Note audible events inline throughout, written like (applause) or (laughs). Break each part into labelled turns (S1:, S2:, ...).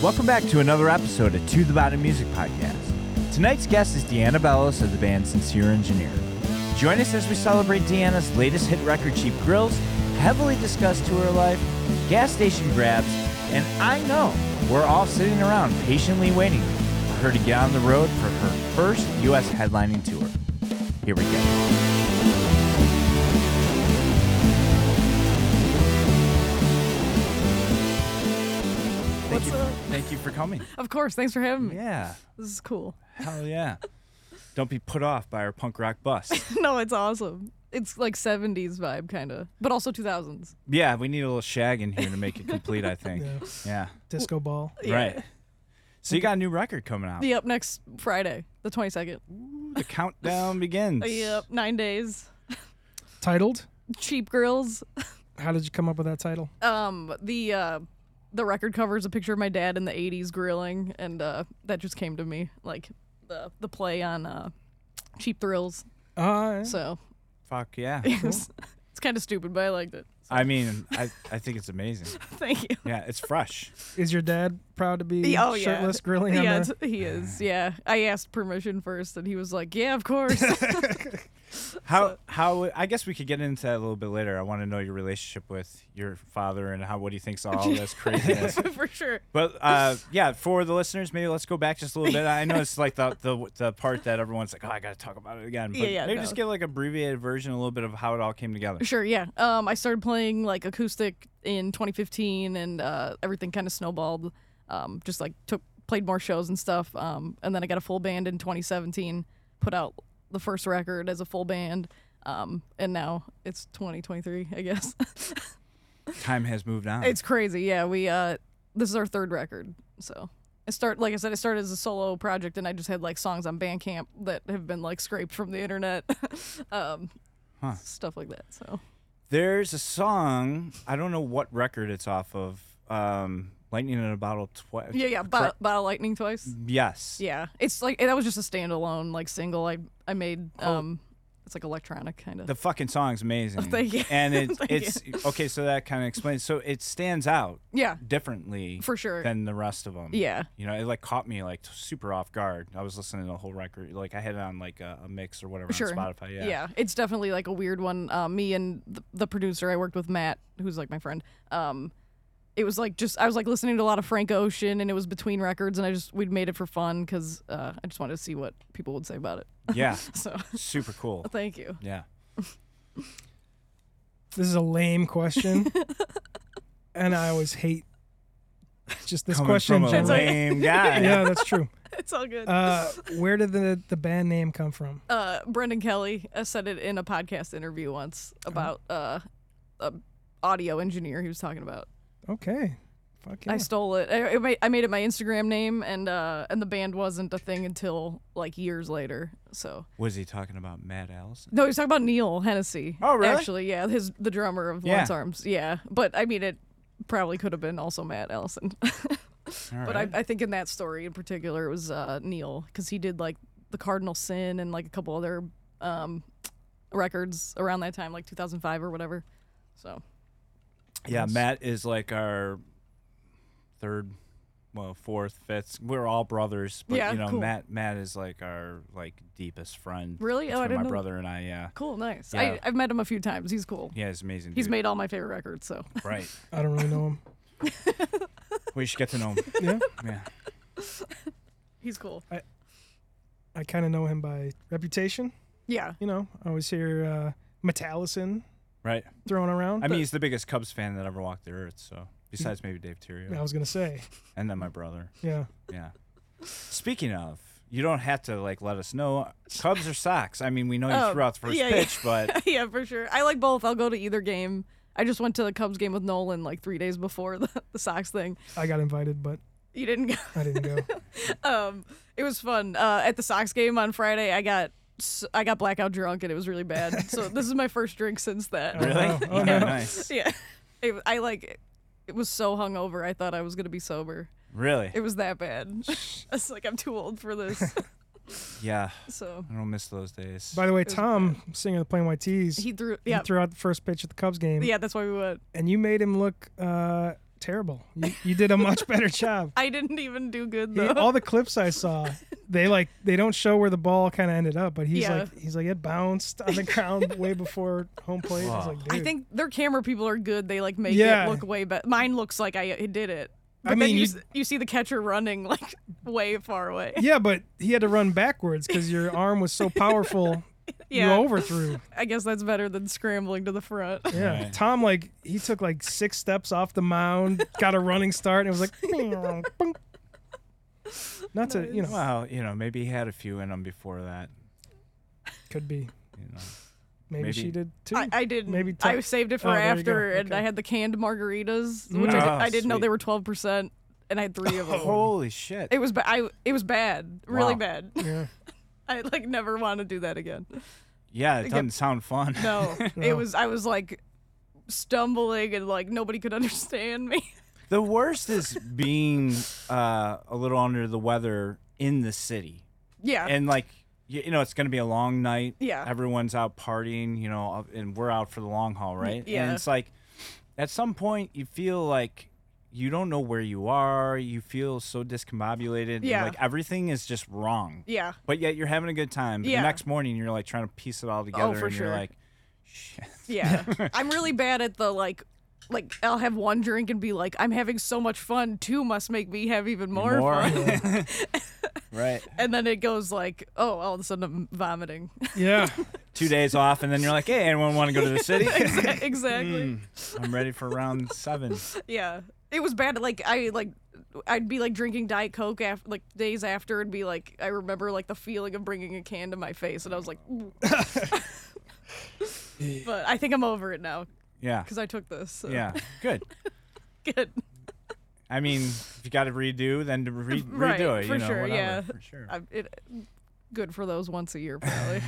S1: Welcome back to another episode of To the Bottom Music Podcast. Tonight's guest is Deanna Bellis of the band Sincere Engineer. Join us as we celebrate Deanna's latest hit record, Cheap Grills, heavily discussed tour life, gas station grabs, and I know we're all sitting around patiently waiting for her to get on the road for her first U.S. headlining tour. Here we go. Thank
S2: What's
S1: you,
S2: up?
S1: thank you for
S2: (laughs)
S1: coming.
S2: Of course, thanks for having me.
S1: Yeah,
S2: This is cool. (laughs)
S1: hell yeah. Don't be put off by our punk rock bus.
S2: no, it's awesome. It's like 70s vibe, kind of, but also 2000s.
S1: Yeah, we need a little shag in here to make it complete, I
S2: (laughs)
S1: think.
S3: Yeah.
S1: Yeah.
S3: Disco ball.
S2: Yeah.
S1: Right. So you got a new record coming out.
S2: Yep, next Friday, the 22nd.
S1: The countdown begins.
S2: Yep, nine days.
S3: Titled?
S2: Cheap Grills.
S3: How did you come up with that title?
S2: Um, the uh, the record cover is a picture of my dad in the 80s grilling, and uh, that just came to me, like the the play on uh, Cheap Thrills.
S3: Uh,
S2: So (laughs)
S1: Fuck yeah.
S2: it's, it's kind of stupid, but I liked it.
S1: I mean, I, I think it's amazing.
S2: Thank (laughs) you.
S1: Yeah, it's fresh.
S3: is your dad proud to be
S2: Yeah, oh, yeah.
S3: shirtless grilling on
S2: Yeah,
S3: the,
S2: it's- he is. Yeah, I asked permission first, and he was like, "Yeah, of
S3: (laughs)
S2: course." (laughs)
S1: How how I guess we could get into that a little bit later. I want to know your relationship with your father and how what he thinks of all
S2: (laughs)
S1: this craziness.
S2: for sure.
S1: But uh, yeah, for the listeners, maybe let's go back just a little bit. I know it's like the the, the part that everyone's like, oh, I got to talk about it again. But
S2: Yeah, yeah,
S1: maybe
S2: no.
S1: just give like abbreviated version, a little bit of how it all came together.
S2: (laughs) Sure, yeah. Um, I started playing like acoustic in 2015, and uh, everything kind of snowballed. Um, just like took played more shows and stuff. Um, and then I got a full band in 2017. Put out the first record as a full band. Um, and now it's 2023, I guess. (laughs)
S1: Time has moved on.
S2: it's crazy. Yeah, we uh, this is our third record. So I start like I said, I started as a solo project, and I just had like songs on Bandcamp that have been like scraped from the internet, (laughs) um,
S1: Huh.
S2: stuff like that. So.
S1: There's a song. I don't know what record it's off of. Um, Lightning in a Bottle. Twi-
S2: Yeah, yeah,
S1: Cor-
S2: Bot- Bottle Lightning twice.
S1: yes.
S2: Yeah, it's like that was just a standalone like single I I made. Um, it's like electronic kind of.
S1: Oh. The fucking song's amazing.
S2: (laughs) Thank you.
S1: And it,
S2: Thank
S1: it's okay. So that kind of explains. So it stands out
S2: Yeah,
S1: differently
S2: for sure.
S1: than the rest of them.
S2: yeah,
S1: You know, it like caught me like super off guard. I was listening to the whole record. Like I had it on like a, a mix or whatever
S2: Sure.
S1: on Spotify.
S2: yeah,
S1: Yeah.
S2: It's definitely like a weird one. Uh, me and the, the producer I worked with, Matt, who's like my friend. Um, it was like just I was like listening to a lot of Frank Ocean, and it was between records, and I just we'd made it for fun because uh, I just wanted to see what people would say about it.
S1: (laughs)
S2: (laughs)
S1: Yeah.
S2: So
S1: super cool.
S2: thank you.
S1: Yeah.
S3: This is a
S2: (laughs)
S3: lame question. and I always hate just (laughs) this
S1: Coming
S3: question.
S1: from a
S3: generally.
S1: lame guy.
S3: (laughs) yeah, that's true.
S2: It's all good.
S3: Uh, where did the, the band name come from?
S2: uh, Brendan Kelly uh, said it in a podcast interview once
S1: Uh-huh.
S2: about uh, a audio engineer he was talking about.
S3: Okay. Fuck yeah.
S2: I stole it. I, I ma- I made it my Instagram name, and uh, and the band wasn't a thing until like years later. So
S1: Was he talking about Matt Allison?
S2: no, he was talking about Neil Hennessy.
S1: Oh, really?
S2: Actually, yeah, his the drummer of
S1: Yeah.
S2: Lance Arms. Yeah, but I mean it probably could have been also Matt (laughs) Ellison.
S1: All
S2: But
S1: right.
S2: I, I think in that story in particular, it was uh, Neil because he did like the Cardinal Sin and like a couple other um, records around that time, like 2005 or whatever. So
S1: Yeah, Matt is like our third, well, fourth, fifth. We're all brothers, but
S2: Yeah,
S1: you know,
S2: cool.
S1: Matt Matt is like our like deepest friend.
S2: really, oh,
S1: between
S2: I didn't
S1: my
S2: know.
S1: brother and I. Yeah,
S2: Cool, nice.
S1: Yeah.
S2: I, I've met him a few times. He's cool.
S1: yeah, it's amazing.
S2: He's
S1: dude.
S2: made all my favorite records. So (laughs)
S1: right.
S3: I don't really know him.
S1: We should get to
S2: (laughs)
S1: know him.
S3: Yeah.
S1: Yeah,
S2: he's cool.
S3: I kind of know him by reputation.
S2: Yeah, (laughs)
S3: You know, I always hear uh, Metallison
S1: right.
S3: thrown around.
S1: I mean, he's the biggest Cubs fan that ever walked the earth. So besides maybe Dave
S3: I
S1: Terrio,
S3: was going to say.
S1: and then my brother.
S3: Yeah.
S1: Yeah. Speaking of, you don't have to like let us know Cubs or Sox. I mean, we know you
S2: Oh,
S1: threw out the first
S2: yeah, yeah.
S1: pitch,
S2: (laughs)
S1: but (laughs)
S2: yeah, for sure. I like both. I'll go to either game. I just went to the Cubs game with Nolan like three days before (laughs) the, the Sox thing.
S3: I got invited, but
S2: You didn't go.
S3: I didn't go.
S2: um, it was fun. Uh, at the Sox game on Friday, I got s- I got blackout drunk and it was really bad.
S3: (laughs)
S2: So this is my first drink since that.
S1: really,
S3: Oh, oh,
S1: yeah,
S3: no.
S1: nice.
S2: yeah, it, I like it, it was so hungover. I thought I was gonna be sober.
S1: Really,
S2: It was that bad. (laughs) It's like I'm too old for
S3: (laughs)
S2: this.
S1: yeah.
S2: So
S1: I don't miss those days.
S3: By the way,
S2: was
S3: Tom, singer of the Plain White Tees,
S2: he threw
S3: he
S2: yeah
S3: threw out the first pitch at the Cubs game,
S2: yeah that's why we went
S3: and you made him look uh, terrible. You, you did a
S2: (laughs)
S3: much better job.
S2: I didn't even do good
S3: He-
S2: though.
S3: all the clips I saw, they like they don't show where the ball kind of ended up, but he's
S2: Yeah.
S3: like he's like it bounced on the ground way before home plate. It's like,
S2: I
S3: dude.
S2: think their camera people are good. They like make
S3: Yeah.
S2: it look way better. Mine looks like I I did it.
S3: I
S2: But then you,
S3: mean, you-
S2: s- you see the catcher running like way far away.
S3: yeah, but he had to run backwards because your arm was so powerful.
S2: (laughs) (laughs) Yeah.
S3: You overthrew.
S2: I guess that's better than scrambling to the front.
S3: Yeah.
S1: Right.
S3: Tom, like, he took like six steps off the mound, got a running start, and it was like, (laughs) meow, boink. not to, you know,
S1: Well, you know, maybe he had a few in him before that.
S3: could be.
S1: You know.
S3: Maybe,
S1: Maybe.
S3: she did
S2: (laughs)
S3: too.
S2: I, I didn't.
S3: Maybe
S2: Maybe
S3: top-
S2: I saved it for
S3: Oh, there you go.
S2: after, and I
S3: Okay.
S2: had the canned margaritas, which
S1: Mm.
S2: I,
S1: Oh,
S2: di- I didn't know
S1: sweet.
S2: they were twelve percent, and I had three of them.
S1: Holy shit!
S2: It was ba- I it was bad, really
S1: Wow.
S2: bad. (laughs)
S3: yeah.
S2: I like never want to do that again.
S1: Yeah, it
S2: Yep.
S1: doesn't sound fun. (laughs)
S2: No, it
S3: No.
S2: was I was like stumbling and like nobody could (laughs) understand me.
S1: The worst is being uh, a little under the weather in the city,
S2: yeah,
S1: and like you, you know, it's going to be a long night.
S2: Yeah.
S1: everyone's out partying, you know, and we're out for the long haul, right? and
S2: yeah.
S1: it's like at some point you feel like you don't know where you are. You feel so discombobulated. and,
S2: Yeah.
S1: like everything is just wrong.
S2: yeah,
S1: But yet you're having a good time. But
S2: Yeah. Oh,
S1: The next morning you're like trying to piece it all together,
S2: for
S1: and you're
S2: sure.
S1: like, shit. (laughs)
S2: yeah. I'm really bad at the like. Like I'll have one drink and be like, I'm having so much fun. Two must make me have even more, fun.
S1: (laughs)
S2: (laughs)
S1: right.
S2: And then it goes like, oh, all of a sudden I'm vomiting. (laughs)
S3: Yeah.
S1: Two days off, and then you're like, hey, anyone want to go to the
S2: (laughs)
S1: city?
S2: Exa- exactly.
S1: I'm ready for round seven.
S2: Yeah. It was bad. Like I like I'd be like drinking Diet Coke after like days after and be like I remember like the feeling of bringing a can to my face and I was like "Ooh." (laughs) But I think I'm over it now
S1: Yeah.
S2: cuz I took this. So.
S1: Yeah. Good.
S2: (laughs) Good.
S1: I mean, if you got to redo, then to re- redo
S2: Right,
S1: it.
S2: for
S1: you know,
S2: sure,
S1: whatever,
S2: yeah.
S1: For sure.
S2: I, it good for those once a year probably.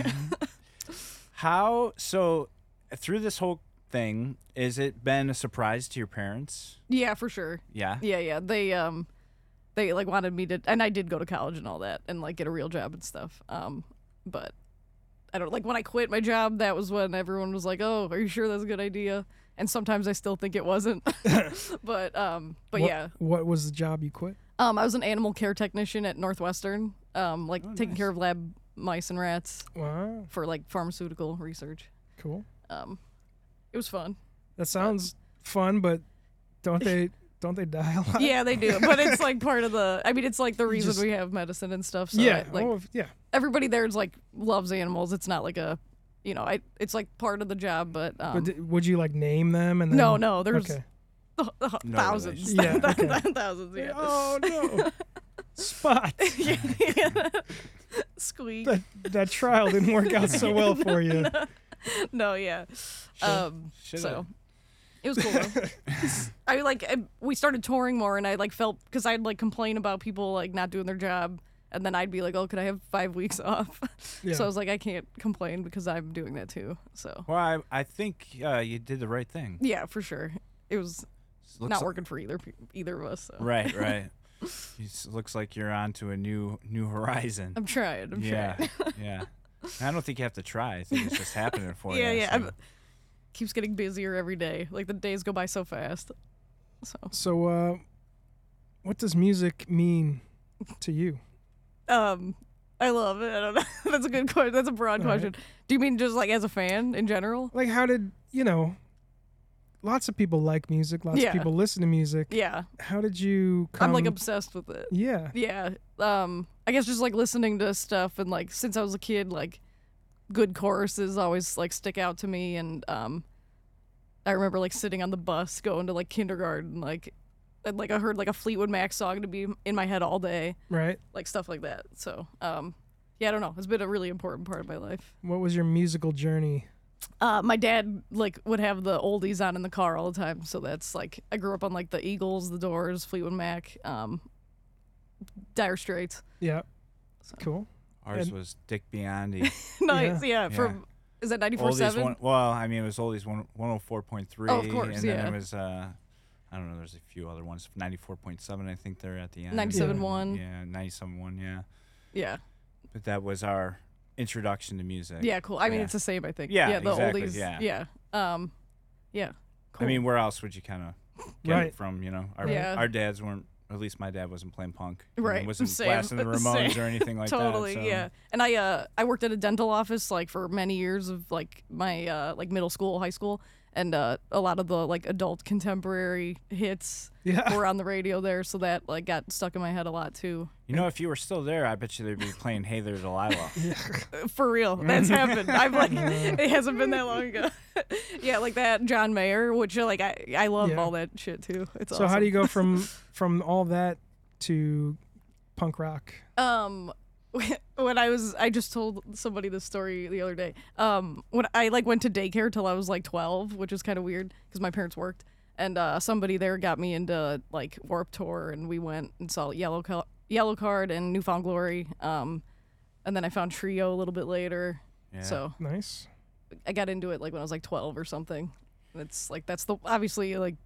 S2: (laughs)
S1: How so? Through this whole thing, is it been a surprise to your parents?
S2: yeah, for sure.
S1: Yeah.
S2: Yeah, yeah. They um they like wanted me to and I did go to college and all that and like get a real job and stuff. Um but I don't like when I quit my job, that was when everyone was like, "Oh, are you sure that's a good idea?" And sometimes I still think it wasn't. (laughs) but um but
S3: What-
S2: yeah.
S3: What was the job you quit?
S2: Um I was an animal care technician at Northwestern, um like
S3: Oh,
S2: taking
S1: nice.
S2: care of lab mice and rats
S3: Wow.
S2: for like pharmaceutical research.
S3: Cool.
S2: Um it was fun.
S3: That sounds fun, but
S2: (laughs)
S3: don't they don't they die a lot?
S2: Yeah, they do. But
S3: (laughs)
S2: it's like part of the I mean, it's like the reason
S3: just-
S2: we have medicine and stuff. So
S3: yeah.
S2: I- like
S3: oh, if- yeah.
S2: everybody there's like loves animals. It's not like a, you know, I it's like part of the job, but, um,
S3: but did, would you like name them and then,
S2: no, no, there's (laughs)
S3: Okay.
S2: th- th-
S1: No
S2: thousands, (laughs)
S3: relation. Yeah, okay.
S2: thousands, yeah.
S3: Oh no. Spot.
S2: (laughs) Yeah. (laughs) Squeak.
S3: That that trial didn't work out
S2: (laughs)
S3: so well for you.
S2: No, yeah. Um,
S1: Should've-
S2: so it was cool. though.
S1: (laughs)
S2: I like I, we started touring more, and I like felt because I'd like complain about people like not doing their job, and then I'd be like, oh, could I have five weeks off? (laughs)
S3: Yeah.
S2: So I was like, I can't complain because I'm doing that too. So
S1: Well, I, I think uh, you did the right thing.
S2: yeah, for sure. It was
S1: Looks
S2: not
S1: li-
S2: working for either pe- either of us. So.
S1: Right. Right.
S2: (laughs)
S1: it looks like you're onto a new new horizon.
S2: I'm trying. I'm (laughs)
S1: yeah.
S2: trying.
S1: yeah. I don't think you have to try. I think it's just happening for
S2: yeah,
S1: you.
S2: yeah.
S1: so-
S2: I'm, keeps getting busier every day. Like the days go by so fast. So,
S3: So, uh, what does music mean to you?
S2: um, I love it. I don't know. (laughs) That's a good question. That's a broad
S3: All right.
S2: question. Do you mean just like as a fan in general?
S3: Like, how did you know? Lots of people like music. Lots
S2: Yeah.
S3: of people listen to music.
S2: Yeah,
S3: How did you come?
S2: I'm like
S1: Um,
S2: obsessed with it.
S3: yeah,
S2: Yeah. Um, I guess just like listening to stuff and like since I was a kid, like good choruses always like stick out to me and um I remember like sitting on the bus going to like kindergarten, like and like I heard like a Fleetwood Mac song to be in my head all day,
S3: right.
S2: like stuff like that. So, um yeah, I don't know. It's been a really important part of my life.
S3: What was your musical journey?
S2: Uh, my dad like would have the oldies on in the car all the time, so that's like I grew up on like the Eagles, the Doors, Fleetwood Mac, um, Dire Straits,
S3: Yeah, cool.
S1: Ours
S3: And-
S1: was Dick Biondi.
S2: (laughs) nice. Yeah.
S1: Yeah.
S2: From is that ninety four
S1: oldies
S2: seven?
S1: one. Well, I mean, it was oldies one one hundred four point three.
S2: Oh, of course,
S1: And then
S2: yeah.
S1: it was. Uh, I don't know. There's a few other ones. Ninety four point seven. I think they're at the end.
S2: 97.1.
S1: Yeah, ninety seven one. Yeah,
S2: Yeah.
S1: but that was our introduction to music.
S2: Yeah. Cool. I mean,
S1: Yeah.
S2: it's the same. I think.
S1: Yeah,
S2: Yeah. The
S1: exactly,
S2: oldies.
S1: yeah.
S2: Yeah. Um. Yeah. Cool.
S1: I mean, where else would you kind of get
S3: Right.
S1: it from. You know, our
S2: Yeah.
S1: our dads weren't. At least my dad wasn't playing punk. you know,
S2: Right,
S1: wasn't
S2: (laughs) same,
S1: blasting the Ramones
S2: same.
S1: or anything like
S2: totally
S1: that. so-
S2: yeah and i uh i worked at a dental office like for many years of like my uh like middle school high school and uh a lot of the like adult contemporary hits
S1: (laughs)
S3: Yeah.
S2: were on the radio there so that like got stuck in my head a lot too
S1: You know, if you were still there, I bet you they'd be playing "Hey There Delilah."
S2: Uh, for real
S1: (laughs)
S2: that's happened i've like it hasn't been that long ago (laughs) yeah like that john mayer which uh, like i i love
S3: Yeah.
S2: all that shit too it's
S3: (laughs) So how do you go
S2: (laughs)
S3: from from all that to punk rock?
S2: um (laughs) when i was i just told somebody this story the other day um when i like went to daycare till i was like 12 which is kind of weird because my parents worked and uh somebody there got me into like warp tour and we went and saw yellow Cal- yellow card and newfound glory um and then i found trio a little bit later
S1: Yeah.
S2: so
S3: Nice.
S2: i got into it like when i was like 12 or something And it's like that's the obviously like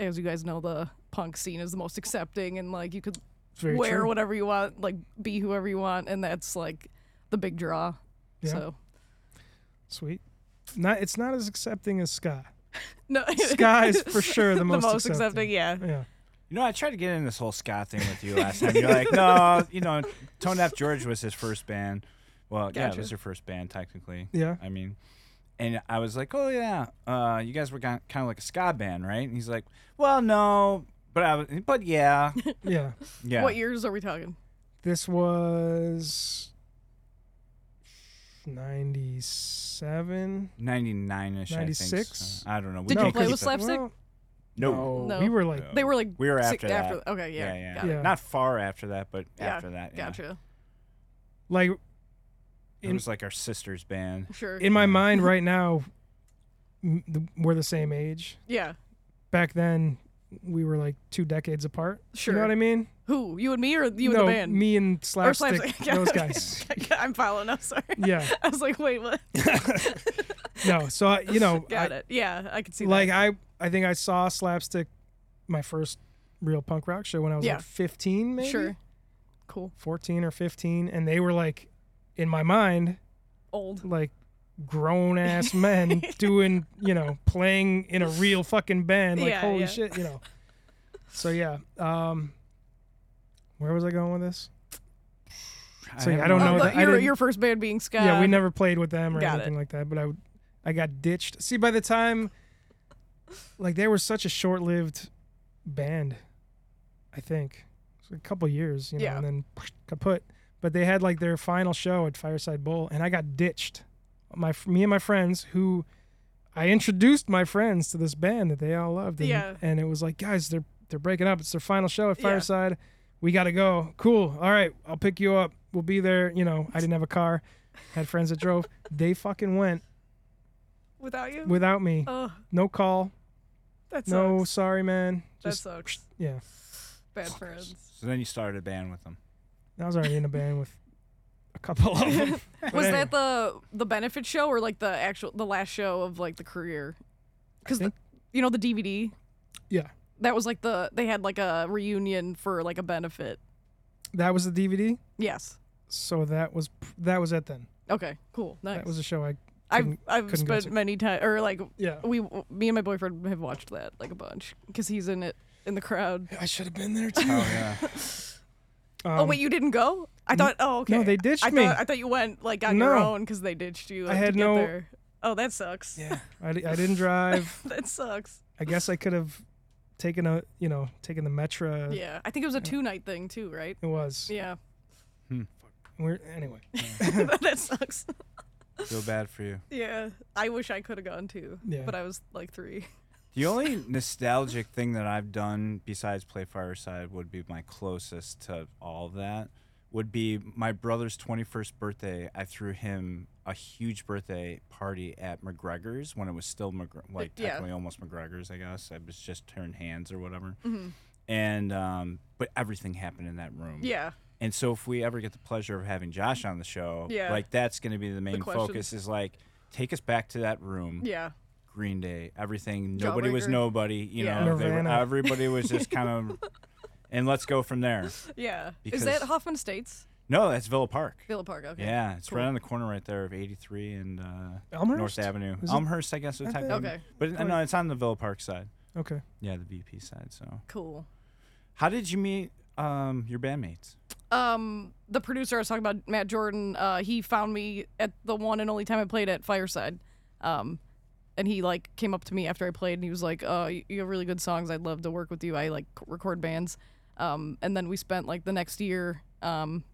S2: as you guys know the punk scene is the most accepting and like you could
S3: It's very
S2: wear
S3: true.
S2: whatever you want, like be whoever you want, and that's like the big draw.
S3: Yeah.
S2: So
S3: Sweet. Not it's not as accepting as
S2: (laughs)
S3: ska.
S2: no,
S3: Ska
S2: (laughs)
S3: is for sure the
S2: the
S3: most,
S2: most, accepting. Yeah,
S3: Yeah.
S1: You know, I tried to get in this whole ska thing with you last time. You're like, no, you know, Tone Deaf George was his first band. Well, yeah, it
S2: Gotcha.
S1: was your first band technically.
S3: Yeah.
S1: I mean, and I was like, oh yeah, uh, you guys were kind of like a ska band, right? And he's like, well, no, but I, was, but
S2: (laughs)
S1: yeah,
S3: Yeah.
S1: yeah.
S2: What years are we talking?
S3: This was 97.
S1: 99 ish, I think.
S3: 96?
S1: So. I don't know. We
S2: Did
S3: No,
S2: you
S1: can't
S2: play
S1: keep
S2: with
S1: it-
S2: Slap- Slapstick?
S3: Well,
S1: No.
S2: No.
S3: We were like
S1: No.
S2: They were like
S1: We were
S2: six-
S1: Oh. after that.
S2: Okay, yeah,
S1: yeah, yeah.
S2: got it.
S3: Yeah.
S1: Not far after that, but
S2: Yeah,
S1: after that, yeah.
S2: Gotcha.
S3: like
S1: It was like our sister's band.
S2: Sure.
S3: in my mind right now m- the- we're the same age.
S2: yeah.
S3: Back then we were like two decades apart.
S2: Sure.
S3: You know what I mean?
S2: Who? You and me, or you
S3: no,
S2: and the band?
S3: me and
S2: or
S3: Slapstick, those guys.
S2: (laughs) I'm following. I'm sorry.
S3: yeah.
S2: (laughs) I was like, wait, what?
S3: No, so I, (laughs) you know, I,
S2: (laughs) Got it. Yeah, I could see
S3: like
S2: that.
S3: I I think I saw Slapstick my first real punk rock show when I was
S2: Yeah.
S3: like 15 maybe.
S2: sure. Cool.
S3: 14 or 15 and they were like in my mind
S2: Old.
S3: like
S2: (laughs)
S3: grown ass men doing, you know, playing in a real fucking band like
S2: Yeah,
S3: holy
S2: yeah.
S3: shit, you know. So yeah, um where was I going with this? So, yeah,
S1: have
S3: I don't
S1: no
S2: Oh,
S3: know
S1: idea.
S3: that-
S2: but
S3: I
S2: your,
S3: didn't-
S2: your first band being Sky.
S3: yeah, we never played with them or
S2: Got
S3: anything like that, but I would- I got ditched. See, by the time like they were such a short-lived band, I think. It's a couple years, you know,
S2: Yeah.
S3: and then (laughs) kaput. But they had like their final show at Fireside Bowl and I got ditched. My me and my friends who I introduced my friends to this band that they all loved and,
S2: Yeah.
S3: and it was like, guys, they're they're breaking up. It's their final show at
S2: Yeah.
S3: Fireside. We got to go. Cool. All right, I'll pick you up. We'll be there, you know. I didn't have a car. Had friends that drove. They fucking went
S2: without you.
S3: without me.
S2: oh,
S3: No call.
S2: that sucks.
S3: No, sorry, man.
S2: that
S3: Just
S2: sucks.
S3: yeah.
S2: Bad friends.
S1: So then you started a band with them.
S3: I was already in a band with a couple of them.
S2: (laughs)
S3: But
S2: Was
S3: anyway,
S2: that the the benefit show or like the actual the last show of like the career? Because
S3: think-
S2: you know the DVD
S3: yeah?
S2: that was like the they had like a reunion for like a benefit.
S3: That was the DVD.
S2: Yes.
S3: So that was that was it then.
S2: Okay. Cool. Nice.
S3: That was a show I
S2: I've
S3: couldn't-
S2: I've
S3: couldn't go
S2: spent
S3: to.
S2: many times or like
S3: yeah.
S2: we me and my boyfriend have watched that like a bunch because he's in it in the crowd.
S3: I should have been there too. (laughs)
S1: Oh yeah.
S2: oh wait, you didn't go? I thought. Oh okay.
S3: Um, no, they ditched
S2: I
S3: me.
S2: Thought, I thought you went like on your
S3: No.
S2: own because they ditched you.
S3: I
S2: like,
S3: had
S2: to get
S3: no-
S2: There. Oh, that sucks.
S3: yeah, I, di- I didn't drive.
S2: (laughs) that sucks.
S3: I guess I could have (laughs) taken a you know taken the Metra.
S2: Yeah, I think it was a two night thing too, right?
S3: It was.
S2: Yeah, (laughs)
S3: We're, anyway,
S2: that sucks.
S1: Feel bad for you.
S2: Yeah, I wish I could have gone too.
S3: Yeah.
S2: But I was like three.
S1: The only nostalgic thing that I've done besides play Fireside would be my closest to all that would be my brother's 21st birthday. I threw him a huge birthday party at McGregor's when it was still McGre- like
S2: yeah.
S1: technically almost McGregor's, I guess. I was just turned hands or whatever. And um, but everything happened in that room.
S2: Yeah,
S1: And so if we ever get the pleasure of having Josh on the show,
S2: Yeah.
S1: like that's going to be the main
S2: question.
S1: focus is like take us back to that room.
S2: yeah,
S1: Green Day, everything. Nobody was
S2: Jawbreaker.
S1: nobody. You
S2: Yeah.
S1: know, they were,
S3: Nirvana.
S1: everybody was just kind
S3: (laughs)
S1: of, and let's go from there.
S2: yeah. Is
S1: Because-
S2: that Hoffman Estates,
S1: No, that's Villa Park.
S2: Villa Park? Okay.
S1: Yeah, it's right
S2: Cool.
S1: on the corner right there of 83 and uh,
S3: Elmhurst.
S1: North Avenue.
S3: Is it-
S1: Elmhurst, I guess,
S3: I
S1: would type
S3: think-
S1: in.
S2: Okay.
S1: But uh, no, it's on the Villa Park side.
S3: Okay.
S1: Yeah, the VP side. So,
S2: Cool.
S1: how did you meet um, your bandmates?
S2: Um, the producer I was talking about, Matt Jordan, uh, he found me at the one and only time I played at Fireside. Um, and he like came up to me after I played and he was like, "Uh, you have really good songs. I'd love to work with you. I like record bands." Um, and then we spent like the next year um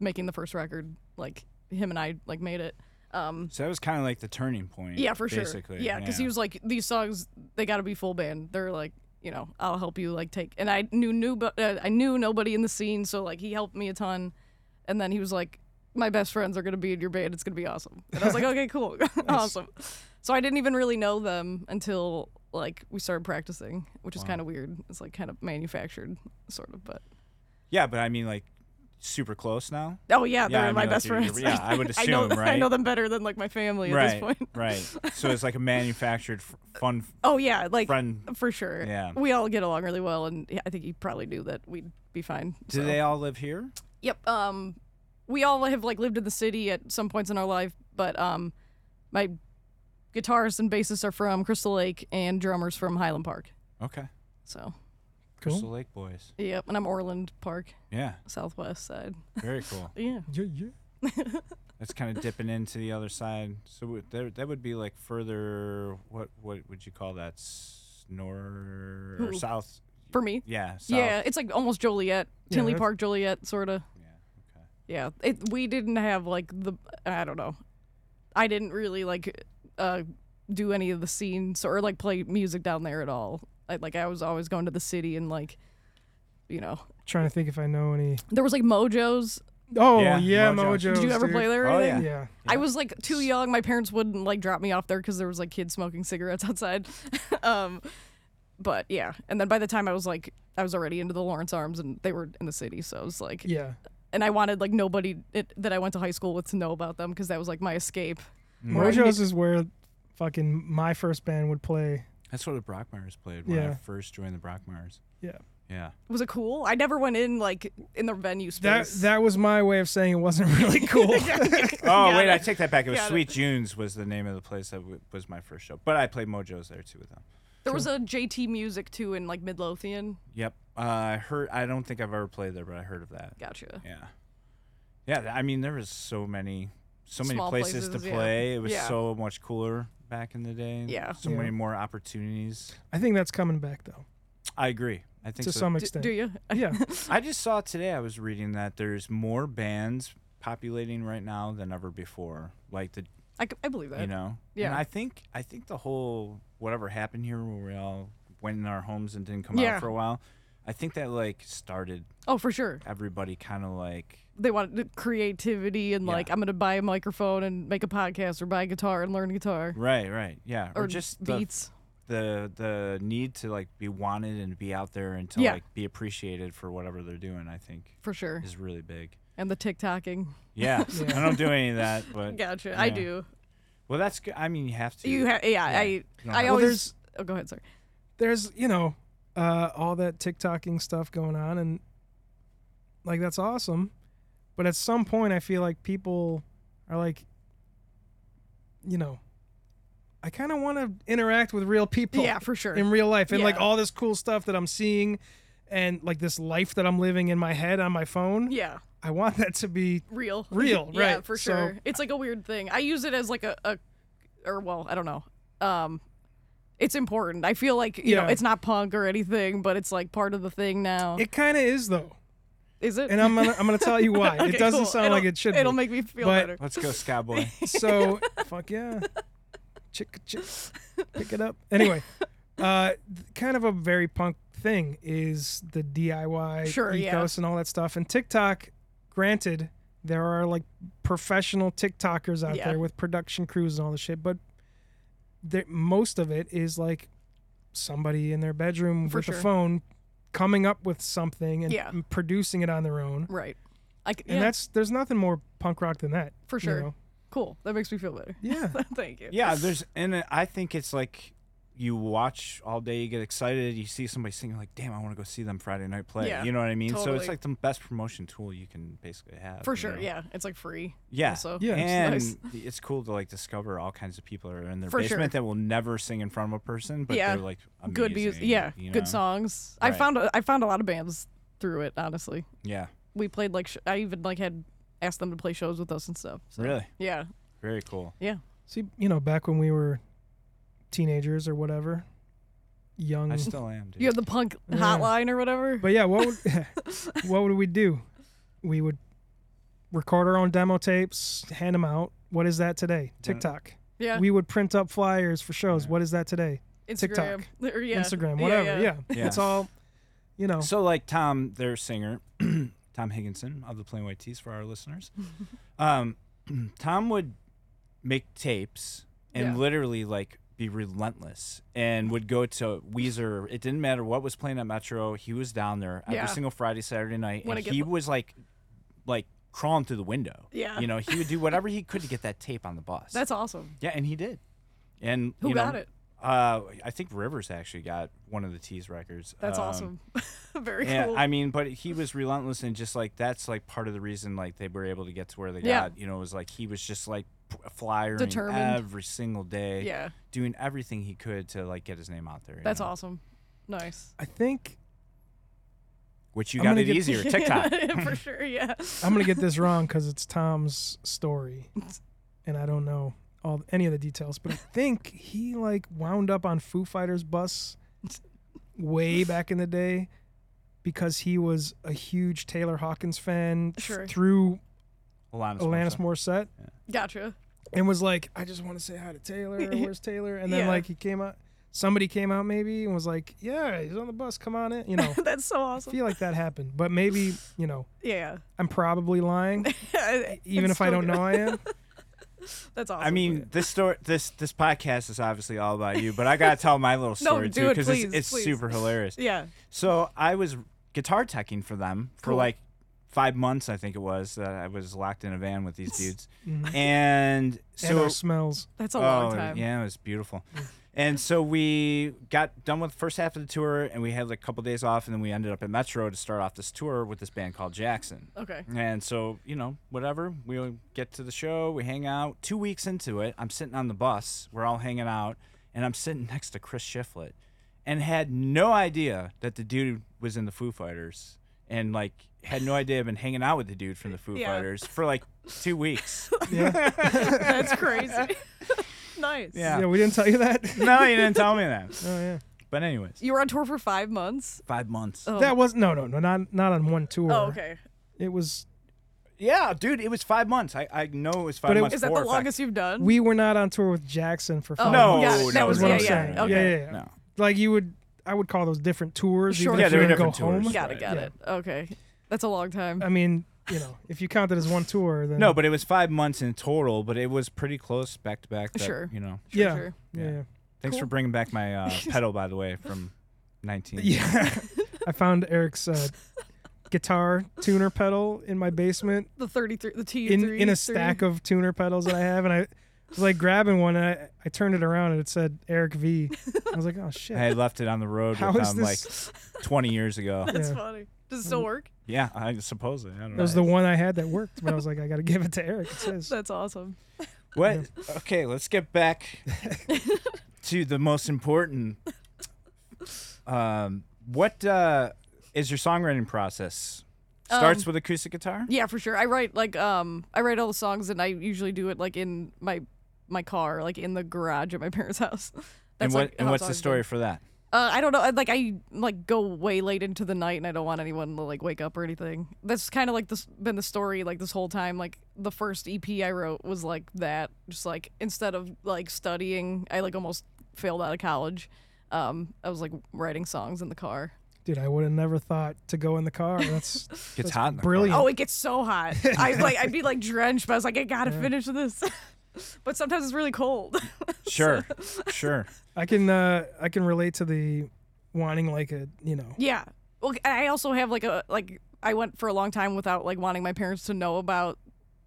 S2: making the first record. Like him and I like made it. Um,
S1: So that was kind of like the turning point.
S2: yeah, for sure.
S1: Basically,
S2: yeah, because he was like, "These songs, they got to be full band. They're like." You know, I'll help you like take. And I knew new, but uh, I knew nobody in the scene, so like he helped me a ton. And then he was like, "My best friends are gonna be in your band. It's gonna be awesome." And I was like, "Okay, cool, (laughs) awesome." So I didn't even really know them until like we started practicing, which is
S1: Wow.
S2: kind of weird. It's like kind of manufactured, sort of. But
S1: Yeah, but I mean, like, super close now.
S2: oh yeah,
S1: Yeah,
S2: they're
S1: I mean,
S2: my
S1: like,
S2: best
S1: you're-
S2: friends.
S1: yeah, I would
S2: (laughs) I know,
S1: assume,
S2: I know
S1: right?
S2: them better than like my family at this
S1: right.
S2: point.
S1: right. So it's like a manufactured f-
S2: (laughs)
S1: fun f-
S2: Oh yeah, like
S1: friend.
S2: For sure.
S1: Yeah.
S2: We all get along really well, and I think he probably knew that we'd be fine.
S1: Do
S2: so-
S1: they all live here?
S2: Yep. Um, we all have like lived in the city at some points in our life, but um, my guitarist and bassist are from Crystal Lake, and drummers from Highland Park.
S1: Okay.
S2: So
S3: Cool.
S1: Crystal Lake boys.
S2: yep, and I'm Orland Park,
S1: Yeah.
S2: Southwest side.
S1: Very cool.
S2: Yeah.
S3: Yeah, yeah.
S1: That's kind of dipping into the other side. So w- there, that would be like further. What what would you call that? S- North or
S2: Ooh.
S1: south?
S2: For me.
S1: Yeah. South.
S2: Yeah, it's like almost Joliet,
S3: Yeah,
S2: Tinley
S3: that's-
S2: Park, Joliet, sort of.
S1: Yeah. Okay.
S2: Yeah, it, we didn't have like the I don't know. I didn't really like uh do any of the scenes or like play music down there at all. I, like I was always going to the city and like you know
S3: Trying to think if I know any.
S2: there was like Mojos.
S3: Oh
S1: Yeah,
S3: yeah,
S1: Mojo's.
S3: Mojo.
S2: Did you ever play there? Or
S1: Oh,
S2: anything?
S1: yeah.
S3: Yeah.
S2: I was like too young. My parents wouldn't like drop me off there because there was like kids smoking cigarettes (laughs) outside. um, but yeah, and then by the time I was like I was already into the Lawrence Arms and they were in the city, so I was like
S3: Yeah.
S2: and I wanted like nobody it, that I went to high school with to know about them because that was like my escape.
S1: Mm-hmm.
S2: Right.
S3: Mojo's is where fucking my first band would play.
S1: That's what the Brockmeyers played when I
S3: Yeah.
S1: first joined the Brockmeyers.
S3: Yeah.
S2: (laughs)
S1: Yeah.
S2: Was it cool? I never went in like in the venue
S3: That
S2: space. (laughs)
S3: that (laughs) was my way of saying it wasn't (laughs) really cool.
S1: Oh
S2: Got
S1: wait,
S2: it.
S1: I take that back. It was
S2: Got it.
S1: Sweet June's was the name of the place that w- was my first show, but I played Mojo's there too with them.
S2: there was a JT music too in like Midlothian.
S1: Yep. Uh, I heard. I don't think I've ever played there, but I heard of that.
S2: Gotcha.
S1: Yeah. Yeah. th- I mean, there was so many, so many
S2: Small
S1: places,
S2: places,
S1: to
S2: yeah.
S1: play. It was
S2: Yeah.
S1: so much cooler back in the day.
S2: Yeah.
S1: So
S3: Yeah.
S1: many more opportunities.
S3: I think that's coming back though,
S1: I agree. I think
S3: to
S1: so.
S3: some
S2: D-
S3: extent.
S2: do (laughs) you?
S3: yeah.
S1: I just saw today. I was reading that there's more bands populating right now than ever before. Like the,
S2: I, c- I believe that.
S1: you know. And
S2: yeah.
S1: I think I think the whole whatever happened here, where we all went in our homes and didn't come
S2: Yeah.
S1: out for a while. I think that like started
S2: Oh, for sure.
S1: everybody kind of like
S2: They wanted the creativity and
S1: Yeah.
S2: like I'm gonna buy a microphone and make a podcast or buy a guitar and learn guitar
S1: right, right, yeah, or,
S2: or,
S1: just the
S2: beats.
S1: the the need to like be wanted and be out there and to
S2: Yeah.
S1: like be appreciated for whatever they're doing i think
S2: for sure,
S1: is really
S2: (laughs)
S1: big
S2: and the TikToking.
S1: yeah,
S3: Yeah.
S1: i don't do any of that but
S2: Gotcha, I
S1: Yeah.
S2: do.
S1: well that's good i mean you have to
S2: You ha- yeah,
S1: Yeah.
S2: I
S1: don't
S2: I
S1: have-
S3: Well,
S2: always.
S3: there's-
S2: oh, go ahead. Sorry.
S3: There's you know uh, all that TikToking stuff going on, and like that's awesome, but at some point I feel like people are like, you know, I kind of want to interact with real people.
S2: Yeah, for sure.
S3: in real life and like
S2: Yeah.
S3: all this cool stuff that I'm seeing and like this life that I'm living in my head on my phone.
S2: yeah.
S3: I want that to be
S2: real (laughs)
S3: Real,
S2: yeah
S3: right.
S2: for
S3: So-
S2: sure it's like a weird thing i use it as like a, a or well i don't know um it's important i feel like you know
S3: Yeah.
S2: it's not punk or anything but it's like part of the thing now
S3: It kind of is though.
S2: Is it (laughs)
S3: And I'm gonna, I'm going to tell you why.
S2: Okay,
S3: it doesn't
S2: cool.
S3: sound
S2: It'll-
S3: like it should
S2: it'll
S3: be.
S2: make me feel
S3: but-
S2: better
S1: (laughs) let's go
S2: (laughs)
S1: skyboy
S3: so fuck yeah. Chick chick pick it up. Anyway, uh th- kind of a very punk thing is the DIY
S2: Sure, yeah.
S3: ethos and all that stuff. And TikTok, granted, there are like professional TikTokers out
S2: Yeah.
S3: there with production crews and all this shit, but there, most of it is like somebody in their bedroom
S2: For
S3: with
S2: sure.
S3: a phone coming up with something and
S2: Yeah.
S3: producing it on their own.
S2: right like
S3: And
S2: yeah,
S3: that's there's nothing more punk rock than that.
S2: For
S3: you
S2: sure.
S3: know?
S2: cool that makes me feel better (laughs)
S3: Yeah.
S2: thank you
S1: yeah there's and i think it's like you watch all day, you get excited, you see somebody singing, like, damn, I want to go see them Friday night play.
S2: Yeah,
S1: you know what I mean? So
S2: totally.
S1: it's like the best promotion tool you can basically have.
S2: for
S1: you
S2: sure.
S1: know?
S2: Yeah, it's like free.
S1: Yeah.
S2: Also,
S3: Yeah. it's
S1: and
S2: nice.
S1: it's cool to like discover all kinds of people that are in their
S2: For
S1: basement
S2: sure.
S1: that will never sing in front of a person, but
S2: Yeah.
S1: they're like amazing,
S2: good music. Yeah,
S1: you know?
S2: good songs. I
S1: Right.
S2: found a, I found a lot of bands through it. Honestly,
S1: Yeah,
S2: we played like sh- I even like had asked them to play shows with us and stuff. So,
S1: really,
S2: Yeah.
S1: very cool.
S3: See, you know, back when we were teenagers or whatever, young.
S1: I still am. Dude.
S2: You have the punk
S3: Yeah.
S2: hotline or whatever.
S3: But yeah,
S1: (laughs)
S3: what would (laughs) what would we do? We would record our own demo tapes, hand them out. What is that today?
S1: Yeah.
S3: TikTok.
S2: yeah.
S3: We would print up flyers for shows.
S1: Yeah.
S3: What is that today?
S2: Instagram. (laughs) Or, yeah.
S3: Instagram,
S2: Yeah,
S3: whatever.
S2: yeah.
S3: Yeah,
S1: Yeah.
S3: it's all, you know.
S1: So, like Tom, their singer, (clears throat) Tom Higginson of the Plain White Tees for our
S2: (laughs)
S1: listeners, um, (clears throat) Tom would make tapes and
S2: Yeah.
S1: literally like be relentless and would go to Weezer. It didn't matter what was playing at Metro, he was down there every
S2: Yeah.
S1: single Friday, Saturday night,
S2: Wanna
S1: and
S2: get
S1: he
S2: the-
S1: was like, like crawling through the window.
S2: Yeah.
S1: you know, he would
S2: (laughs)
S1: do whatever he could to get that tape on the bus.
S2: That's awesome.
S1: yeah, and he did. And
S2: Who
S1: you know,
S2: got it?
S1: Uh, I think Rivers actually got one of the Tees records.
S2: That's
S1: Um,
S2: awesome. (laughs) Very
S1: yeah,
S2: cool.
S1: I mean, but he was relentless and just like that's like part of the reason like they were able to get to where they
S2: Yeah.
S1: got. You know, it was like he was just like p- flyering
S2: Determined.
S1: every single day,
S2: yeah.
S1: doing everything he could to like get his name out there. you
S2: That's
S1: know?
S2: awesome. Nice.
S3: I think
S1: Which you
S3: I'm
S1: got
S3: gonna
S1: it
S2: (laughs)
S3: get-
S1: easier. TikTok.
S2: for sure. Yeah.
S3: I'm gonna get this wrong because it's Tom's story, and I don't know all any of the details. But I think he like wound up on Foo Fighters bus way back in the day because he was a huge Taylor Hawkins fan th-
S2: Sure.
S3: through
S1: Alanis.
S3: Alanis
S1: Morissette.
S3: Morissette,
S2: Gotcha. (laughs)
S3: and was like, I just want to say hi to Taylor. Where's Taylor? And then
S2: Yeah.
S3: like he came out, somebody came out maybe and was like, Yeah, he's on the bus. Come on in.
S2: (laughs)
S3: You know,
S2: That's so
S3: I
S2: awesome.
S3: feel like that happened, but maybe you know
S2: Yeah.
S3: I'm
S2: (laughs)
S3: probably lying, even
S2: It's
S3: if I
S2: still
S3: don't
S2: good.
S3: know I am.
S2: That's awesome.
S1: I mean, this story, this this podcast is obviously all about you, but I gotta tell my little story
S2: do
S1: too
S2: it,
S1: because
S2: please,
S1: it's, it's
S2: please.
S1: super hilarious.
S2: (laughs) yeah.
S1: So I was guitar teching for them for
S2: Cool.
S1: like five months, I think it was that I was locked in a van with these dudes, Mm-hmm. and so
S3: and our smells.
S1: (laughs)
S2: That's a long
S1: Oh,
S2: time.
S1: Yeah, it was beautiful. and so we got done with the first half of the tour, and we had like a couple days off, and then we ended up at Metro to start off this tour with this band called Jackson. (laughs)
S2: Okay.
S1: And so, you know, whatever. We get to the show, we hang out. Two weeks into it, I'm sitting on the bus. We're all hanging out, and I'm sitting next to Chris Shiflett and had no idea that the dude was in the Foo Fighters and, like, had no idea I've been hanging out with the dude from the Foo
S2: Yeah.
S1: Fighters for, like, two
S2: (laughs)
S1: weeks.
S2: That's crazy. (laughs) nice.
S1: Yeah.
S3: Yeah, we didn't tell
S1: (laughs)
S3: you that. oh
S1: no, you didn't tell me that.
S3: yeah.
S1: But, anyways,
S2: You were on tour for five months.
S1: five months.
S2: Oh.
S3: That was no, no, no, not not on one tour.
S2: Oh, okay.
S3: It was
S1: Yeah, dude, it was five months. I, I know it was five
S3: But it-
S1: months.
S2: Is that
S1: for
S2: the
S1: a fact.
S2: longest you've done?
S3: we were not on tour with Jackson for
S2: Um, Oh,
S3: five
S1: No,
S2: yeah,
S3: months.
S1: no,
S2: that was-
S1: no,
S2: yeah,
S1: no,
S2: yeah,
S1: no, no,
S2: okay.
S1: no,
S3: Yeah, yeah, yeah.
S1: no.
S3: Like you would, I would call those different tours.
S2: Sure.
S3: even
S2: Yeah,
S3: if
S1: they
S3: you
S1: were
S3: didn't go
S1: different tours.
S3: home.
S2: got it.
S1: Right,
S2: Got
S3: yeah.
S2: it.
S3: Uh,
S2: Okay. That's a long time.
S3: I mean, you know, if you count it as one tour, then
S1: No, but it was five months in total. But it was pretty close back to back. that,
S2: Sure.
S1: You know.
S2: Sure,
S3: yeah,
S2: sure.
S3: yeah,
S1: Yeah.
S3: yeah.
S1: Thanks for
S2: Cool.
S1: bringing back my
S2: (laughs)
S1: uh, pedal, by the way, from nineteen.
S3: (laughs) Yeah. I found Eric's uh, guitar tuner pedal in my basement.
S2: (laughs) The thirty-three, the T
S3: in,
S2: three
S3: in a stack of tuner pedals that I have, and I was like grabbing one, and I, I turned it around, and it said Eric V. I was like, oh shit.
S1: I had left it on the road
S3: How
S1: with
S3: is
S1: them
S3: this?
S1: like twenty years
S3: (laughs)
S1: ago.
S2: (laughs) That's
S3: Yeah.
S2: funny. Does it
S1: Mm.
S2: still work?
S1: yeah, I suppose. I don't
S3: That
S1: know.
S3: was the one I had that worked, but I was like, I gotta give it to Eric.
S2: (laughs)
S3: It says
S2: That's awesome.
S1: What? Okay, let's get
S2: (laughs)
S1: back to the most important. Um, what uh, is your songwriting process? Starts
S2: Um,
S1: with acoustic guitar.
S2: Yeah, for sure. I write like um, I write all the songs, and I usually do it like in my my car, like in the garage at my (laughs) parents' house. That's
S1: and what?
S2: like,
S1: and
S2: how
S1: what's the
S2: it's always
S1: story
S2: been.
S1: for that?
S2: Uh, I don't know. I, like I like go way late into the night, and I don't want anyone to like wake up or anything. That's kind of like this been the story like this whole time. Like the first EP I wrote was like that. Just like instead of like studying, I like almost failed out of college. Um, I was like writing songs in the car.
S3: Dude, I would have never thought to go in the car. That's
S1: Gets hot. In the car.
S3: brilliant.
S2: Oh, it gets so hot. I like I'd be like drenched, but I was like, I gotta finish this. (laughs) but sometimes it's really cold.
S1: (laughs)
S2: (laughs)
S1: Sure, sure.
S3: I can uh, I can relate to the wanting like a you know
S2: yeah. Well, I also have like a like I went for a long time without like wanting my parents to know about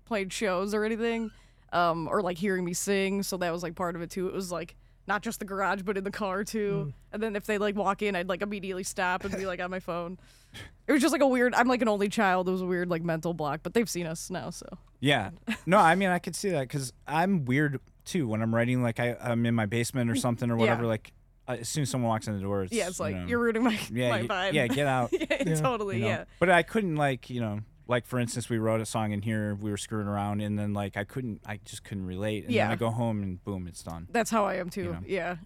S2: played shows or anything, um, or like hearing me sing. So that was like part of it too. It was like not just the garage but in the car too.
S1: Mm.
S2: And then if they like walk in, I'd like immediately stop and be like on my phone. It was just like a weird. I'm like an only child. It was a weird like mental block, but they've seen us now, so
S1: Yeah. No, I mean I could see that because I'm weird too when I'm writing. Like I, I'm in my basement
S2: (laughs)
S1: or something or whatever. Like uh, as soon as someone walks in the door, it's,
S2: yeah, it's like
S1: you know,
S2: you're ruining my
S1: yeah,
S2: my
S1: you-
S2: vibe.
S1: yeah, get out.
S2: (laughs) yeah, totally.
S1: you know?
S2: Yeah,
S1: But I couldn't like, you know, like for instance, we wrote a song in here, we were screwing around, and then like I couldn't, I just couldn't relate. And
S2: Yeah.
S1: then I go home and boom, it's done.
S2: that's how I am too.
S1: know.
S2: Yeah,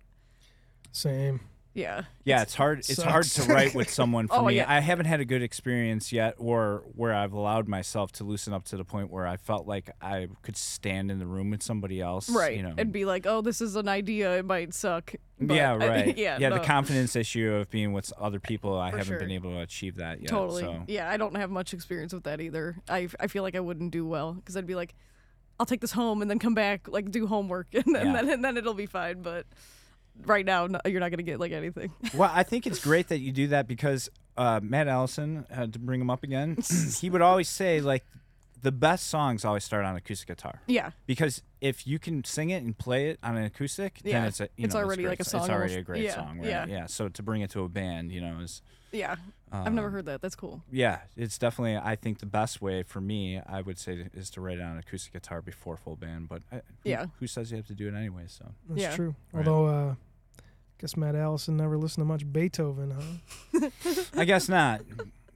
S3: Same.
S2: yeah.
S1: Yeah, it's hard. It's hard to
S2: (laughs)
S3: sucks.
S1: write with someone for
S2: Oh,
S1: me.
S2: yeah.
S1: I haven't had a good experience yet, or where I've allowed myself to loosen up to the point where I felt like I could stand in the room with somebody else.
S2: Right.
S1: You know.
S2: And be like, oh, this is an idea. It might suck. But (laughs)
S1: yeah.
S2: I-
S1: Right.
S2: yeah.
S1: Yeah.
S2: no,
S1: The confidence issue of being with other people, I
S2: For
S1: haven't
S2: sure.
S1: been able to achieve that yet.
S2: totally.
S1: So.
S2: Yeah. I don't have much experience with that either. I, I feel like I wouldn't do well because I'd be like, I'll take this home and then come back, like do homework, (laughs) and then,
S1: Yeah.
S2: then and then it'll be fine. But right now, no, you're not gonna get like anything. (laughs)
S1: Well, I think it's great that you do that because uh, Matt Allison, uh, to bring him up
S2: (laughs)
S1: again, he would always say like the best songs always start on acoustic guitar
S2: yeah.
S1: because if you can sing it and play it on an acoustic, then
S2: Yeah.
S1: it's a you
S2: It's
S1: know,
S2: already
S1: great
S2: like a
S1: so- It's
S2: song
S1: already
S2: almost.
S1: a great
S2: Yeah,
S1: song, right?
S2: yeah.
S1: So to bring it to a band, you know, is um,
S2: Yeah. I've
S1: Uh.
S2: never heard that. That's cool. (laughs)
S1: yeah, it's definitely I think the best way for me, I would say, is to write it on acoustic guitar before full band. But I, who,
S2: Yeah.
S1: who says you have to do it anyway? So
S3: That's
S2: Yeah.
S3: true.
S1: Right.
S3: Although, uh, guess Matt Allison never listened to much Beethoven,
S1: (laughs)
S3: huh?
S1: I guess not.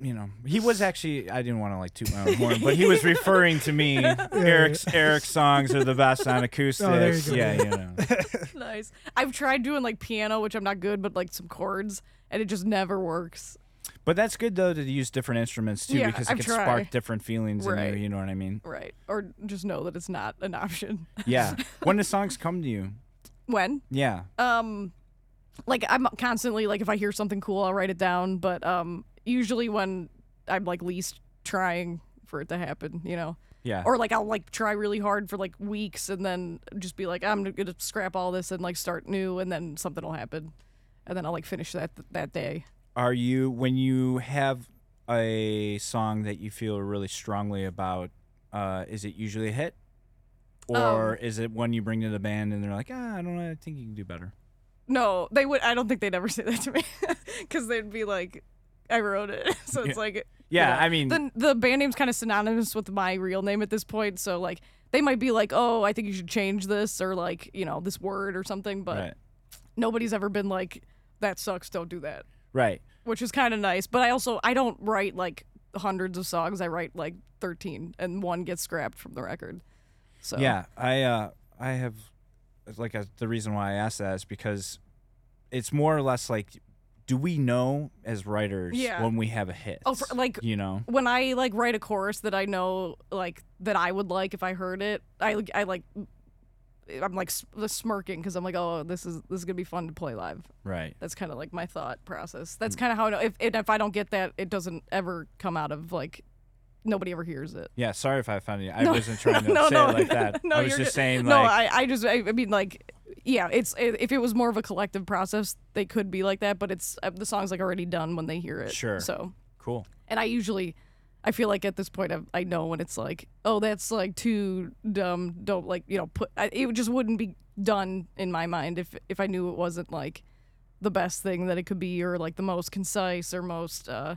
S1: You know, he was actually. I didn't want to like toot my own horn, but he was referring to me. Eric's Eric's songs are the best on acoustics.
S3: Oh, there you go.
S1: Yeah, you know.
S2: nice. I've tried doing like piano, which I'm not good, but like some chords, and it just never works.
S1: But that's good though to use different instruments too,
S2: Yeah,
S1: because it
S2: I've
S1: can
S2: tried.
S1: spark different feelings in
S2: Right.
S1: you. You know what I mean?
S2: Right. Or just know that it's not an (laughs) option.
S1: Yeah. when the songs come to you,
S2: When?
S1: yeah,
S2: um like I'm constantly like if I hear something cool I'll write it down, but um usually when I'm like least trying for it to happen, you know.
S1: yeah,
S2: Or like I'll like try really hard for like weeks and then just be like I'm going to scrap all this and like start new and then something will happen. And then I'll like finish that that day.
S1: are you when you have a song that you feel really strongly about uh is it usually a hit or is it one you bring to the band and they're like ah, i don't know i think you can do better
S2: No, they would I don't think they'd ever (laughs) say that to me cuz they'd be like I wrote it. (laughs) so it's
S1: Yeah.
S2: like
S1: yeah,
S2: Yeah.
S1: i mean
S2: the the band name's kind of synonymous with my real name at this point, so like they might be like, "Oh, I think you should change this," or like you know this word or something, but
S1: right
S2: nobody's ever been like, "That sucks, don't do that,"
S1: right
S2: which is kind of nice. But I also I don't write like hundreds of songs. I write like thirteen, and one gets scrapped from the record. So
S1: yeah i uh i have like a, the reason why i asked that is because it's more or less like do we know as writers
S2: Yeah.
S1: when we have a hit
S2: Oh, for- like-
S1: you know
S2: when I like write a chorus that I know like that I would like if I heard it, I I like I'm like s- smirking because I'm like, "Oh, this is this is gonna be fun to play live."
S1: right
S2: That's kind of like my thought process. That's
S1: Mm.
S2: kind of how it, if and if I don't get that, it doesn't ever come out of like nobody ever hears it.
S1: yeah sorry if i found you i
S2: (laughs) No,
S1: wasn't trying to
S2: no,
S1: say
S2: no,
S1: it like that
S2: (laughs) no,
S1: i was
S2: you're
S1: just
S2: good.
S1: saying
S2: no,
S1: like
S2: I, I just I, I mean like yeah, it's i if it was more of a collective process, they could be like that, but it's uh, the song's like already done when they hear it.
S1: Sure.
S2: So
S1: cool
S2: and I usually. I feel like at this point I, I know when it's like oh that's like too dumb don't like you know put I, it just wouldn't be done in my mind if if I knew it wasn't like the best thing that it could be or like the most concise or most uh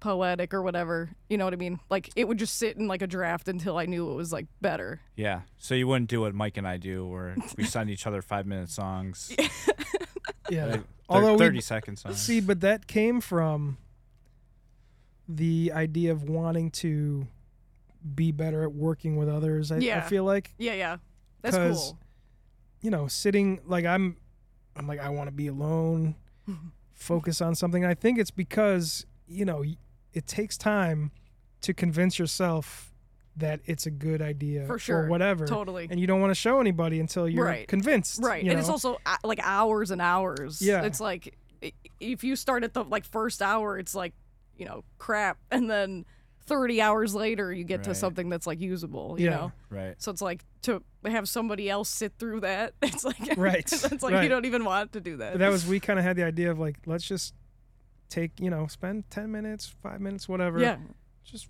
S2: poetic or whatever you know what I mean like it would just sit in like a draft until I knew it was like better
S1: Yeah. So you wouldn't do what Mike and I do, where
S2: (laughs)
S1: we send each other five minute songs,
S3: Yeah.
S1: like, thir-
S3: Although we
S1: thirty
S3: (laughs)
S1: second songs.
S3: See, but that came from the idea of wanting to be better at working with others. I, I
S2: Yeah.
S3: feel like,
S2: yeah yeah that's
S3: 'Cause-
S2: cool
S3: you know, sitting like I'm I'm like I want to be
S2: (laughs)
S3: alone, focus on something. And I think it's because, you know, y- it takes time to convince yourself that it's a good idea
S2: For sure.
S3: or whatever.
S2: totally
S3: And you don't want to show anybody until you're
S2: Right.
S3: convinced.
S2: right
S3: you
S2: and it's
S3: know?
S2: also uh, like hours and hours
S3: Yeah.
S2: it's like i- if you start at the like first hour it's like you know crap and then 30 hours later you get to
S1: Right.
S2: something that's like usable you
S3: Yeah.
S2: know
S1: Right.
S2: so it's like to have somebody else sit through that (laughs) it's like
S3: (laughs) Right,
S2: it's like
S3: right.
S2: you don't even want to do that
S3: But that
S2: (laughs)
S3: was we kind of had the idea of like let's just take you know spend 10 minutes 5 minutes whatever
S2: yeah
S3: just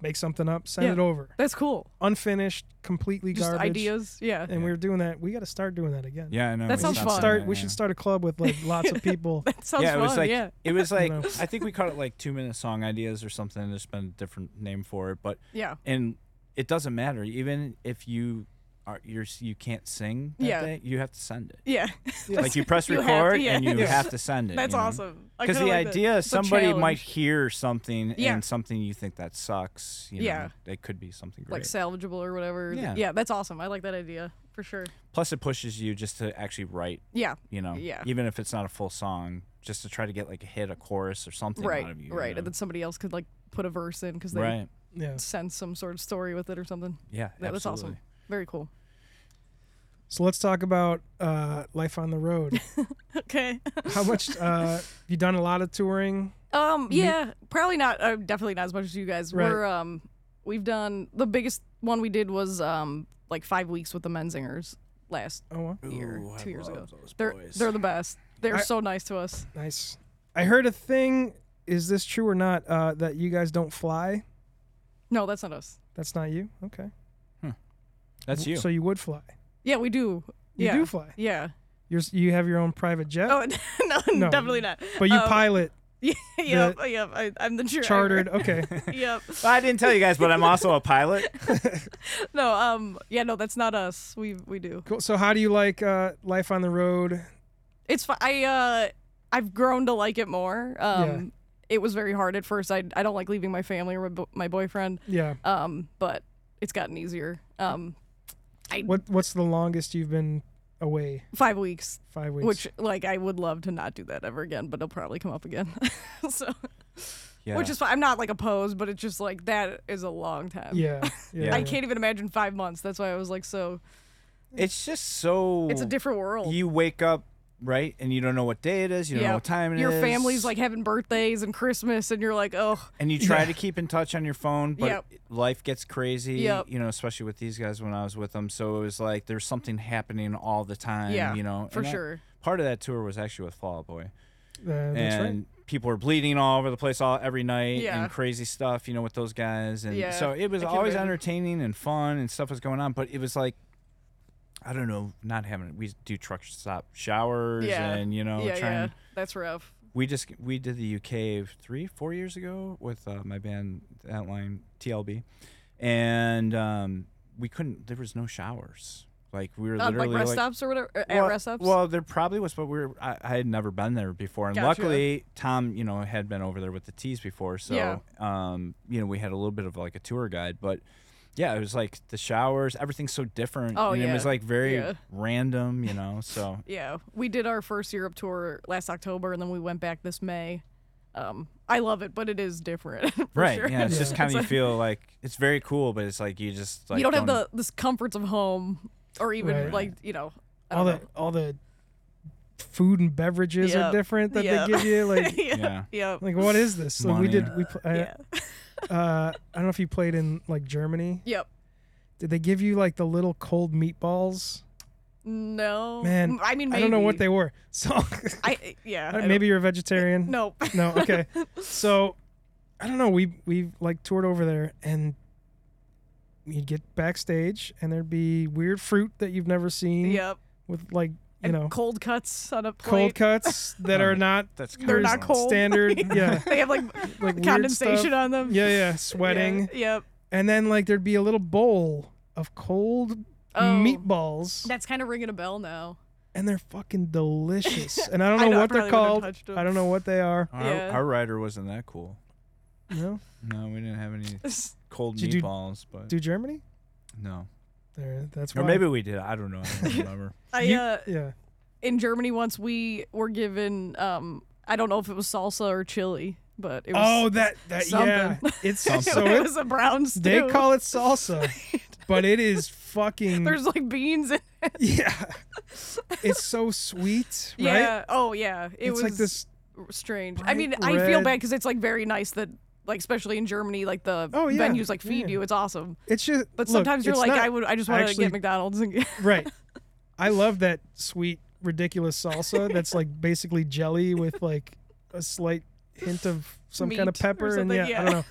S3: make something up, send
S2: Yeah.
S3: it over.
S2: That's cool.
S3: Unfinished, completely
S2: Just
S3: garbage.
S2: ideas. Yeah.
S3: And we were doing that. We got to start doing that again.
S1: Yeah, I know.
S2: That
S1: we
S2: sounds
S1: should
S2: fun.
S3: Start.
S1: that,
S3: We
S1: yeah.
S3: should start a club with like lots
S2: (laughs)
S3: of people.
S2: (laughs) That sounds
S1: yeah, it
S2: fun.
S1: was like
S2: yeah.
S1: it
S2: (laughs)
S1: was like
S3: know.
S1: I think we called it like two minute song ideas or something. There's been a different name for it, but
S2: Yeah.
S1: and it doesn't matter. Even if you are you're s- you can't sing, that
S2: Yeah.
S1: day, you have to send
S2: (laughs)
S1: it.
S2: Yeah.
S1: Like you press
S2: You have to,
S1: record
S2: yeah.
S1: and you
S2: (laughs) Yeah.
S1: have to send it.
S2: That's
S1: you know?
S2: awesome. I
S1: Because
S2: kinda
S1: the
S2: like that.
S1: idea is
S2: It's a
S1: somebody might
S2: challenge.
S1: hear something
S2: Yeah.
S1: and something you think that sucks. You
S2: Yeah.
S1: know, it could be something great.
S2: like salvageable or whatever.
S1: Yeah.
S2: Yeah, that's awesome. I like that idea for sure.
S1: Plus, it pushes you just to actually write.
S2: Yeah.
S1: You know,
S2: Yeah.
S1: even if it's not a full song, just to try to get like a hit, a chorus, or something
S2: Right.
S1: out of you. you
S2: right.
S1: know?
S2: And then somebody else could like put a verse in because they
S1: right.
S3: Yeah.
S2: sense some sort of story with it or something.
S1: Yeah.
S2: Yeah, that's
S1: absolutely.
S2: awesome. Very cool.
S3: So let's talk about uh, life on the road.
S2: (laughs) Okay. (laughs)
S3: How much uh, you done? A lot of touring.
S2: Um. Yeah. Probably not. Uh, definitely not as much as you guys.
S3: Right.
S2: We're um. We've done the biggest one we did was um like five weeks with the Menzingers last
S3: Oh, wow.
S2: year,
S1: Ooh, I
S2: two years ago.
S1: love those
S2: They're
S1: boys.
S2: they're the best. They're
S3: I-
S2: so nice to us.
S3: nice. I heard a thing. Is this true or not? Uh, that you guys don't fly.
S2: No, that's not us.
S3: That's not you. Okay.
S1: That's you.
S3: So you would fly.
S2: Yeah, we do.
S3: You
S2: yeah.
S3: do fly.
S2: Yeah.
S3: You're, s- you have your own private jet,
S2: Oh (laughs) no,
S3: No.
S2: definitely not.
S3: but you
S2: um,
S3: pilot
S2: (laughs) Yeah, yep, yep. I, I'm the driver. (laughs)
S3: chartered. Okay.
S2: Yep.
S1: I didn't tell you guys, but I'm also a
S2: (laughs)
S1: pilot.
S2: No. Um. Yeah. No, that's not us. We we do.
S3: Cool. So how do you like uh, life on the road?
S2: It's fi- I uh I've grown to like it more. Um.
S3: Yeah.
S2: It was very hard at first. I I don't like leaving my family or my, bo- my boyfriend.
S3: Yeah.
S2: Um. But it's gotten easier. Um.
S3: What What's the longest you've been away?
S2: Five weeks,
S3: Five weeks.
S2: which like I would love to not do that ever again, but it'll probably come up again. (laughs) so
S1: Yeah.
S2: which is fine. I'm not like opposed, but it's just like that is a long time.
S3: yeah.
S2: (laughs)
S3: Yeah.
S2: I
S3: yeah.
S2: can't even imagine five months. That's why I was like so.
S1: it's just so.
S2: It's a different world.
S1: You wake up right, and you don't know what day it is. You don't know
S2: Yeah.
S1: what time it is.
S2: your family's like having birthdays and Christmas, and you're like, oh,
S1: and you try to keep in touch on your phone, but
S2: Yep.
S1: life gets crazy.
S2: Yep.
S1: You know, especially with these guys when I was with them, so it was like there's something happening all the time.
S2: yeah,
S1: You know,
S2: for
S1: And that-
S2: sure.
S1: part of that tour was actually with Fall Out Boy,
S3: Uh, that's
S1: and
S3: right.
S1: people were bleeding all over the place all every night
S2: Yeah.
S1: and crazy stuff. You know, with those guys, and
S2: Yeah,
S1: so it was
S2: I can
S1: always
S2: imagine.
S1: entertaining and fun, and stuff was going on, but it was like. I don't know, not having we do truck stop showers
S2: Yeah.
S1: and you know
S2: yeah,
S1: trying
S2: yeah, that's rough.
S1: we just we did the UK three four years ago with uh, my band Outline TLB, and um, we couldn't. There was no showers. Like we were
S2: Not Uh, like
S1: literally
S2: rest stops or whatever. or
S1: well,
S2: at rest stops.
S1: Well, there probably was, but we were. I, I had never been there before, and
S2: Gotcha.
S1: luckily Tom, you know, had been over there with the tees before, so
S2: Yeah.
S1: um, you know, we had a little bit of like a tour guide, but. Yeah, it was like the showers, everything's so different.
S2: Oh,
S1: and it
S2: yeah.
S1: was like very
S2: Yeah.
S1: random, you know. So
S2: yeah, we did our first Europe tour last October, and then we went back this May. Um, I love it, but it is different. (laughs) (laughs) for
S1: right.
S2: sure.
S1: Yeah. It's
S2: (laughs)
S1: just kind of you
S2: like-
S1: feel like it's very cool, but it's like you just like
S2: you don't have the this comforts of home, or even
S3: Right.
S2: like you know. I
S3: all
S2: don't
S3: the all the food and beverages
S2: Yep.
S3: are different that
S2: Yep.
S3: they
S2: (laughs)
S3: give you. Like
S2: know. yeah.
S1: Yeah.
S2: Yeah.
S3: like what is this? Like, we
S1: Money.
S3: did we pl- I,
S2: yeah.
S3: uh, I don't know if you played in like Germany.
S2: Yep.
S3: Did they give you like the little cold meatballs?
S2: No.
S3: Man,
S2: M- I mean, maybe.
S3: I don't know what they were. (laughs) So
S2: I uh, yeah. I don't-
S3: maybe you're a
S2: (laughs)
S3: vegetarian.
S2: No.
S3: No, okay. so I don't know. We we like toured over there and you'd get backstage and there'd be weird fruit that you've never seen
S2: yep.
S3: with like you
S2: And
S3: know
S2: cold cuts on a plate. (laughs)
S3: cold cuts that
S1: Oh,
S3: are not
S1: That's
S2: They're not
S1: crazy.
S2: cold. (laughs)
S3: standard. yeah,
S2: they have like,
S3: like weird
S2: condensation
S3: stuff.
S2: on them.
S3: Yeah, yeah,
S2: (laughs) Yeah,
S3: sweating.
S2: Yep.
S3: And then like there'd be a little bowl of cold
S2: Oh.
S3: meatballs
S2: That's kind of ringing a bell now.
S3: and they're fucking
S2: (laughs)
S3: delicious. And I don't
S2: I
S3: know
S2: know, I
S3: what they're
S2: probably wouldn't have
S3: called.
S2: touched 'em. (laughs)
S3: I don't know what they are.
S1: "Oh, Our,
S2: Yeah.
S1: our rider wasn't that cool.
S3: No,
S1: No, we didn't have any cold
S3: Did you do-
S1: meatballs, but
S3: do Germany?
S1: no.
S3: There, that's
S1: Or
S3: why.
S1: maybe we did. I don't know. I
S3: (laughs)
S1: don't remember.
S2: I
S3: You-
S2: uh,
S3: yeah.
S2: in Germany once we were given um I don't know if it was salsa or chili, but it
S3: Oh,
S2: was
S3: that that yeah.
S2: something. (laughs)
S3: It's
S1: Something.
S3: Oh, so
S2: it
S3: it,
S2: was a brown stew.
S3: they call it salsa, but it is
S2: (laughs)
S3: fucking
S2: There's like beans in it.
S3: (laughs) yeah. It's so sweet, right?
S2: Yeah. Oh yeah. It
S3: it's
S2: was
S3: like this.
S2: strange. I
S3: bright
S2: mean, I feel
S3: red-
S2: bad cuz it's like very nice that like especially in Germany like the
S3: Oh, yeah,
S2: venues like feed
S3: yeah.
S2: you. It's awesome.
S3: It's just.
S2: But
S3: look,
S2: sometimes you're
S3: it's
S2: like
S3: not-
S2: I would I just want to
S3: actually-
S2: get McDonald's and get (laughs)
S3: right. I love that sweet, ridiculous salsa that's like basically jelly with like a slight hint of some kind of
S2: Meat or
S3: pepper and
S2: something,
S3: yeah,
S2: yeah.
S3: I don't know.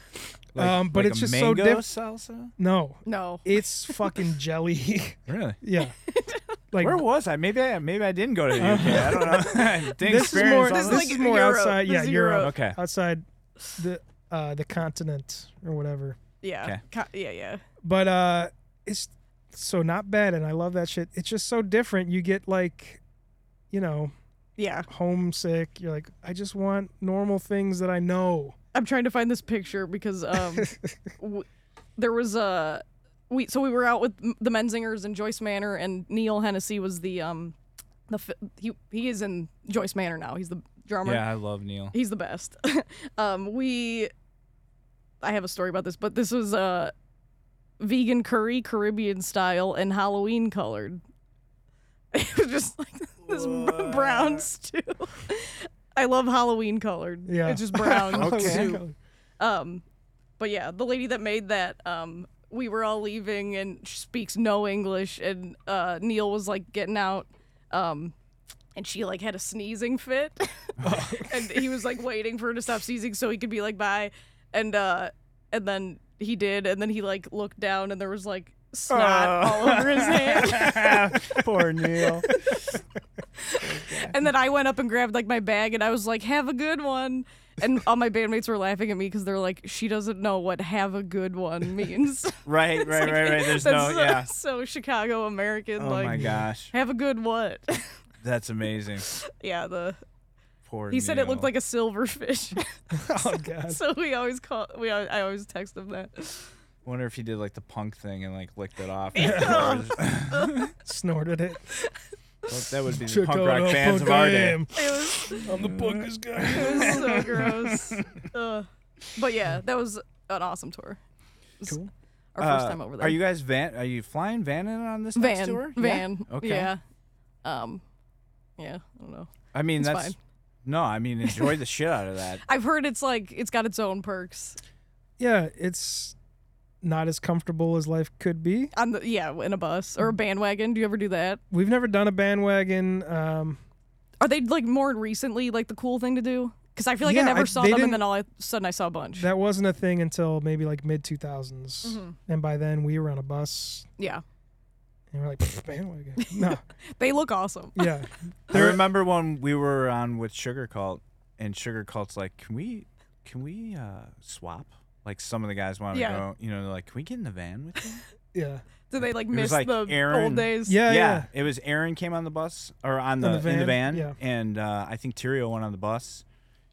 S1: Like,
S3: Um, but
S1: like
S3: it's
S1: a
S3: just so
S1: mango
S3: diff-
S1: salsa.
S3: No,
S2: No.
S3: it's fucking jelly. (laughs)
S1: Really?
S2: (laughs)
S3: yeah. Like
S1: Where was I? Maybe I maybe I didn't go to the UK.
S2: (laughs)
S1: I don't know. (laughs) I didn't
S3: this is
S1: experience
S3: more
S1: all
S3: this,
S2: is
S1: this.
S3: (laughs)
S2: like
S3: is more
S2: Europe.
S3: outside.
S2: This
S3: yeah,
S2: is
S3: Europe.
S2: Europe.
S1: okay.
S3: Outside the uh the continent or whatever.
S2: yeah.
S1: Okay.
S2: Ca- yeah, yeah.
S3: But uh it's so not bad and I love that shit. It's just so different. You get like you know,
S2: Yeah.
S3: homesick. You're like, I just want normal things that I know.
S2: I'm trying to find this picture because um, w- there was a we so we were out with m- the Menzingers and Joyce Manor and Neil Hennessy was the um the f- he he is in Joyce Manor now. He's the drummer.
S1: Yeah, I love
S2: (laughs)
S1: Neil.
S2: He's the best. um, we I have a story about this, but this was uh vegan curry Caribbean style and Halloween colored. (laughs) It was just like this br- brown stew. (laughs) I love Halloween colored.
S3: Yeah.
S2: It's just brown.
S3: (laughs)
S1: Okay.
S2: Um, but yeah, the lady that made that, um, we were all leaving and she speaks no English, and uh, Neil was like getting out, um, and she like had a sneezing fit, (laughs) and he was like waiting for her to stop sneezing so he could be like bye, and uh, and then he did, and then he like looked down and there was like snot all over
S1: (laughs)
S2: his hand,
S1: Poor Neil.
S2: and then I went up and grabbed like my bag and I was like have a good one. And all my bandmates were laughing at me because they're like, she doesn't know what "have a good one" means. (laughs)
S1: Right, right, right, right. There's no
S2: That's so,
S1: yeah.
S2: so Chicago American.
S1: Oh
S2: (laughs) like,
S1: my gosh,
S2: have a good what? (laughs)
S1: that's amazing.
S2: yeah, the
S1: Poor.
S2: he said it looked
S1: Neil.
S2: like
S1: (laughs)
S2: a silverfish. (laughs)
S3: oh god.
S2: so we always call we al- I always text him that. (laughs)
S1: Wonder if he did like the punk thing and like licked it
S2: (laughs)
S1: off.
S3: Snorted it.
S1: Well, that would be the
S3: Check
S1: punk
S3: out
S1: rock
S3: how
S1: fans
S3: punk
S1: of our
S3: I
S1: day.
S3: am.
S2: It was
S3: I'm the punkest guy.
S2: it
S1: (laughs)
S2: was so gross. Ugh. but yeah, that was an awesome tour. It was
S3: Cool.
S2: Our first
S1: Uh,
S2: time over there.
S1: Are you guys van? Are you flying van in on this next
S2: van
S1: tour? Yeah.
S2: van?
S1: Okay.
S2: Yeah. Um. Yeah. I don't know.
S1: I mean,
S2: It's
S1: that's
S2: fine.
S1: no. I mean, enjoy the shit out of
S2: (laughs)
S1: that.
S2: I've heard it's like it's got its own perks.
S3: Yeah, it's not as comfortable as life could be.
S2: On the yeah, in a bus or a bandwagon. Do you ever do that?
S3: We've never done a bandwagon. Um,
S2: Are they like more recently like the cool thing to do? Because I feel like
S3: Yeah,
S2: I never
S3: I-
S2: saw
S3: they
S2: them,
S3: didn't-
S2: and then all of a sudden I saw a bunch.
S3: that wasn't a thing until maybe like mid 2000s. And by then we were on a bus
S2: yeah,
S3: and we're like, "Pfft, bandwagon. No.
S2: they look awesome.
S3: Yeah.
S1: I remember when we were on with Sugar Cult, and Sugar Cult's like, "Can we, can we uh, swap?" Like some of the guys want to
S2: Yeah.
S1: go, you know, they're like, "Can we get in the van with?" You?
S3: Yeah.
S2: Do they like
S1: was
S2: miss
S1: like
S2: the old
S1: Aaron-
S2: days?
S3: Uh, Yeah. Yeah.
S1: It was Aaron came on the bus or on the,
S3: the
S1: in the van,
S3: van, yeah.
S1: and uh, I think Tyrio went on the bus.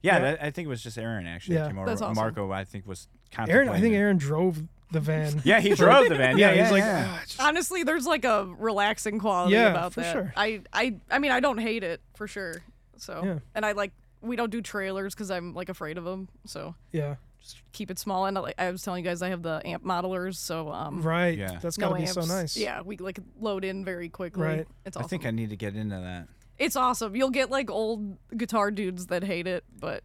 S1: Yeah,
S3: Yeah.
S1: That, I think it was just Aaron actually that
S3: Yeah.
S1: came over.
S2: That's awesome.
S1: Marco, I think, was
S3: Aaron, I think
S1: contemplating.
S3: Aaron drove the van.
S1: Yeah, he drove the van.
S3: (laughs)
S1: Yeah,
S3: he's like,
S1: yeah.
S3: "Ah, just-
S2: Honestly, there's like a relaxing quality
S3: Yeah,
S2: about
S3: for
S2: that.
S3: sure.
S2: I, I, I mean, I don't hate it for sure. So,
S3: Yeah.
S2: and I like we don't do trailers because I'm like afraid of them. So
S3: yeah.
S2: just keep it small. And I, like, I was telling you guys, I have the amp modelers. So um,
S3: Right.
S1: Yeah.
S3: That's
S2: no
S3: gotta be
S2: amps.
S3: so nice.
S2: Yeah, we like load in very quickly.
S3: Right.
S2: It's
S1: I
S2: awesome.
S1: think I need to get into that.
S2: It's awesome. You'll get like old guitar dudes that hate it, but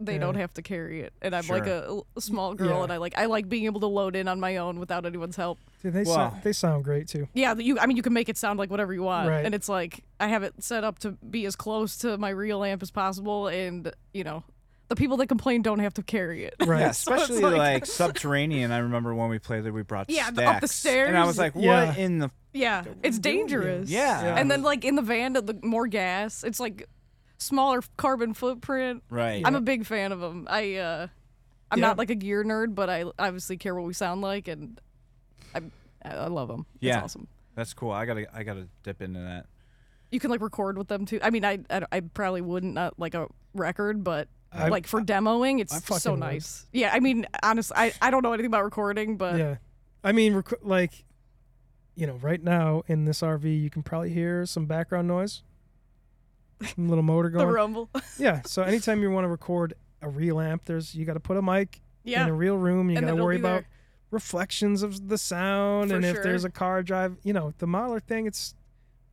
S2: they
S3: Yeah.
S2: don't have to carry it. And I'm like a, a small girl,
S3: Yeah.
S2: and I like I like being able to load in on my own without anyone's help.
S3: Dude, they,
S1: Wow.
S3: sound, they sound great too.
S2: Yeah, you. I mean, you can make it sound like whatever you want,
S3: Right.
S2: and it's like I have it set up to be as close to my real amp as possible, and you know. The people that complain don't have to carry it.
S3: Right.
S1: Yeah,
S3: (laughs)
S2: So it's
S1: especially
S2: like-
S1: like, subterranean. I remember when we played there, we brought
S2: (laughs) Yeah, up
S1: stacks.
S2: the
S1: and I
S2: stairs.
S1: was like, "What
S3: Yeah.
S1: in the?"
S2: (laughs) yeah, it's dangerous.
S1: Yeah. Yeah.
S2: and then like in the van, the more gas. It's like smaller carbon footprint.
S1: Right.
S2: I'm a big fan of them. I uh, I'm
S3: Yeah.
S2: not like a gear nerd, but I obviously care what we sound like, and I I love them.
S1: Yeah.
S2: it's awesome.
S1: That's cool. I gotta, I gotta dip into that.
S2: You can like record with them too. I mean, I I, I probably wouldn't not like a record, but
S3: I-
S2: like for demoing, it's
S3: fucking
S2: so
S3: would.
S2: nice. Yeah, I mean, honestly, I I don't know anything about recording, but
S3: yeah. I mean, rec- like, you know, right now in this RV, you can probably hear some background
S2: (laughs)
S3: noise, some little motor
S2: the
S3: going.
S2: rumble. (laughs)
S3: Yeah. So anytime you want to record a real amp, there's you got to put a mic
S2: yeah,
S3: in a real room. You
S2: And
S3: got to
S2: it'll
S3: worry
S2: be there.
S3: about reflections of the sound,
S2: For
S3: and if
S2: sure.
S3: there's a car drive, you know, the modeler thing, it's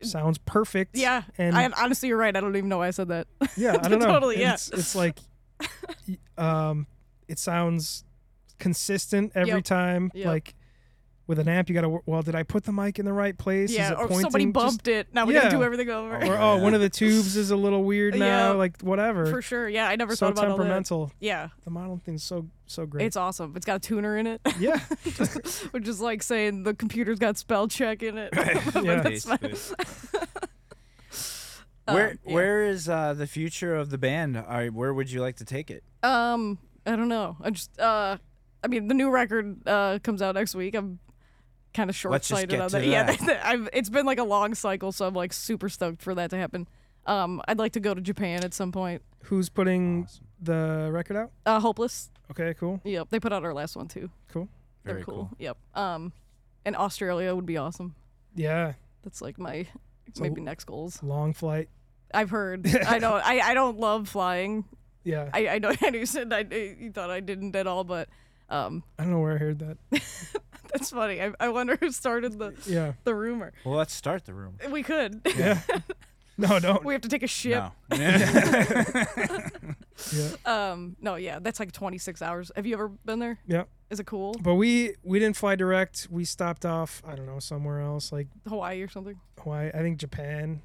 S3: sounds perfect.
S2: yeah.
S3: And
S2: I honestly, you're right. I don't even know why I said that.
S3: yeah,
S2: (laughs)
S3: I don't know.
S2: Totally,
S3: And
S2: yeah.
S3: It's, it's like, (laughs) y- um, it sounds consistent every
S2: Yep.
S3: time.
S2: Yep.
S3: Like, with an amp, you got to. Well, did I put the mic in the right place? Is
S2: yeah,
S3: it
S2: or
S3: pointing?
S2: somebody
S3: Just-
S2: bumped it. Now we gotta
S3: Yeah.
S2: do everything over.
S1: Oh,
S3: or oh, one
S2: (laughs)
S3: of the tubes is a little weird now.
S2: Yeah.
S3: Like whatever.
S2: For sure. Yeah, I never
S3: so
S2: thought about all that.
S3: temperamental.
S2: Yeah,
S3: The model thing's so so great.
S2: it's awesome. It's got a tuner in it, (laughs)
S3: yeah,
S2: which is like saying the computer's got spell check
S1: (laughs)
S2: in it. But (laughs)
S3: Yeah.
S2: that's fine. (laughs) Um,
S1: where
S2: yeah.
S1: where is uh, the future of the band? Are, where would you like to take it?
S2: Um, I don't know. I just uh, I mean, the new record uh comes out next week. I'm kind of short
S1: Let's just
S2: sighted
S1: get
S2: on
S1: to
S2: that. Yeah,
S1: that.
S2: (laughs) I've, it's been like a long cycle, so I'm like super stoked for that to happen. Um, I'd like to go to Japan at some point.
S3: who's
S2: Mm,
S3: putting
S1: Awesome.
S3: the record out?
S2: Uh, Hopeless.
S3: Okay, cool.
S2: Yep, they put out our last one too. They're
S1: Very cool.
S2: Yep. Um, and Australia would be awesome.
S3: Yeah,
S2: That's like my
S3: So-
S2: maybe next goals.
S3: long flight.
S2: I've
S3: (laughs)
S2: heard. I don't. I, I don't love flying.
S3: Yeah, I,
S2: I, I know. (laughs) I know you said I, you thought I didn't at all, but um, (laughs)
S3: don't know where I heard that.
S2: that's funny. I, I wonder who started the (laughs)
S3: Yeah,
S2: the rumor.
S1: Well, let's start the
S2: (laughs)
S1: room.
S2: We could.
S3: yeah. no, don't.
S2: we have to take a ship. (laughs)
S1: No. (laughs)
S3: Yeah.
S2: Um, no, yeah, that's like 26 hours. Have you ever been there?
S3: Yeah.
S2: Is it cool?
S3: But we we didn't fly direct. We stopped off. I don't know somewhere else like
S2: Hawaii or something?
S3: Hawaii. I think Japan.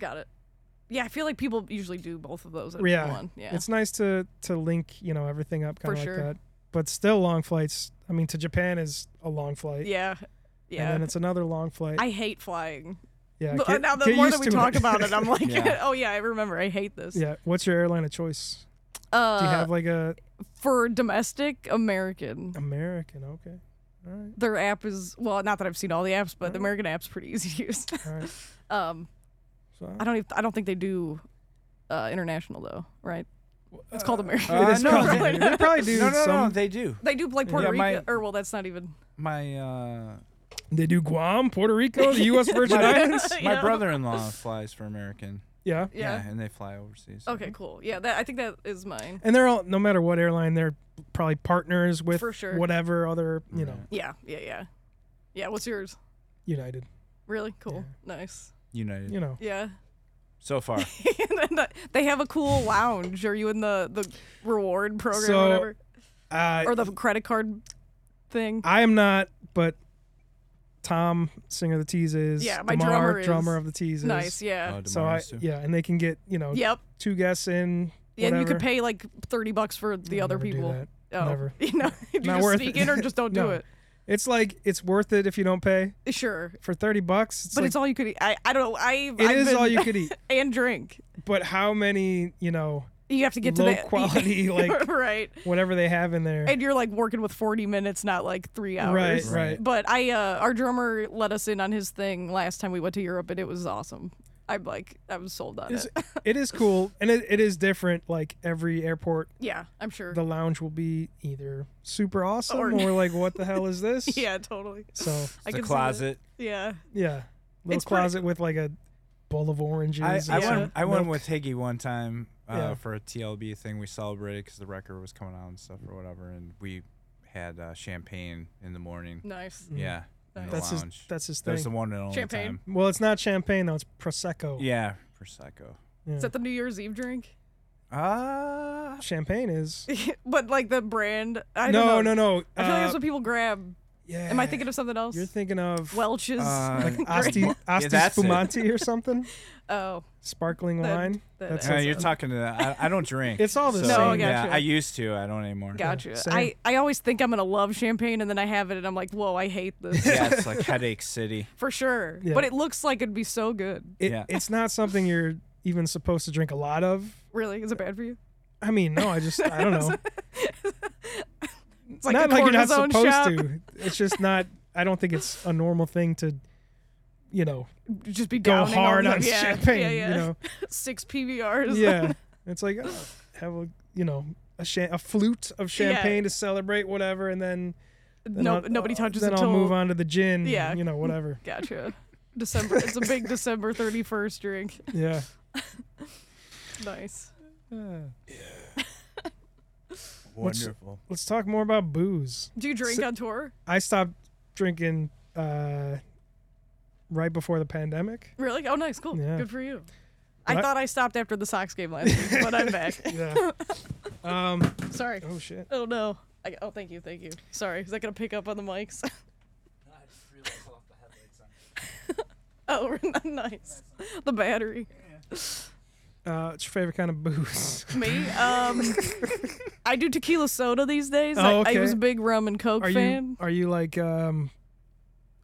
S2: Got it. Yeah, I feel like people usually do both of those at
S3: Yeah.
S2: one. Yeah.
S3: It's nice to to link you know everything up
S2: For
S3: kind of like
S2: sure.
S3: that. But still, long flights. I mean, to Japan is a long flight.
S2: yeah.
S3: And then
S2: Yeah.
S3: it's another long flight.
S2: I hate flying.
S3: yeah.
S2: But,
S3: get-
S2: now the
S3: get
S2: more
S3: used
S2: that we
S3: to
S2: talk about it, I'm like,
S1: Yeah.
S2: (laughs) oh yeah, I remember. I hate this.
S3: (laughs) Yeah. What's your airline of choice?
S2: Uh,
S3: Do you have like a
S2: for domestic American,
S3: American? Okay. All right.
S2: their app is well, not that I've seen all the apps, but
S3: Alright.
S2: the American app's pretty (laughs) easy to use.
S3: All right.
S2: um,
S3: So,
S2: I don't. Even, I don't think they do uh, international though, right? It's called American.
S1: Uh,
S2: (laughs)
S3: it is
S1: no,
S3: called
S1: they-
S3: American. They probably do
S1: no, no, no,
S3: some.
S1: they do.
S2: They do like Puerto
S1: Yeah, my-
S2: Rico, or well, that's not even.
S1: My uh,
S3: They do Guam, Puerto Rico, the
S2: (laughs)
S3: U.S. Virgin Islands.
S1: my
S2: Yeah.
S1: brother-in-law flies for American.
S3: Yeah.
S2: Yeah.
S1: and they fly overseas.
S2: Okay, cool. Yeah, that I think that is mine.
S3: And they're all, no matter what airline, they're probably partners with
S2: For sure.
S3: whatever other, you know,
S1: Right.
S2: Yeah, yeah, yeah, yeah. What's yours?
S3: United.
S2: Really cool. Nice.
S1: United.
S3: You know,
S2: Yeah. (laughs)
S1: So far,
S2: And then the- they have a cool lounge. Are you in the the reward program
S3: So-
S2: or whatever,
S3: uh,
S2: or the credit card thing?
S3: I am not, but Tom, singer of the Tees, is.
S2: Yeah, my
S3: Damar,
S2: drummer is.
S3: drummer of the Tees, is.
S2: nice. Yeah.
S1: Oh,
S3: So I,
S1: Damaris too.
S3: yeah, and they can get you know
S2: yep.
S3: two guests in.
S2: Yeah, and you
S3: whatever.
S2: could pay like thirty bucks for the
S3: I'll
S2: other
S3: never do
S2: people.
S3: that.
S2: Oh,
S3: Never.
S2: (laughs) you know, you
S3: Not
S2: just
S3: worth
S2: sneak
S3: it.
S2: in or just don't
S3: No.
S2: do
S3: It's like it's worth it if you don't pay
S2: it. Sure,
S3: for thirty bucks. It's
S2: but
S3: like,
S2: it's all you could. Eat. I I don't. know. I
S3: it
S2: I've
S3: is
S2: been- (laughs)
S3: all you could eat.
S2: and drink.
S3: But how many you know
S2: You have to get
S3: Low
S2: to the (laughs)
S3: quality, like-
S2: right.
S3: whatever they have in there?
S2: and you're like working with 40 minutes not like three
S3: right,
S2: hours
S3: right.
S2: but i uh our drummer let us in on his thing last time we went to europe and it was awesome i'm like i was sold on
S3: Is-
S2: it (laughs)
S3: It is cool and it, it is different. Like every airport,
S2: yeah i'm sure
S3: the lounge will be either super awesome or,
S2: Or-
S3: like
S2: (laughs)
S3: what the hell is
S2: (laughs)
S3: this?
S2: yeah totally
S3: So
S1: the
S2: I can see that.
S1: closet.
S2: yeah
S3: yeah, little
S2: It's pretty-
S3: closet with like a bowl of oranges.
S1: I, I
S3: and some
S1: went. I went
S3: milk.
S1: with Higgy one time uh,
S3: Yeah.
S1: for a TLB thing. We celebrated because the record was coming out and stuff or whatever, and we had uh, champagne in the morning.
S2: nice
S3: Mm.
S1: Yeah, in
S2: Nice.
S1: the
S3: That's his.
S1: lounge.
S3: That's his
S1: That
S3: thing.
S1: was the one and only
S2: Champagne?
S1: time.
S3: well, it's not champagne though. It's prosecco.
S1: Yeah, prosecco.
S3: Yeah.
S2: is that the new year's eve drink
S1: Ah,
S3: champagne is.
S2: but like the brand (laughs) i
S3: no,
S2: don't know
S3: no, no.
S2: i feel like
S3: uh,
S2: that's what people grab
S3: yeah.
S2: am i thinking of something else
S3: You're thinking of
S2: welch's (laughs)
S1: Uh,
S3: like
S1: Great.
S3: Asti, Asti
S1: that's it.
S3: Spumanti or something, (laughs)
S2: oh
S3: sparkling
S2: That-
S3: wine.
S2: that-
S3: That's
S2: uh,
S1: no,
S3: sounds-
S1: you're talking to. I, I don't drink.
S3: (laughs) It's all the
S1: so-
S3: same. No, I
S1: Yeah,
S2: gotcha.
S1: I used to. I don't anymore.
S2: gotcha
S3: same.
S2: i i always think i'm gonna love champagne and then i have it and i'm like whoa i hate this
S3: (laughs)
S1: Yeah, it's like headache city.
S2: for sure
S3: Yeah.
S2: but it looks like it'd be so good
S3: It,
S1: Yeah.
S3: It's not something you're even supposed to drink a lot of.
S2: Really? Is it bad for you?
S3: I mean, no, I just
S2: (laughs)
S3: I don't know.
S2: It's like
S3: not
S2: a
S3: like you're not
S2: cortisone
S3: supposed
S2: shot.
S3: to. It's just not. I don't think it's a normal thing to, you know,
S2: (laughs) Just be
S3: go
S2: downing all
S3: hard
S2: the- (laughs)
S3: on
S2: yeah,
S3: champagne.
S2: Yeah, yeah.
S3: You know,
S2: (laughs) Six PBRs. (laughs)
S3: yeah. It's like oh, have a you know a cha- a flute of
S2: Yeah.
S3: champagne to celebrate whatever, and then, then
S2: no,
S3: I'll-
S2: nobody touches
S3: Then
S2: it
S3: I'll
S2: till-
S3: move on to the gin.
S2: Yeah.
S3: you
S2: (laughs)
S3: know whatever.
S2: Gotcha. December. It's a
S3: (laughs)
S2: big December 31st drink.
S3: Yeah.
S2: Nice.
S3: Uh, What's-
S1: Wonderful.
S3: let's talk more about booze.
S2: Do you drink
S3: So-
S2: on tour?
S3: I stopped drinking uh, right before the pandemic.
S2: Really? Oh, nice. Cool.
S3: Yeah.
S2: Good for you.
S3: What?
S2: I thought I stopped after the Sox game last week, but I'm
S3: (laughs)
S2: back. (laughs)
S3: Yeah. um.
S2: Sorry.
S3: Oh shit.
S2: Oh, no. I, oh, thank you. Thank you. Sorry. Is that going to pick up on the mics? (laughs) Oh, (laughs) nice. The battery.
S3: Uh, what's your favorite kind of booze? (laughs)
S2: Me? Um, I do tequila soda these days.
S3: Oh,
S2: I,
S3: okay.
S2: I was a big rum and coke
S3: are you
S2: fan.
S3: are you like um?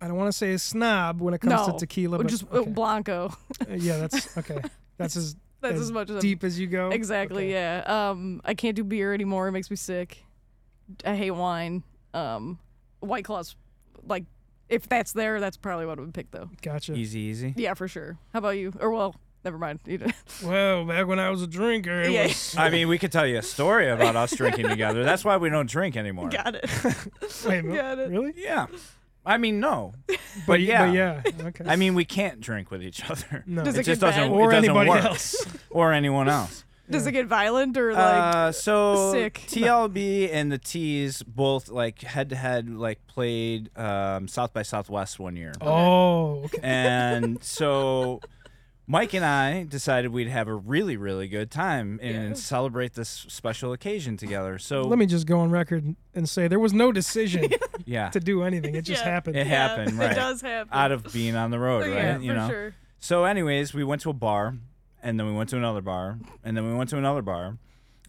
S3: I don't want to say a snob when it comes
S2: No,
S3: to tequila,
S2: Or
S3: but
S2: just uh,
S3: okay.
S2: Blanco.
S3: Uh, yeah, that's okay. That's
S2: (laughs)
S3: as
S2: That's
S3: as
S2: as much as I'm-
S3: deep as you go.
S2: Exactly.
S3: Okay.
S2: Yeah. Um, I can't do beer anymore. It makes me sick. I hate wine. Um, White Claws. Like, if that's there, that's probably what I would pick though.
S3: Gotcha.
S1: Easy,
S3: (laughs)
S1: easy.
S2: Yeah, for sure. How about you? Or well, never mind. You know.
S3: Well, back when I was a drinker,
S2: (laughs)
S3: it
S2: Yeah.
S3: was.
S1: I mean, we could tell you a story about us drinking together. That's why we don't drink
S3: (laughs)
S1: anymore.
S2: Got it. (laughs)
S3: Wait, a minute,
S2: Got it.
S3: really?
S1: Yeah. I mean, no. But,
S3: But
S1: yeah.
S3: yeah, but yeah. Okay.
S1: I mean, we can't drink with each other.
S3: no.
S2: Does
S1: It
S2: it
S1: just
S2: get
S1: doesn't,
S2: bad?
S1: it
S3: or
S1: doesn't
S3: anybody
S1: work.
S3: else?
S1: (laughs) Or anyone else.
S2: Does it get violent or (laughs) like?
S1: uh, so
S2: sick. (laughs)
S1: TLB and the T's both like head to head like played um, South by Southwest one year.
S3: Oh, okay.
S2: (laughs)
S1: And so Mike and I decided we'd have a really, really good time and celebrate this special occasion together. So
S3: Let me just go on record and say there was no
S2: (laughs)
S3: decision
S1: yeah,
S3: to do anything. It just
S2: Yeah.
S3: happened.
S1: it happened,
S2: Yeah,
S1: right?
S2: It does happen.
S1: Out of being on the road,
S2: yeah,
S1: right? You
S2: for
S1: know.
S2: sure.
S1: So, anyways, we went to a bar, and then we went to another bar, and then we went to another bar.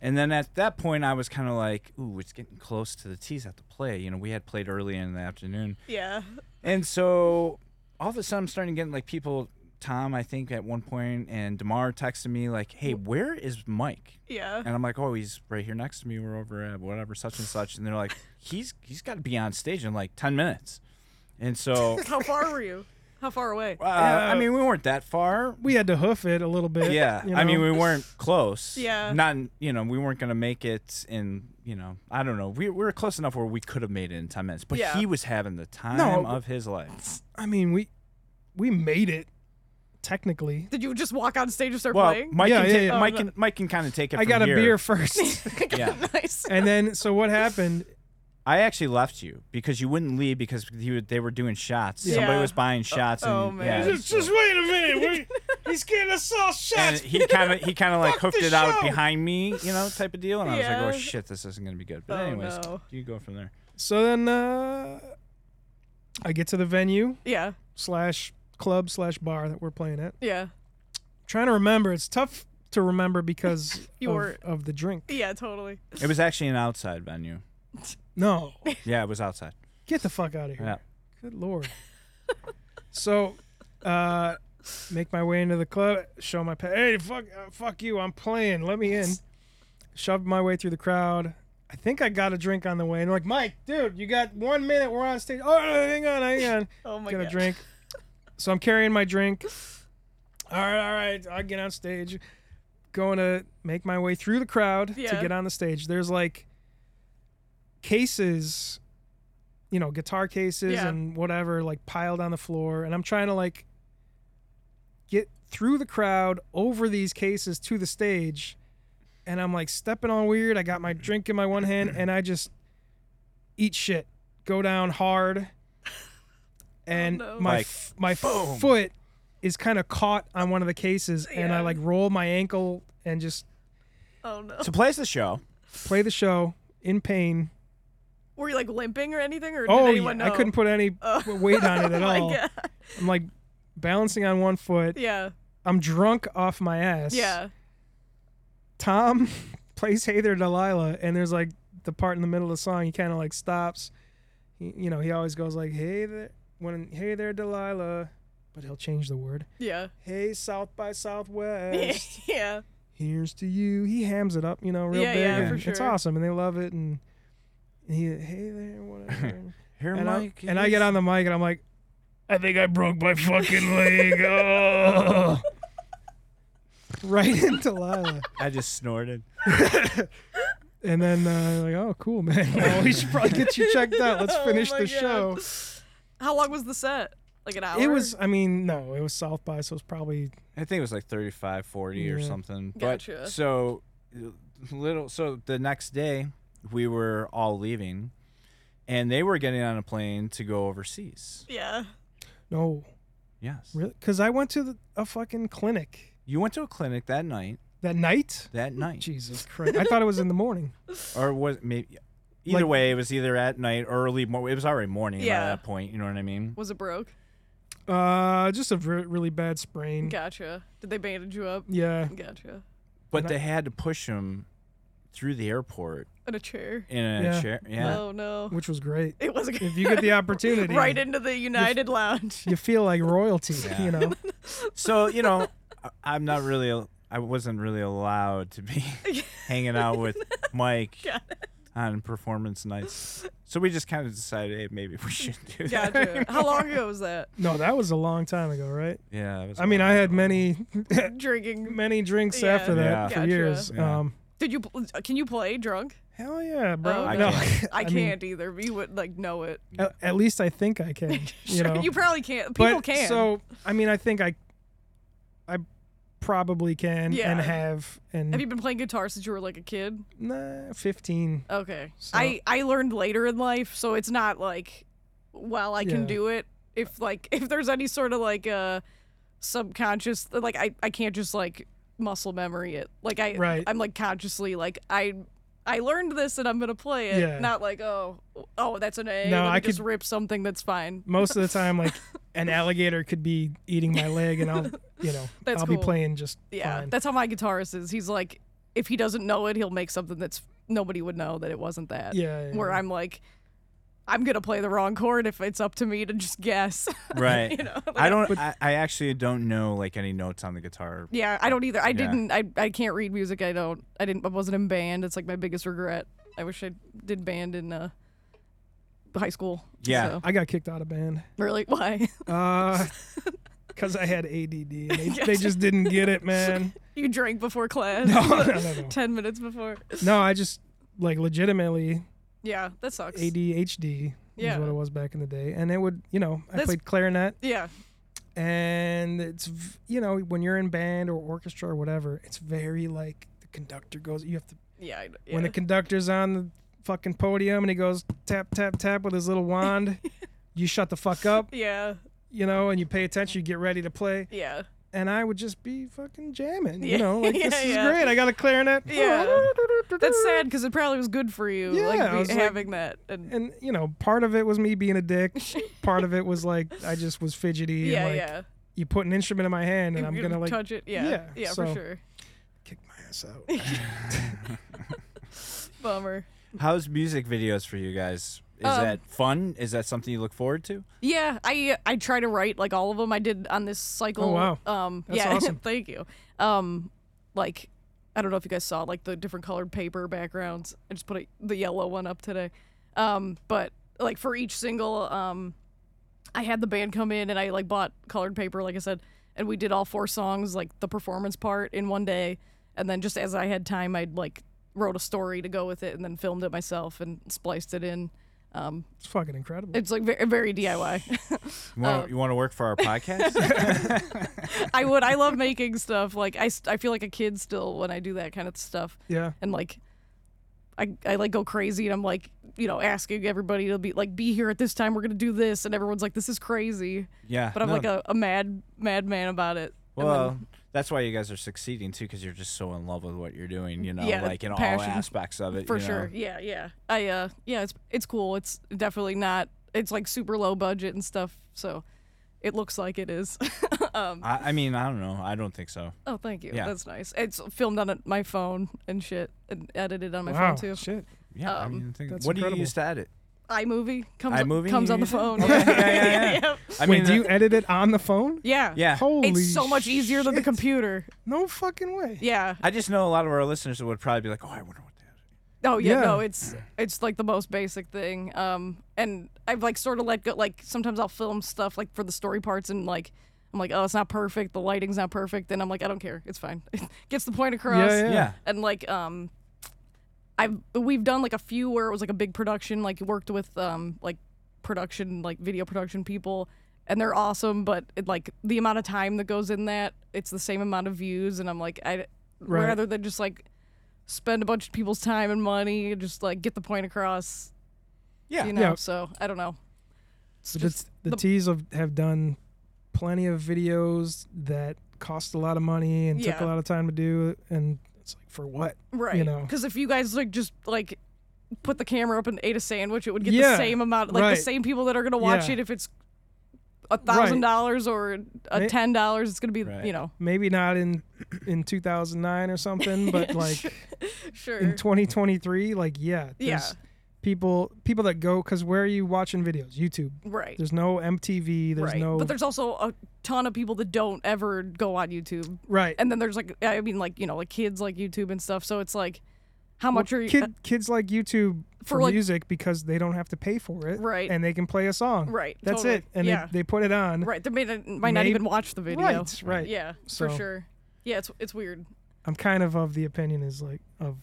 S1: And then at that point, I was kind of like, ooh, it's getting close to the tees at the play. You know, we had played early in the afternoon.
S2: Yeah.
S1: And so all of a sudden, I'm starting getting like people, Tom, I think at one point, and Damar texted me, like, hey, where is Mike?
S2: Yeah.
S1: And I'm like, oh, he's right here next to me. We're over at whatever, such and such. And they're like, he's he's got to be on stage in like 10 minutes. And so,
S2: How far were you? How far away?
S1: uh, I mean, we weren't that far.
S3: We had to hoof it a little
S1: (laughs)
S3: bit.
S1: Yeah,
S3: you
S1: I mean we
S3: know?
S1: weren't close.
S2: Yeah.
S1: not you know we weren't gonna make it in you know I don't know we, we were close enough where we could have made it in ten minutes, but
S2: Yeah.
S1: he was having the time of his life.
S3: I mean, we we made it technically.
S2: Did you just walk on stage and start
S1: Well,
S2: playing? (laughs) Oh,
S1: Mike
S3: Yeah,
S1: can
S3: yeah,
S1: ta-
S3: yeah.
S1: Mike can Mike can kind of take it.
S3: I
S1: from
S3: got a
S1: here.
S3: beer first,
S1: yeah.
S2: (laughs) nice.
S3: and then so what happened?
S1: I actually left you because you wouldn't leave because you, they were doing shots.
S2: Yeah.
S1: Somebody was buying shots. And,
S2: oh, man.
S1: yeah,
S2: Just-
S1: so-
S3: (laughs) wait a minute. We, he's getting us all
S1: and he kind of he kind of like
S3: Fuck
S1: hooked
S3: the
S1: it out
S3: show.
S1: behind me, you know, type of deal. And I was like,
S2: Yeah.
S1: oh shit, this isn't gonna be good. But
S2: Oh,
S1: anyways,
S2: no.
S1: you go from there.
S3: So then uh, I get to the venue
S2: Yeah.
S3: slash club slash bar that we're playing at.
S2: Yeah.
S3: trying to remember. It's tough to remember because
S2: You
S3: of,
S2: were-
S3: of the drink.
S2: Yeah. Totally.
S1: It was actually an outside venue.
S3: No,
S1: Yeah, it was outside.
S3: get the fuck out of here.
S1: Yeah.
S3: Good lord. (laughs) so, uh, make my way into the club, show my pa- hey fuck uh, fuck you, I'm playing. Let me in. Shoved my way through the crowd. I think I got a drink on the way, and they're like, Mike, dude, you got one minute. We're on stage. Oh, hang on, hang on.
S2: Oh my
S3: get
S2: god.
S3: a drink. So I'm carrying
S2: (laughs)
S3: my drink. All right, all right. I get on stage, going to make my way through the crowd to
S2: Yeah.
S3: get on the stage. There's like cases, you know, guitar cases
S2: Yeah.
S3: and whatever, like piled on the floor, and I'm trying to like get through the crowd over these cases to the stage, and I'm like stepping on weird. I got my drink in my one hand, and I just eat shit, go
S2: (laughs)
S3: down hard, and
S2: Oh, no.
S3: my
S1: Like,
S3: f- my
S1: boom.
S3: foot is kind of caught on one of the cases, and I
S2: Yeah.
S3: like roll my ankle and just
S2: Oh (laughs) no.
S1: So plays the show.
S3: play the show in pain.
S2: Were you like limping or anything, or
S3: oh
S2: did
S3: yeah,
S2: anyone
S3: I
S2: know?
S3: couldn't put any
S2: (laughs) Oh.
S3: weight on it at
S2: oh
S3: all.
S2: My God.
S3: I'm like balancing on one foot.
S2: Yeah.
S3: I'm drunk off my ass.
S2: Yeah.
S3: Tom (laughs) plays Hey There Delilah, and there's like the part in the middle of the song, he kind of like stops. He, you know, he always goes like, Hey there, when Hey There Delilah, but he'll change the word.
S2: Yeah. (laughs)
S3: Hey South by Southwest,
S2: yeah.
S3: here's to you. He hams it up, you know, real
S2: Yeah,
S3: big.
S2: yeah,
S3: and
S2: for
S3: It's
S2: sure.
S3: awesome, and they love it. And he, Hey
S2: (laughs)
S3: there, whatever.
S1: Here,
S3: and, I,
S1: Mike.
S3: and I get (laughs) on the mic, and I'm like, I think I broke
S2: (laughs)
S3: my fucking leg. Oh. right into Delilah.
S1: I just snorted.
S3: And then uh, like, oh, cool, man. (laughs) Well, we should probably get you checked out. Let's
S2: (laughs) Oh
S3: finish
S2: my
S3: the
S2: God.
S3: show.
S2: How long was the set? Like an hour.
S3: It was, I mean, no, it was South by, so it was probably
S1: I think it was like 35, 40 or
S3: Yeah.
S1: something. But
S2: Gotcha.
S1: so little. So the next day, we were all leaving, and they were getting on a plane to go overseas.
S2: Yeah.
S3: no,
S1: Yes.
S3: really, because I went to the, a fucking clinic
S1: You went to a clinic that night.
S3: that night.
S1: That night,
S2: (laughs)
S3: Jesus Christ! I thought it was in the morning.
S1: or was maybe. Either
S3: Like-
S1: way, it was either at night or early. Mor- it was already morning by
S2: Yeah.
S1: that point. You know what I mean?
S2: Was it broke?
S3: Uh, just a re- really bad sprain.
S2: Gotcha. Did they bandage you up?
S3: Yeah,
S2: Gotcha.
S1: But
S3: And I-
S1: they had to push him through the airport
S2: In a chair.
S1: in a
S3: Yeah.
S1: chair. Yeah.
S2: Oh no.
S3: which was great.
S2: It was.
S3: If you get
S2: (laughs)
S3: the opportunity,
S2: right into the United
S3: (laughs)
S2: Lounge.
S3: you feel like royalty.
S1: Yeah.
S3: You know,
S1: So you know, I- I'm not really. a- I wasn't really allowed to
S2: (laughs)
S1: be (laughs) hanging out with Mike
S2: Got
S1: on performance nights. So we just kind of decided, hey, maybe we should do that.
S3: (laughs)
S2: Gotcha. How long ago was that?
S3: no, that was a long time ago, right?
S1: (laughs) Yeah. that was
S3: I mean, I had many, (laughs)
S2: Drinking.
S3: many drinks
S2: Yeah.
S3: after that
S1: Yeah.
S3: for
S2: Gotcha.
S3: years.
S1: Yeah.
S3: Um,
S2: Did you? pl- uh, Can you play drunk?
S3: hell yeah, bro.
S2: Oh,
S1: I
S3: no, (laughs)
S1: can't.
S2: (laughs) I,
S3: mean,
S2: can't either. We would like know it. (laughs)
S3: a- at, least I think I can. You
S2: Sure,
S3: know,
S2: you probably can't. People
S3: but
S2: can.
S3: so I mean, I think I, I probably can and
S2: Yeah.
S3: have and
S2: have you been playing guitar since you were like a kid?
S3: nah, fifteen.
S2: Okay.
S3: So-
S2: I I learned later in life, so it's not like well I
S3: Yeah.
S2: can do it if like (laughs) if there's any sort of like uh subconscious like I I can't just like muscle memory it. Like I
S3: Right.
S2: I'm like consciously like I I learned this and I'm gonna play it.
S3: Yeah.
S2: Not like oh oh that's an A. let
S3: No,
S2: me
S3: I
S2: just
S3: could-
S2: rip something that's fine.
S3: Most
S2: (laughs)
S3: of the time, like an alligator could be eating my leg, and I'll, you know,
S2: (laughs) That's
S3: I'll be
S2: cool.
S3: playing just
S2: Yeah,
S3: fine.
S2: that's how my guitarist is. He's like if he doesn't know it, he'll make something that's nobody would know that it wasn't that.
S3: yeah, yeah,
S2: Where I'm like. I'm gonna play the wrong chord if it's up to me to just guess. (laughs)
S3: Eh,
S1: right.
S2: you know, like
S1: I don't. I, I actually don't know like any notes on the guitar.
S2: Yeah, I don't either. I
S1: Yeah.
S2: didn't. I, I can't read music. I don't. I didn't. I wasn't in band. It's like my biggest regret. I wish I did band in uh, high school.
S1: Yeah.
S2: So.
S3: I got kicked out of band.
S2: Really? (laughs) Why? (laughs)
S3: Uh, because I had ADD. And they, they just didn't get
S2: (laughs)
S3: it, man.
S2: you drank before class.
S3: No, (laughs) no, no, no.
S2: (laughs) Ten minutes before.
S3: No, I just like legitimately
S2: Yeah, that sucks.
S3: ADHD is
S2: Yeah.
S3: what it was back in the day, and it would, you know, I
S2: That's-
S3: played clarinet,
S2: Yeah,
S3: and it's, v- you know, when you're in band or orchestra or whatever, it's very like the conductor goes, you have to
S2: yeah. I, yeah.
S3: when the conductor's on the fucking podium and he goes tap tap tap with
S2: (laughs)
S3: his little wand. You shut the fuck up,
S2: yeah,
S3: you know, and you pay attention. You get ready to play.
S2: yeah,
S3: and I would just be fucking jamming. You
S2: Yeah,
S3: know, like this
S2: (laughs) yeah,
S3: is
S2: yeah.
S3: great. I got a clarinet.
S2: yeah. That's sad because it probably was good for you,
S3: Yeah, I
S2: like
S3: was
S2: be,
S3: like-
S2: having that. And
S3: (laughs) And you know, part of it was me being
S2: (laughs)
S3: a dick. part of it was like I just was fidgety.
S2: yeah,
S3: and, like,
S2: yeah.
S3: You put an instrument in my hand, and I'm
S2: You
S3: gonna like
S2: touch it. Yeah, yeah,
S3: yeah,
S2: for
S3: so-
S2: sure.
S3: kick my ass out.
S2: Bummer.
S1: How's music videos for you guys? Is
S2: Um,
S1: that fun? Is that something you look forward to?
S2: Yeah, I I try to write like all of them I did on this cycle.
S3: Oh, wow.
S2: Um
S3: That's
S2: yeah, (laughs)
S3: awesome.
S2: thank you. Um like I don't know if you guys saw like the different colored paper backgrounds. I just put a, the yellow one up today. Um but like for each single um I had the band come in and I like bought colored paper like I said and we did all four songs like the performance part in one day and then just as I had time I'd like wrote a story to go with it and then filmed it myself and spliced it in. Um,
S3: It's
S2: (laughs)
S3: fucking incredible.
S2: it's like very, very (laughs) DIY.
S1: You
S2: uh,
S1: want, you want to work for
S2: (laughs)
S1: our podcast? (laughs)
S2: I would. I love making stuff. Like I, st- I feel like a kid still when I do that kind of stuff.
S3: yeah,
S2: And like, I, I like go crazy and I'm like, you know, asking everybody to be like, be here at this time. We're gonna do this, and everyone's like, this is crazy.
S1: yeah.
S2: But I'm
S1: no,
S2: like a, a mad madman about it. And then-
S1: Well, that's why you guys are succeeding too, because you're just so in love with what you're doing. You know,
S2: Yeah,
S1: like in all
S2: passion.
S1: aspects of it.
S2: for
S1: you know.
S2: sure. Yeah, yeah. I uh, yeah. It's it's cool. It's definitely not. It's like super low budget and stuff. So. It looks like it is. (laughs) um,
S1: I, I mean, I don't know. I don't think so.
S2: oh, thank you.
S1: Yeah.
S2: That's nice. It's filmed on a- my phone and shit, and edited on my
S3: wow,
S2: phone too.
S3: shit.
S1: Yeah. I
S2: Um,
S1: mean, think,
S3: That's
S1: what do
S3: incredible.
S1: you use to edit?
S2: iMovie comes
S1: iMovie
S2: comes on the
S1: you use it?
S2: phone.
S1: Okay, yeah, yeah, yeah.
S2: (laughs) Yep.
S1: I
S3: Wait,
S1: mean, uh,
S3: do you
S1: that-
S3: edit it on the phone?
S2: Yeah.
S1: Yeah.
S3: Holy,
S2: It's so much easier than the
S3: shit.
S2: computer.
S3: No fucking way.
S2: Yeah.
S1: I just know a lot of our listeners would probably be like, "Oh, I wonder what that." Is.
S2: Oh yeah,
S3: Yeah.
S2: no, it's it's like the most basic thing. Um, and I've like sort of let go. Like sometimes I'll film stuff like for the story parts, and like I'm like, oh, it's not perfect. The lighting's not perfect, and I'm like, I don't care. It's fine. (laughs) Gets the point across.
S3: Yeah.
S1: Yeah.
S2: and like um i've we've done like a few where it was like a big production like worked with um like production like video production people and they're awesome but it, like the amount of time that goes in that it's the same amount of views and i'm like i
S3: Right.
S2: rather than just like spend a bunch of people's time and money and just like get the point across
S1: Yeah.
S2: you know
S3: Yeah.
S2: so i don't know it's
S3: But
S2: just
S3: the,
S2: the-
S3: the T's have, have done plenty of videos that cost a lot of money and took a
S2: Yeah.
S3: lot of time to do, and it's like for what?
S2: right
S3: know.
S2: because if you guys like just like put the camera up and ate a sandwich it would get
S3: Yeah,
S2: the same amount like
S3: right.
S2: the same people that are gonna watch
S3: Yeah.
S2: it if it's a thousand dollars or a
S3: May-
S2: ten dollars. It's gonna be
S1: Right.
S2: you know
S3: Maybe not in in 2009
S2: (laughs)
S3: or something, but like
S2: sure.
S3: in 2023, like yeah,
S2: yeah,
S3: there's people people that go because where are you watching videos? YouTube.
S2: right.
S3: There's no MTV. There's
S2: right.
S3: no
S2: But there's also a ton of people that don't ever go on YouTube.
S3: right.
S2: And then there's like I mean like, you know, like kids like YouTube and stuff. So it's like how
S3: Well,
S2: much are you
S3: kid, kids like YouTube for,
S2: uh, For, like-
S3: music because they don't have to pay for it,
S2: Right.
S3: And they can play a song,
S2: Right,
S3: That's
S2: totally.
S3: it, and
S2: Yeah.
S3: they, they put it on,
S2: Right. They may not, might not
S3: Maybe-
S2: even watch the video.
S3: right? right.
S2: Yeah,
S3: So-
S2: for sure. Yeah, it's it's weird.
S3: I'm kind of of the opinion is like of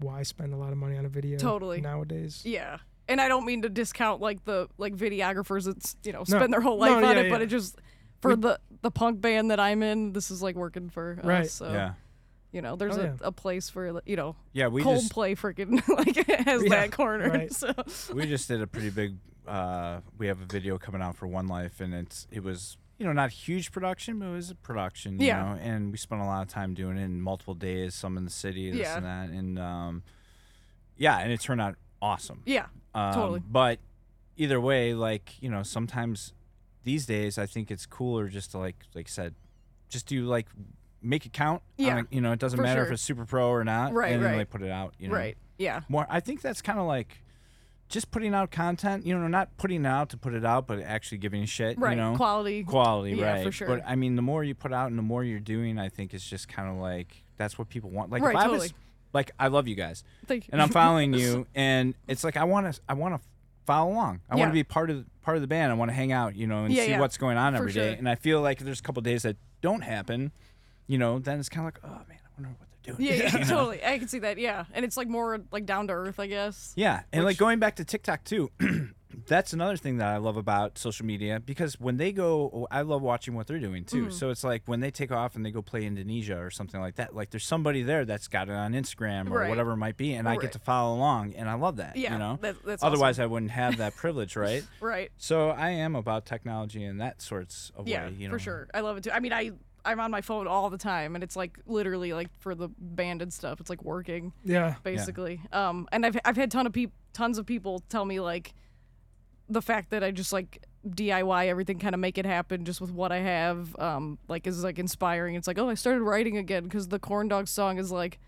S3: why spend a lot of money on a video
S2: Totally.
S3: nowadays.
S2: Yeah. And I don't mean to discount like the like videographers that s- you know
S3: No.
S2: spend their whole life
S3: No,
S2: on
S3: yeah,
S2: it, but
S3: yeah.
S2: it just for the the punk band that I'm in, this is like working for
S3: Right.
S2: us. So
S1: yeah.
S2: you know, there's
S3: Oh,
S2: a,
S3: yeah.
S2: a place for you know
S1: Yeah, we just
S2: Coldplay freaking (laughs) like has
S3: Yeah,
S2: that corner. (laughs)
S3: right.
S2: So
S1: we just did a pretty big uh we have a video coming out for one life and it's it was you know not huge production but it was a production you
S2: Yeah.
S1: know and we spent a lot of time doing it in multiple days some in the city this
S2: Yeah.
S1: and that and um yeah and it turned out awesome
S2: yeah,
S1: um,
S2: Totally.
S1: But either way, like you know, sometimes these days I think it's cooler just to like like I said, just do like make it count. I
S2: Yeah,
S1: don't- you know, it doesn't
S2: for
S1: matter if
S2: sure.
S1: it's super pro or not.
S2: Right,
S1: And
S2: right.
S1: Then, like put it out. You know?
S2: right, yeah,
S1: More. I think that's kind of like. Just putting out content, you know, not putting it out to put it out, but actually giving a shit,
S2: right.
S1: you know,
S2: Quality.
S1: quality,
S2: Yeah,
S1: right?
S2: for sure.
S1: But I mean, the more you put out and the more you're doing, I think it's just kind of like that's what people want. Like,
S2: Right,
S1: if I was,
S2: totally.
S1: like, I love you guys,
S2: Thank you.
S1: and I'm following you, and it's like I want to, I want to follow along. I want
S2: Yeah.
S1: to be part of part of the band. I want to hang out, you know, and
S2: Yeah,
S1: see
S2: yeah.
S1: what's going on
S2: For
S1: every day.
S2: sure.
S1: And I feel like if there's a couple days that don't happen, you know, then it's kind of like, oh man, I wonder what they're doing.
S2: (laughs) yeah,
S1: (laughs)
S2: yeah, totally. I can see that. Yeah, and it's like more like down to earth, I guess.
S1: Yeah, and like going back to TikTok too, (clears throat) that's another thing that I love about social media because when they go, oh, I love watching what they're doing
S2: Mm-hmm.
S1: too. So it's like when they take off and they go play Indonesia or something like that. Like there's somebody there that's got it on Instagram or
S2: Right.
S1: whatever it might be, and I
S2: Right.
S1: get to follow along, and I love that.
S2: Yeah,
S1: you know,
S2: that- that's
S1: otherwise I wouldn't have that
S2: (laughs)
S1: privilege, right?
S2: Right.
S1: So I am about technology in that sorts of
S2: Yeah,
S1: way. You know,
S2: for sure. I love it too. I mean, I I'm on my phone all the time, and it's like literally like for the band and stuff. It's like working
S3: Yeah,
S2: basically. Um, and I've I've had ton of peop tons of people tell me like the fact that I just like DIY everything, kind of make it happen just with what I have. Um, like is like inspiring. It's like oh, I started writing again because the corn dog song is like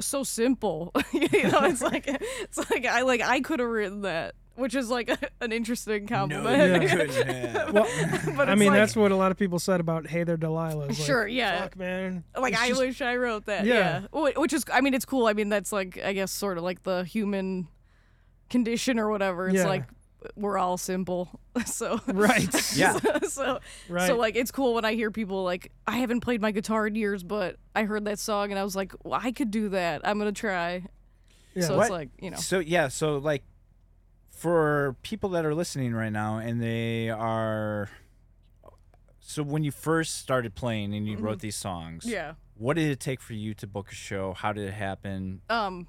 S2: so simple. (laughs) you know, it's like it's like I like I could have written that, which is like (laughs) an interesting
S1: No,
S2: compliment.
S1: you couldn't have.
S3: Well,
S2: (laughs) but
S3: I
S2: it's
S3: mean
S2: like-
S3: that's what a lot of people said about Hey There Delilah. It's like,
S2: Sure, yeah. Oh,
S3: fuck, man.
S2: like
S3: It's
S2: I
S3: just-
S2: wish I wrote that.
S3: Yeah.
S2: Yeah. Wh- Which is I mean it's cool. I mean that's like I guess sort of like the human condition or whatever. It's
S3: Yeah.
S2: like we're all simple. (laughs) So
S3: right,
S1: Yeah.
S2: (laughs) so
S3: right.
S2: so like it's cool when I hear people like I haven't played my guitar in years but I heard that song and I was like well, I could do that. I'm going to try.
S3: Yeah.
S2: So
S1: What?
S2: it's like, you know.
S1: So yeah, so like for people that are listening right now and they are so when you first started playing and you wrote these songs,
S2: Mm-hmm. Yeah.
S1: what did it take for you to book a show? How did it happen?
S2: Um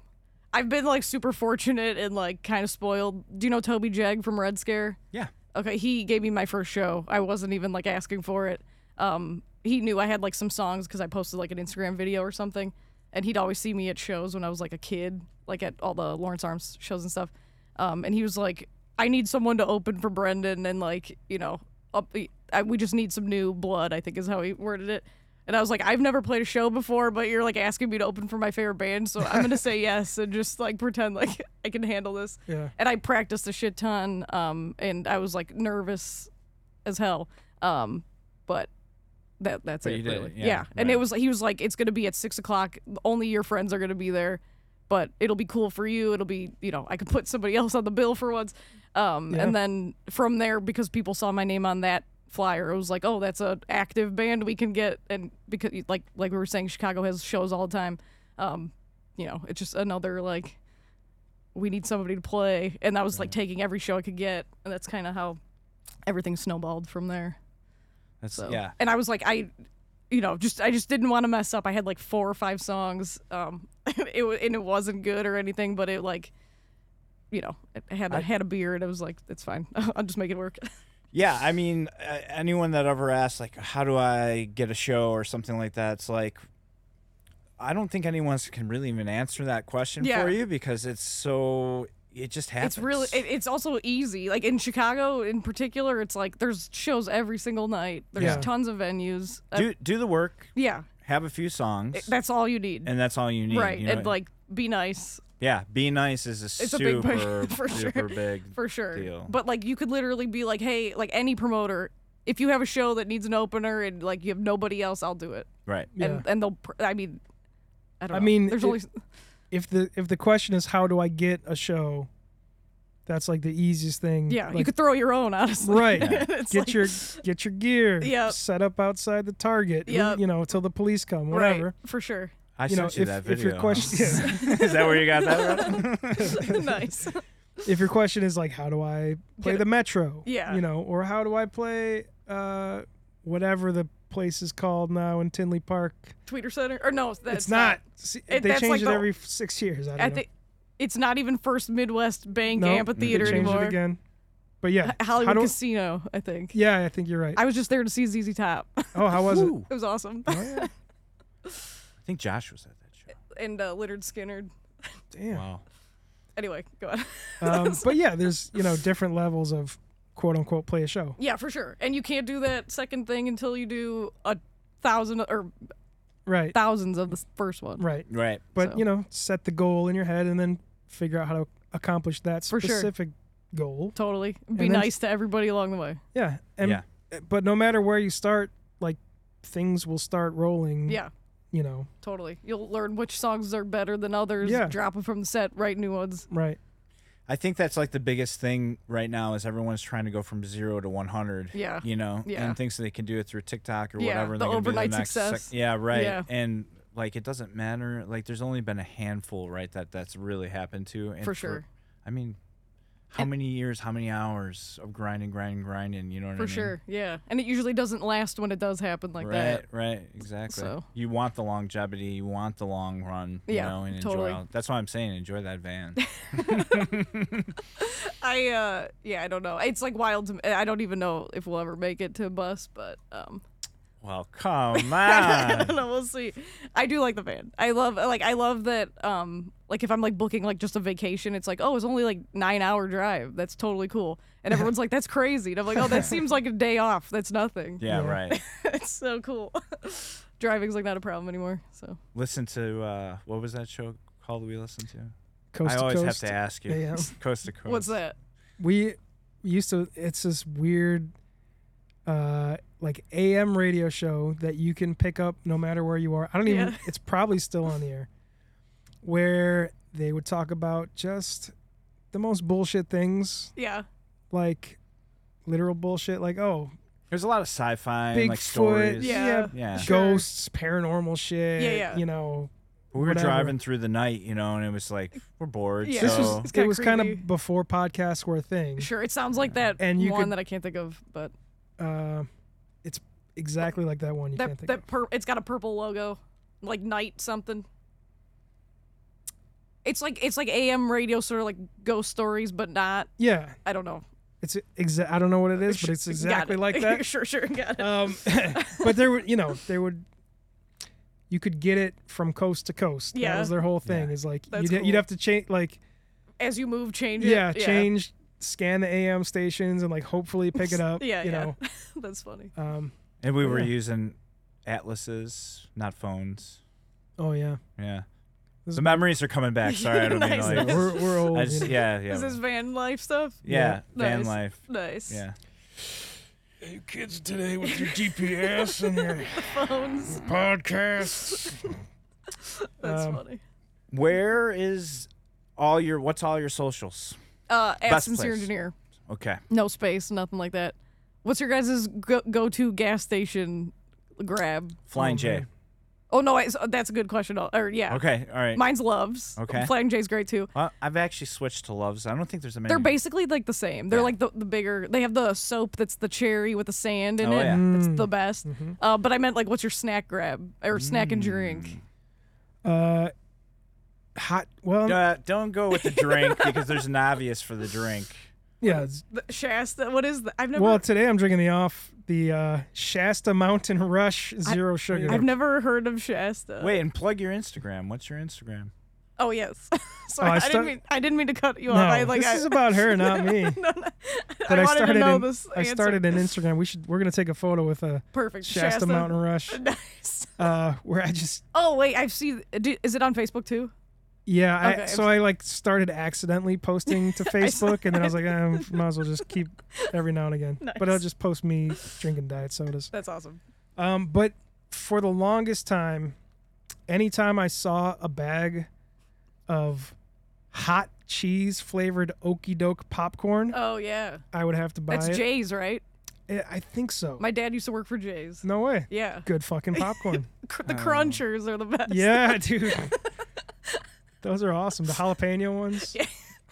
S2: I've been like super fortunate and like kind of spoiled. Do you know Toby Jag from Red Scare?
S1: yeah.
S2: okay he gave me my first show i wasn't even like asking for it um he knew i had like some songs because i posted like an instagram video or something and he'd always see me at shows when i was like a kid like at all the lawrence arms shows and stuff um and he was like i need someone to open for brendan and like you know up I, we just need some new blood i think is how he worded it and i was like i've never played a show before but you're like asking me to open for my favorite band so i'm gonna say (laughs) yes and just like pretend like (laughs) i can handle this
S3: yeah,
S2: and I practiced a shit ton. Um, and I was like nervous as hell. Um, but that that's
S1: But
S2: it.
S1: you did it,
S2: really.
S1: yeah,
S2: and it
S1: right.
S2: was he was like, it's gonna be at six o'clock. Only your friends are gonna be there, but it'll be cool for you. It'll be you know I could put somebody else on the bill for once. Um,
S3: Yeah.
S2: and then from there because people saw my name on that flyer it was like oh that's an active band we can get and because like like we were saying chicago has shows all the time um you know it's just another like we need somebody to play and that was like taking every show i could get and that's kind of how everything snowballed from there
S1: That's
S2: so
S1: yeah.
S2: and i was like i you know just i just didn't want to mess up i had like four or five songs um (laughs) it wa- and it wasn't good or anything but it like you know i had I, had a beer and i was like it's fine (laughs) i'll just make it work
S1: Yeah, I mean, uh, anyone that ever asks, like, how do I get a show or something like that, it's like, I don't think anyone else can really even answer that question
S2: Yeah.
S1: for you because it's so it just happens.
S2: It's really. It, it's also easy. Like in Chicago, in particular, it's like there's shows every single night. There's
S3: Yeah.
S2: tons of venues. Uh,
S1: do do the work,
S2: yeah,
S1: have a few songs,
S2: it- that's all you need.
S1: and that's all you need.
S2: right,
S1: you know?
S2: and like be nice
S1: yeah, be nice is a
S2: It's a
S1: super
S2: big part- (laughs) for sure.
S1: super big.
S2: for sure.
S1: Deal.
S2: But like you could literally be like, hey, like any promoter, if you have a show that needs an opener and like you have nobody else, I'll do it.
S1: Right.
S2: And and they'll. Pr- I mean, I don't.
S3: I
S2: know.
S3: mean,
S2: there's
S3: it-
S2: only.
S3: if the if the question is how do I get a show, that's like the easiest thing.
S2: Yeah, you
S3: Like,
S2: could throw your own honestly.
S3: (laughs) Right.
S2: (laughs) It's
S3: get
S2: like-
S3: your get your gear.
S2: Yep.
S3: Set up outside the target. who-
S2: Yep.
S3: You know, till the police come.
S2: Right,
S3: Whatever.
S2: for
S3: (laughs)
S2: sure. (laughs)
S1: I
S3: You know,
S1: sent you
S3: if-
S1: that
S3: if
S1: video.
S3: your question- (laughs)
S1: huh? (laughs) is that where you got that from?
S2: (laughs) nice.
S3: If your question is like how do I play
S2: Get-
S3: the metro?
S2: Yeah.
S3: You know, or how do I play uh whatever the place is called now in Tinley Park?
S2: Tweeter Center or no? That's
S3: it's not. See,
S2: it-
S3: they
S2: that's
S3: change
S2: like
S3: it
S2: the-
S3: every f- six years. I don't
S2: I
S3: know.
S2: think it's not even First Midwest Bank
S3: No, they
S2: Amphitheater
S3: changed
S2: anymore.
S3: it again. But yeah,
S2: H- Hollywood
S3: how do,
S2: Casino, I think.
S3: (laughs) yeah, I think you're right.
S2: I was just there to see ZZ Top. (laughs) it
S3: oh, (laughs) how was it? Oh,
S1: Ooh,
S2: was awesome. (laughs)
S1: I think Josh was at that show.
S2: and uh, Leonard Skinner.
S3: Damn.
S1: Wow.
S2: Anyway, go on.
S3: Um, but yeah, there's you know different levels of quote unquote play a show.
S2: Yeah, for sure. And you can't do that second thing until you do a thousand or
S3: Right.
S2: thousands of the s- first one.
S3: Right.
S1: Right.
S3: But
S2: So-
S3: you know, set the goal in your head and then figure out how to accomplish that
S2: For sure.
S3: specific goal.
S2: Totally. Be
S3: then-
S2: nice to everybody along the way.
S3: Yeah. And
S1: yeah.
S3: but no matter where you start, like things will start rolling.
S2: Yeah,
S3: You know.
S2: totally. You'll learn which songs are better than others.
S3: Yeah.
S2: Drop them from the set. Write new ones.
S3: Right.
S1: I think that's like the biggest thing right now is everyone's trying to go from zero to 100.
S2: Yeah.
S1: You know,
S2: Yeah.
S1: and thinks that they can do it through TikTok or
S2: Yeah,
S1: whatever. and
S2: the
S1: they're gonna do
S2: overnight
S1: next sec-
S2: success.
S1: yeah, right.
S2: Yeah.
S1: And like it doesn't matter. Like there's only been a handful, right, that that's really happened to. And
S2: For sure.
S1: I mean, how many years, how many hours of grinding, grinding, grinding? You know what I
S2: For
S1: mean?
S2: sure. Yeah. And it usually doesn't last when it does happen like
S1: right,
S2: that.
S1: right, exactly.
S2: So-
S1: You want the longevity, you want the long run, you
S2: Yeah,
S1: know, and
S2: totally.
S1: enjoy. All, that's why I'm saying enjoy that
S2: (laughs)
S1: van.
S2: I uh yeah, I don't know. It's like wild to I don't even know if we'll ever make it to a bus, but um
S1: well, come
S2: I (laughs)
S1: on.
S2: don't know, we'll see. I do like the van. I love like I love that um like if I'm like booking like just a vacation, it's like, "Oh, it's only like 9-hour drive. That's totally cool." And everyone's like, "That's crazy." And I'm like, "Oh, that seems like a day off. That's nothing."
S1: yeah,
S3: Yeah.
S1: right.
S2: it's so cool. (laughs) Driving's like not a problem anymore. So,
S1: listen to uh, what was that show called we listened to?
S3: Coast
S1: I
S3: to
S1: always
S3: coast.
S1: have to ask you.
S3: Yeah, yeah.
S1: (laughs) Coast to coast.
S2: what's that?
S3: we we used to it's this weird uh like am radio show that you can pick up no matter where you are i don't even
S2: Yeah.
S3: it's probably still on the air where they would talk about just the most bullshit things
S2: Yeah.
S3: like literal bullshit like oh
S1: There's a lot of sci-fi and, like
S3: bigfoot
S1: stories.
S2: Yeah.
S1: Yeah.
S2: Sure.
S3: ghosts paranormal shit
S2: Yeah, yeah.
S3: you know
S1: We were
S3: Whatever.
S1: driving through the night, you know, and it was like we're bored.
S2: Yeah.
S3: this
S1: So
S3: (laughs) was
S2: It's
S3: it
S2: kinda
S3: was kind
S2: creepy.
S3: of before podcasts were a thing
S2: Sure, it sounds like that
S3: And you
S2: one
S3: could-
S2: that I can't think of, but
S3: uh, it's exactly like that one you can't
S2: that
S3: think of
S2: that pur- it's got a purple logo, like night something. It's like it's like AM radio, sort of like ghost stories, but not.
S3: yeah
S2: I don't know.
S3: It's exa- I don't know what it is, but it's
S2: (laughs) Got
S3: exactly
S2: it.
S3: like that.
S2: sure, sure, got it.
S3: Um, (laughs) but there would, you know, there would, you could get it from coast to coast.
S2: Yeah.
S3: That was their whole thing.
S1: Yeah.
S3: Is like
S2: That's
S3: you'd,
S2: cool.
S3: you'd have to change, like
S2: As you move, change it.
S3: yeah, change, scan the AM stations, and like
S2: (laughs)
S3: hopefully pick it up.
S2: Yeah,
S3: you
S2: yeah.
S3: know.
S2: (laughs) That's funny.
S3: Um,
S1: and we were
S3: Yeah.
S1: using atlases, not phones.
S3: oh yeah,
S1: Yeah.
S3: This-
S1: the memories are coming back. Sorry,
S2: (laughs)
S1: I don't mean
S2: Nice.
S1: like.
S3: (laughs) we're, we're old.
S1: Oh, I
S3: you
S1: just,
S3: know.
S1: yeah, yeah.
S2: Is this van life stuff?
S1: yeah,
S2: Yeah.
S1: van
S2: Nice.
S1: life.
S2: Nice.
S1: Yeah.
S4: You kids today with your GPS and your
S2: Phones.
S4: podcasts.
S2: That's
S3: Um,
S2: funny.
S1: Where is all your what's all your socials?
S2: Uh, at
S1: best
S2: sincere
S1: place.
S2: engineer,
S1: Okay.
S2: no space, nothing like that. What's your guys' go- go-to gas station grab?
S1: Flying
S3: Oh,
S1: J.
S3: man.
S2: Oh no, I, so that's a good question. Al- Or yeah,
S1: Okay. All right.
S2: mine's loves.
S1: Okay.
S2: Flying J's great too.
S1: Well, I've actually switched to Loves. I don't think there's a many.
S2: They're basically like the same. They're
S1: Mm. Yeah.
S2: like the, the bigger. They have the soap that's the cherry with the sand in
S1: Oh,
S2: it.
S1: yeah.
S2: That's
S3: Mm.
S2: the best. Uh, but I meant like, what's your snack grab or snack and
S1: Mm.
S2: drink?
S3: (laughs) Uh, hot. Well, yeah,
S1: Uh, don't go with the drink because there's an obvious for the
S2: (laughs)
S1: drink.
S3: it's-
S2: The Shasta. What is that? I've never.
S3: well, today I'm drinking the off the uh, Shasta Mountain Rush Zero Sugar.
S2: I've never heard of Shasta.
S1: Wait, and plug your Instagram. What's your Instagram?
S2: Oh yes. (laughs) Sorry,
S3: Oh, I
S2: I,
S3: sta-
S2: didn't mean I didn't mean to cut you
S3: No,
S2: off. I, like,
S3: this
S2: I, (laughs)
S3: is about her, not me.
S2: no, no.
S3: But I,
S2: wanted
S3: started
S2: to know
S3: an,
S2: this.
S3: I
S2: answer.
S3: started an Instagram. We should. We're gonna take a photo with a
S2: perfect
S3: Shasta, Mountain Rush,
S2: (laughs) Nice.
S3: uh, where I just
S2: Oh wait, I've seen. do- Is it on Facebook too?
S3: yeah. I,
S2: Okay.
S3: so I like started accidentally
S2: (laughs)
S3: posting to
S2: saw
S3: Facebook, and then I was like, I might as well just keep every now and again. But
S2: (laughs)
S3: I'll
S2: Nice.
S3: just post me drinking diet sodas.
S2: That's awesome.
S3: Um, but for the longest time, anytime I saw a bag of hot cheese flavored okey doke popcorn,
S2: Oh yeah,
S3: I would have to buy
S2: that's
S3: it.
S2: Jay's, right?
S3: I- I think so.
S2: My dad used to work for Jay's.
S3: no way.
S2: Yeah,
S3: Good
S2: (laughs)
S3: fucking popcorn.
S2: Cr- the crunchers are the best.
S3: Oh. yeah, (laughs) dude.
S2: (laughs)
S3: Those are awesome. The jalapeno ones.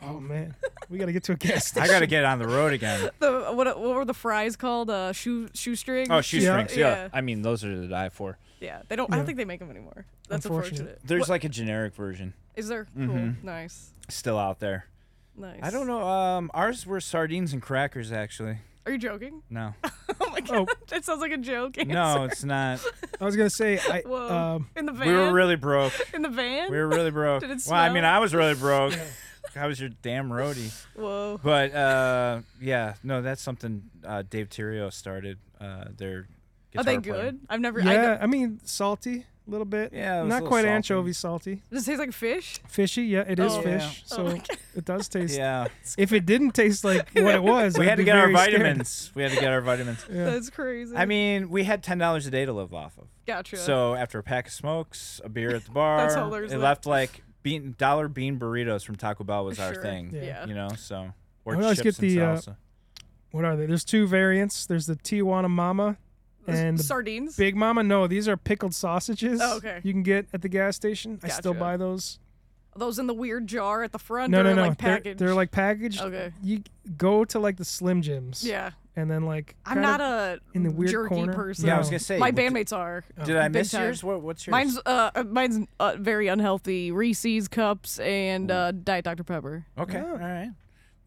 S3: Oh man, we gotta get to a gas station.
S1: I gotta get on the road again.
S2: The what? What were the fries called? Uh, shoe shoestring.
S5: Oh, shoestrings.
S2: Yeah.
S5: Yeah.
S2: Yeah.
S5: I mean, those are to die for.
S2: yeah, they don't. I
S3: Yeah.
S2: don't think they make them anymore. That's
S3: Unfortunate.
S2: unfortunate.
S5: There's like a generic version
S2: Is there? Cool. Nice.
S5: still out there.
S2: Nice.
S1: I don't know. Um, ours were sardines and crackers, actually.
S2: Are you joking? (laughs)
S1: No,
S2: Oh my god,
S3: Oh.
S2: that sounds like a joke.
S1: no, it's
S2: (laughs)
S1: not.
S3: I was gonna say, I,
S2: Whoa.
S3: um,
S2: in the van.
S1: We were really
S2: (laughs)
S1: broke.
S2: in the van.
S1: We were really broke.
S2: Did it
S1: well, I mean,
S2: smell?
S1: I was really
S2: (laughs)
S1: broke. I was your damn roadie.
S2: Whoa.
S1: But uh, yeah, no, that's something uh, Dave Tirio started. Uh, their
S2: Are they
S1: guitar player.
S2: good? I've never. I,
S3: yeah, I mean salty a little bit.
S1: Yeah, it was a
S3: not
S1: little
S3: quite
S1: salty.
S3: anchovy salty.
S2: does it taste like fish?
S3: Fishy, yeah, it is
S2: Oh.
S3: fish, so
S2: Oh, okay. (laughs)
S3: it does taste
S1: Yeah,
S3: If it didn't taste like what it was,
S1: we
S3: I'd
S1: had to
S3: be
S1: get our
S3: very scared.
S1: vitamins. We had to get our vitamins.
S3: Yeah.
S2: That's crazy.
S1: I mean, we had ten dollars a day to live off of.
S2: gotcha.
S1: So after a pack of smokes, a beer
S2: (laughs)
S1: at the bar,
S2: That's all there's
S1: it left
S2: left.
S1: like bean, dollar bean burritos from Taco Bell was our
S2: Sure.
S1: thing.
S3: Yeah.
S2: Yeah.
S1: You know, so
S3: I
S1: or
S3: would always
S1: chips
S3: get the, uh,
S1: and salsa.
S3: What are they? There's two variants. There's the Tijuana Mama and the
S2: sardines.
S3: Big Mama. No, these are pickled sausages.
S2: Oh, okay.
S3: You can get at the gas station. I still
S2: Gotcha.
S3: buy those.
S2: Those in the weird jar at the front.
S3: No,
S2: or
S3: no, no.
S2: Like
S3: they're,
S2: packaged.
S3: they're like packaged.
S2: Okay.
S3: You go to like the Slim Jims.
S2: Yeah,
S3: And then like.
S2: I'm
S3: kinda-
S2: not a
S3: in the weird
S2: jerky
S3: corner.
S2: person.
S1: yeah, I
S3: no.
S1: was gonna say
S2: My
S1: what did-
S2: bandmates are.
S3: Oh,
S1: Did I
S2: Big
S1: miss
S2: time.
S1: yours? What, what's yours?
S2: Mine's uh, uh, mine's uh, very unhealthy. Reese's cups and uh, Diet Dr Pepper.
S1: okay.
S3: Oh.
S1: All right.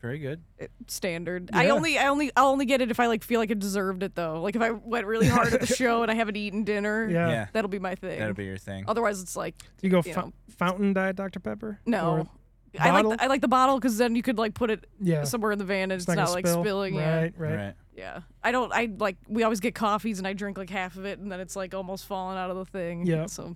S1: Very good.
S2: It- Standard. I
S3: Yeah.
S2: only, I only, I'll only get it if I like feel like I deserved it though. Like if I went really hard at the show and I haven't eaten dinner,
S3: (laughs) Yeah.
S1: yeah,
S2: that'll be my thing.
S1: that'll be your thing.
S2: Otherwise, it's like
S3: Do you go
S2: you
S3: fou-
S2: know.
S3: fountain diet Dr. Pepper? Or-
S2: no. I like
S3: bottle?
S2: the, I like the bottle because then you could like put it
S3: yeah.
S2: somewhere in the van and it's,
S3: gonna
S2: not like
S3: spill.
S2: spilling. Yeah,
S3: Right, right.
S1: right.
S2: yeah. I don't. I like we always get coffees and I drink like half of it and then it's like almost falling out of the thing.
S3: Yeah.
S2: So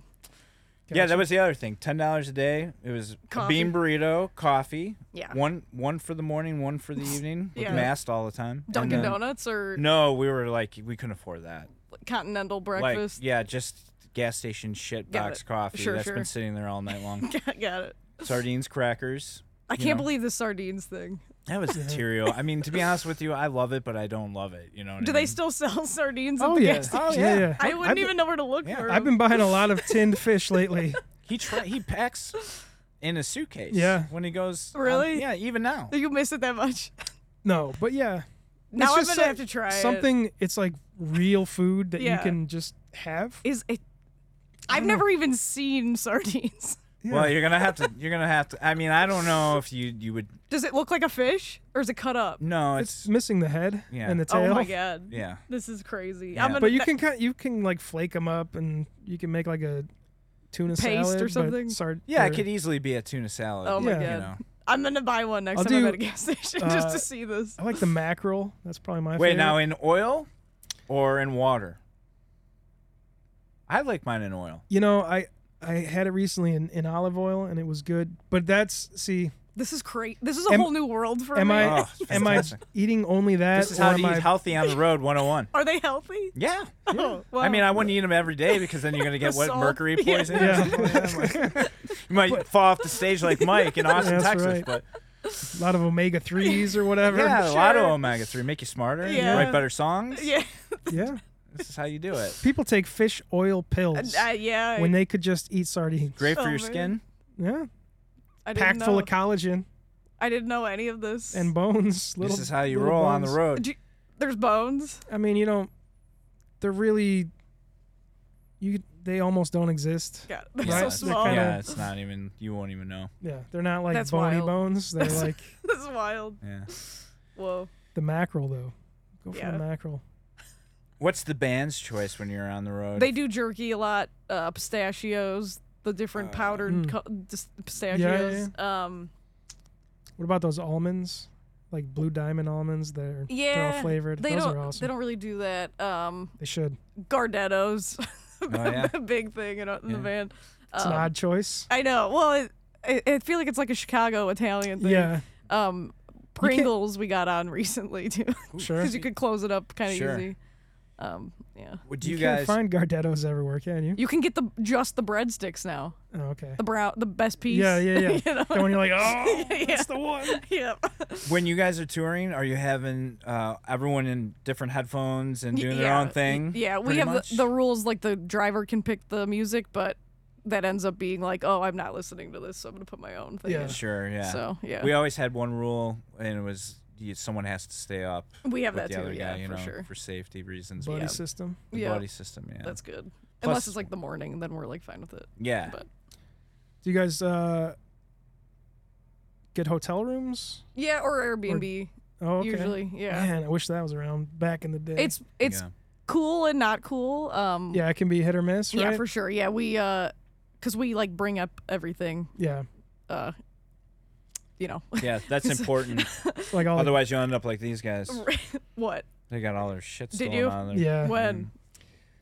S1: Yeah, that was the other thing. Ten dollars a day. It was a bean burrito, coffee.
S2: Yeah.
S1: One one for the morning, one for the evening. With
S2: Yeah.
S1: masked all the time. And
S2: Dunkin'
S1: then-
S2: Donuts or
S1: No, we were like we couldn't afford that.
S2: continental breakfast.
S1: Like yeah, just gas station shit
S2: Got
S1: box
S2: it.
S1: coffee
S2: Sure,
S1: that's
S2: sure.
S1: been sitting there all night long.
S2: (laughs) Got it.
S1: Sardines, crackers.
S2: I
S1: You
S2: can't
S1: know.
S2: believe the sardines thing.
S1: That
S3: (laughs)
S1: was material. I mean, to be honest with you, I love it, but I don't love it. You know what
S2: Do
S1: I
S2: they
S1: mean?
S2: still (laughs) sell sardines? at
S3: Oh
S2: the
S3: yeah.
S2: gas station?
S3: oh
S1: Oh,
S3: yeah.
S1: yeah.
S3: yeah.
S2: I wouldn't
S3: I've been-
S2: even know where to look
S1: Yeah,
S2: for.
S3: I've
S2: them.
S3: been buying a lot of
S2: (laughs)
S3: tinned fish lately.
S1: He tra- he packs in a suitcase.
S3: Yeah.
S1: When he goes. on-
S2: Really?
S1: yeah. Even
S3: (laughs)
S1: now.
S2: Do you miss it that much?
S3: No, but yeah.
S2: Now I'm gonna
S3: It's just so-
S2: have to try it.
S3: something. It's like real food that you
S2: Yeah.
S3: can just have.
S2: Is it? I've never even seen sardines. (laughs)
S1: Well, you're gonna have to. You're gonna have to. I mean, I don't know if you you would.
S2: Does it look like a fish or is it cut up?
S1: No,
S3: It's
S1: it's
S3: missing the head
S1: Yeah.
S3: and the tail.
S2: Oh my god.
S1: yeah.
S2: This is crazy.
S1: Yeah.
S2: I'm gonna
S3: But you can cut. You can like flake them up, and you can make like a tuna
S2: Paste
S3: salad
S2: or
S3: but
S2: something?
S3: Sard-
S1: Yeah, it
S3: or-
S1: could easily be a tuna salad.
S2: Oh my
S3: Yeah.
S2: god.
S1: You know.
S2: I'm gonna buy one next
S3: I'll
S2: time I'm
S3: do,
S2: at a gas (laughs) station
S3: uh,
S2: just to see this.
S3: I like the mackerel. That's probably my
S1: Wait,
S3: favorite.
S1: now in oil or in water? I like mine in oil.
S3: you know I I had it recently in, in olive oil, and it was good. But that's see,
S2: This is crazy. This is a
S3: Am-
S2: whole new world for
S3: am
S2: me. (laughs)
S3: I
S1: Oh, it's
S3: am I
S1: fantastic.
S3: eating only that?
S1: This is
S3: or
S1: how to
S3: am I-
S1: eat healthy
S3: (laughs)
S1: on the road 101.
S2: Are they healthy?
S1: Yeah.
S2: Oh, wow.
S1: I mean, I wouldn't eat them every day because then you're gonna
S3: (laughs)
S1: get
S2: The
S1: what
S2: salt.
S1: mercury
S2: Yeah.
S1: poisoning. (laughs) or something like that.
S3: yeah,
S1: You might fall off the stage like Mike in Austin,
S3: (laughs) That's
S1: Texas.
S3: right.
S1: But
S3: a lot of omega threes or whatever.
S1: yeah, a lot of
S2: Sure.
S1: omega three make you smarter.
S2: Yeah.
S1: Write better songs.
S2: (laughs) yeah,
S3: yeah.
S1: This is how you do it.
S3: (laughs) People take fish oil pills
S2: uh, yeah. I-
S3: when they could just eat sardines.
S1: Great for
S2: Oh,
S1: your
S2: man.
S1: skin.
S3: Yeah,
S2: I didn't
S3: packed
S2: know.
S3: full of collagen
S2: I didn't know any of this.
S3: and bones. Little,
S1: this is how you
S3: little
S1: roll on the
S3: bones.
S1: road.
S3: (laughs)
S2: Do you- there's bones.
S3: I mean, you don't. They're really. You they almost don't exist.
S2: God, they're
S1: Yeah,
S2: so
S1: it's
S2: small. (laughs)
S3: kinda-
S1: Yeah, it's not even. You won't even know.
S3: Yeah, they're not like
S2: That's
S3: bony
S2: wild. (laughs)
S3: bones. They're like
S2: That's wild.
S1: Yeah.
S2: Whoa.
S3: the mackerel though. Go for
S2: Yeah.
S3: the mackerel.
S1: What's the band's choice when you're on the road?
S2: They do jerky a lot. Uh, pistachios. the different
S4: Uh,
S2: powdered
S3: Mm.
S2: co- dis- pistachios. Um,
S3: What about those almonds? Like blue diamond almonds, they're they're all
S2: Yeah,
S3: flavored.
S2: they
S3: those
S2: don't
S3: are awesome.
S2: they don't really do that. Um,
S3: They should.
S2: Gardettos,
S1: yeah.
S2: a (laughs) big thing in, in the
S1: Yeah.
S2: band.
S3: Oh, It's
S2: Um,
S3: an odd choice.
S2: I know. Well, it, I, I feel like it's like a Chicago Italian thing.
S3: Yeah,
S2: Um,
S3: can't-
S2: Pringles we got on (laughs) recently too,
S3: sure.
S2: because you could close it up kind of
S1: Sure.
S2: easy. Um, yeah.
S1: Would you,
S3: can't
S1: guys?
S3: find Gardettos everywhere, can you?
S2: You can get the just the breadsticks now.
S3: Oh, okay.
S2: The brown, the best piece.
S3: Yeah, yeah, yeah.
S2: (laughs) you know?
S3: The one you're like, oh,
S2: (laughs) Yeah.
S3: that's the one.
S2: yeah.
S1: when you guys are touring, are you having uh, everyone in different headphones and doing their own
S2: y-
S1: thing?
S2: Yeah, we
S1: pretty
S2: have
S1: much?
S2: the, the rules like the driver can pick the music, but that ends up being like, oh, I'm not listening to this, so I'm gonna put my own thing.
S3: Yeah.
S2: in.
S1: Sure. Yeah.
S2: So yeah,
S1: We always had one rule, and it was you, someone has to stay up
S2: we have
S1: with
S2: that
S1: the
S2: too.
S1: other
S2: yeah,
S1: guy, you
S2: for
S1: know,
S2: sure.
S1: for safety reasons.
S3: Buddy
S2: Yeah.
S3: system.
S1: The
S2: yeah,
S1: buddy system. Yeah.
S2: that's good.
S1: Plus-
S2: Unless it's like the morning, then we're like fine with it.
S1: yeah.
S2: but-
S3: Do you guys uh, get hotel rooms?
S2: Yeah, or Airbnb
S3: Oh, okay.
S2: usually. Yeah,
S3: Man, I wish that was around back in the day.
S2: it's it's (laughs)
S1: yeah.
S2: cool and not cool. Um,
S3: yeah, it can be hit or miss, right?
S2: yeah, for sure. Yeah, we uh, cause we like bring up everything.
S3: yeah.
S2: Uh, you know (laughs)
S1: Yeah, that's
S2: It's- (laughs)
S1: important.
S3: Like all. the
S1: Otherwise, you'll end up like these guys.
S2: what?
S1: They got all their shit
S2: Did
S1: stolen
S2: you?
S1: on them.
S3: (laughs) yeah.
S2: When